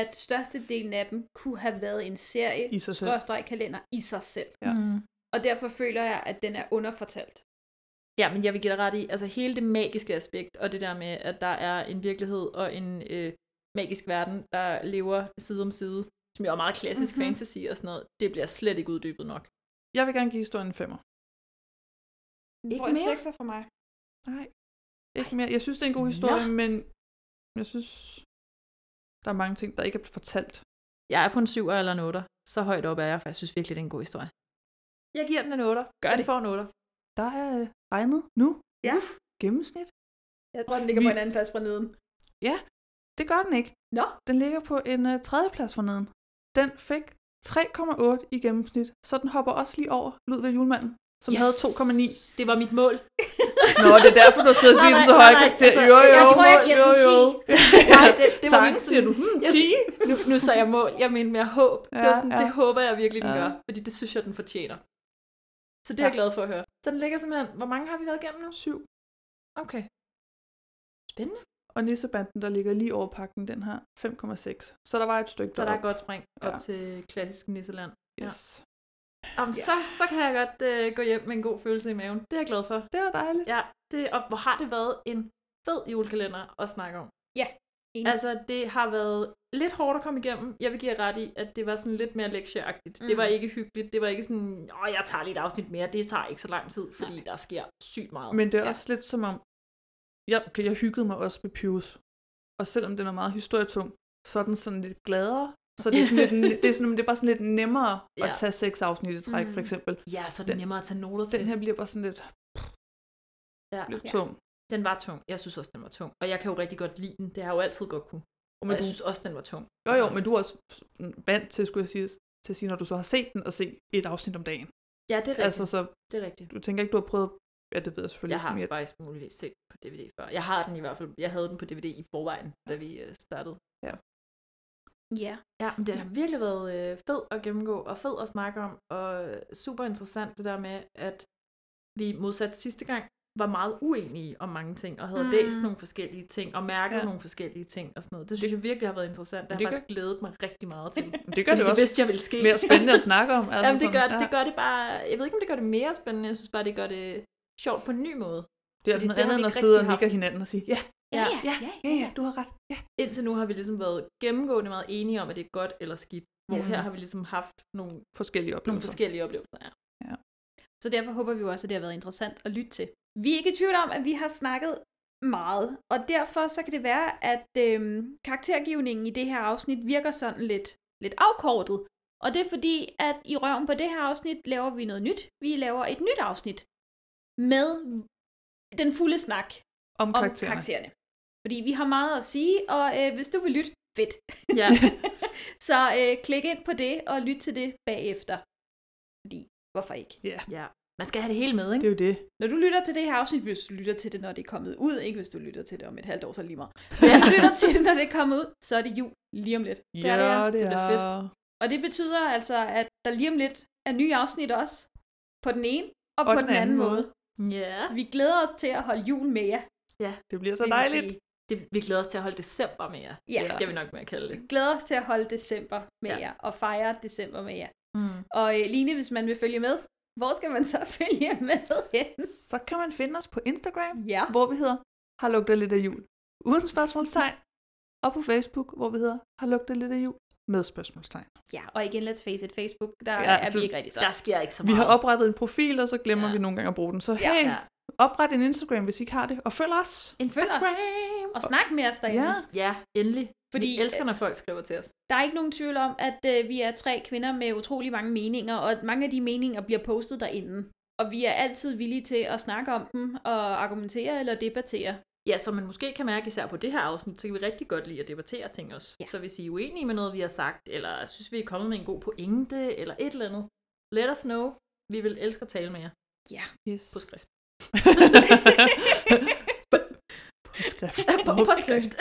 at størstedelen af dem kunne have været en serie, I sig selv. skråstreg kalender, i sig selv. Ja. Mm. Og derfor føler jeg, at den er underfortalt. Ja, men jeg vil give dig ret i, altså hele det magiske aspekt, og det der med, at der er en virkelighed og en øh, magisk verden, der lever side om side, som jo er meget klassisk Mhm. mm-hmm. fantasy og sådan noget, det bliver slet ikke uddybet nok. Jeg vil gerne give historien en femmer. Den Ikke får en mere? sekser fra mig. Nej. Ikke mere. Jeg synes, det er en god historie, Nå. men jeg synes, der er mange ting, der ikke er blevet fortalt. Jeg er på en 7 eller en 8, så højt op er jeg, for jeg synes virkelig, det er en god historie. Jeg giver den en 8. Gør den det. får en 8. Der er øh, regnet nu. Ja. Gennemsnit. Jeg tror, den ligger vi... på Vi- en anden plads fra neden. Ja, det gør den ikke. Nå. Den ligger på en øh, tredjeplads forneden. Den fik 3,8 i gennemsnit, så den hopper også lige over Ludvig Julemanden, som yes. havde 2,9. Det var mit mål. Nå, det er derfor, du har siddet og givet den så høj karakter. Jo, jo, altså, jeg tror, jeg mål, giver jo, den 10. jo. Nej, det, det var Sang, mere sådan- siger du, hmm, 10? Jeg, nu, nu sagde jeg mål, jeg mener mere håb. Ja, det, var Ja, sådan, ja. ja. det håber jeg virkelig, den Ja. ja. gør, fordi det synes jeg, den fortjener. Så det er jeg glad for at høre. Så den ligger simpelthen, hvor mange har vi været igennem nu? Syv. Okay. Spændende. Og nissebanden, der ligger lige over pakken, den har 5,6. Så der var et stykke Så der er derop. et godt spring op ja. til klassisk nisseland. Yes. Ja. Om, så, så kan jeg godt øh, gå hjem med en god følelse i maven. Det er jeg glad for. Det var dejligt. Ja, det, og hvor har det været en fed julekalender at snakke om. Ja, enig. Altså, det har været lidt hårdt at komme igennem. Jeg vil give jer ret i, at det var sådan lidt mere lektieagtigt. Mm. Det var Mhm. ikke hyggeligt. Det var ikke sådan, åh, jeg tager lige et afsnit mere. Det tager ikke så lang tid, fordi Nej. der sker sygt meget. Men det er også lidt som om, jeg, okay, jeg hyggede mig også med Pius. Og selvom den er meget historietung, så er den sådan lidt gladere. Så det er, sådan lidt, det er, sådan, det er bare sådan lidt nemmere ja. at Ja. tage seks afsnit i træk, for Mm. eksempel. Ja, så er det nemmere at tage noter Den til. her bliver bare sådan lidt... ja. lidt tung. Den var tung. Jeg synes også, den var tung. Og jeg kan jo rigtig godt lide den. Det har jeg jo altid godt kunne. Og, men jeg du- synes også, altså- den var tung. Jo jo, men du er også vant til, skulle jeg sige, til at sige, når du så har set den, og se et afsnit om dagen. Ja, det er rigtigt. Altså, så Det er rigtigt. du tænker ikke, du har prøvet... Ja, det ved jeg selvfølgelig Jeg har ikke, men faktisk muligvis set den på DVD før. Jeg har den i hvert fald. Jeg havde den på DVD i forvejen, da vi øh, startede. Ja. Ja. Ja, men den har virkelig været øh, fed at gennemgå, og fed at snakke om, og super interessant det der med, at vi modsat sidste gang, var meget uenige om mange ting, og havde Mm. mm. læst nogle forskellige ting, og mærket Ja. ja. nogle forskellige ting og sådan noget. Det synes jeg virkelig har været interessant. Det har Det jeg gør- faktisk glædet mig rigtig meget til. det gør Fordi det også Jeg vidste, jeg ville ske. mere spændende at snakke om, altså Altså Jamen, det, gør, sådan, ja. ja. det gør det bare... Jeg ved ikke, om det gør det mere spændende. Jeg synes bare, det gør det sjovt på en ny måde. Det er Fordi altså noget det har andet vi end at ikke sidde og rigtig nikke haft. af hinanden og sige, ja, Ja, ja, ja, ja, du har ret. Ja. Indtil nu har vi ligesom været gennemgående meget enige om, at det er godt eller skidt. Hvor Mm. mm. her har vi ligesom haft nogle, forskellige nogle oplevelser. forskellige oplevelser. Ja. Så derfor håber vi jo også, at det har været interessant at lytte til. Vi er ikke i tvivl om, at vi har snakket meget, og derfor så kan det være, at øhm, karaktergivningen i det her afsnit virker sådan lidt, lidt afkortet. Og det er fordi, at i røven på det her afsnit laver vi noget nyt. Vi laver et nyt afsnit med den fulde snak Om om karaktererne. karaktererne. Fordi vi har meget at sige, og øh, hvis du vil lytte, fedt. Ja. så øh, klik ind på det og lyt til det bagefter. Fordi, hvorfor ikke? Yeah. ja. Man skal have det hele med, ikke? Det er jo det. Når du lytter til det her afsnit, hvis du lytter til det, når det er kommet ud, ikke hvis du lytter til det om et halvt år, så er det lige meget. Hvis du lytter til det, når det er kommet ud, så er det jul lige om lidt. Det er det, ja. Ja, det er da fedt. Og det betyder altså, at der lige om lidt er nye afsnit også, på den ene og, og på den, den anden måde. Ja. Vi glæder os til at holde jul med jer. Ja. Det bliver så Det må jeg dejligt. sige. Det, vi glæder os til at holde december med jer. Ja. Det skal vi nok med at kalde det. Vi glæder os til at holde december med ja. Ja. jer, og fejre december med jer. Mm. Og øh, Line, hvis man vil følge med, hvor skal man så følge jer med hen? Så kan man finde os på Instagram, ja. hvor vi hedder Har lugtet lidt af jul. Uden spørgsmålstegn. Og på Facebook, hvor vi hedder Har lugtet lidt af jul. Med spørgsmålstegn. Ja, og igen, let's face it, Facebook, der Ja, ja, er vi så- ikke rigtig så. Der sker ikke så Vi meget. har oprettet en profil, og så glemmer ja. vi nogle gange at bruge den. Så hey, Ja. ja. opret en Instagram, hvis I ikke har det. Og følg os. Følg os. Og snak med os derinde. Ja. Ja, endelig. Fordi, Fordi, vi elsker, når folk skriver til os. Der er ikke nogen tvivl om, at øh, vi er tre kvinder med utrolig mange meninger, og at mange af de meninger bliver postet derinde. Og vi er altid villige til at snakke om dem, og argumentere eller debattere. Ja, som man måske kan mærke især på det her afsnit, så kan vi rigtig godt lide at debattere ting også. Ja. Så hvis I er uenige med noget, vi har sagt, eller synes, vi er kommet med en god pointe, eller et eller andet, let us know. Vi vil elske at tale med jer. Ja. Yes. På skrift. På skrift. På- på skrift.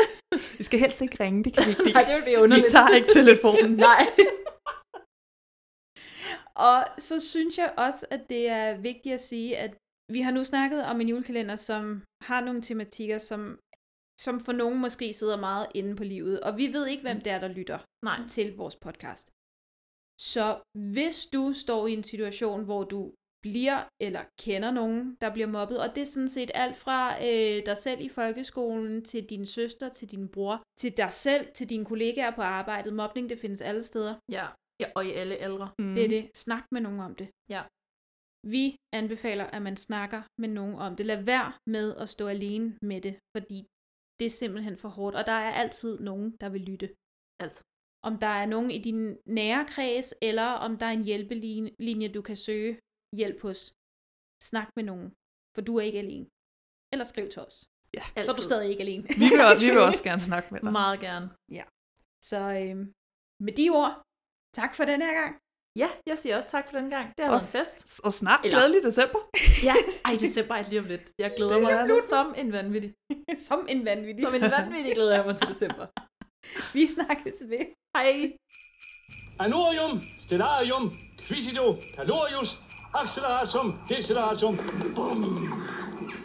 vi skal helst ikke ringe, det kan vi ikke lide. Nej, det vil blive underligt. Vi tager ikke telefonen. Nej. Og så synes jeg også, at det er vigtigt at sige, at vi har nu snakket om en julekalender, som har nogle tematikker, som, som for nogen måske sidder meget inde på livet. Og vi ved ikke, hvem det er, der lytter Nej. til vores podcast. Så hvis du står i en situation, hvor du bliver eller kender nogen, der bliver mobbet, og det er sådan set alt fra øh, dig selv i folkeskolen, til din søster, til din bror, til dig selv, til dine kollegaer på arbejdet. Mobning, det findes alle steder. Ja. ja, og i alle aldre. Mm. Det er det. Snak med nogen om det. Mhm. Ja. Vi anbefaler, at man snakker med nogen om det. Lad være med at stå alene med det, fordi det er simpelthen for hårdt, og der er altid nogen, der vil lytte. Altid. Om der er nogen i din nære kreds, eller om der er en hjælpelinje, du kan søge hjælp hos. Snak med nogen, for du er ikke alene. Eller skriv til os. Ja, Så er du altid. stadig ikke alene. Vi vil, vi vil også gerne snakke med dig. Meget gerne. Ja. Så øhm, med de ord, tak for den her gang. Ja, jeg siger også tak for den gang. Det har Og været en s- fest. Og snart Eller- glædelig december. Ja, ej, december er lige om lidt. Jeg glæder Det mig altså er det. som en vanvittig. Som en vanvittig. Som en vanvittig glæder jeg mig til december. Vi snakkes ved. Hej. Anorium, stellarium, quisido, calorius, acceleratum, deceleratum. Bum.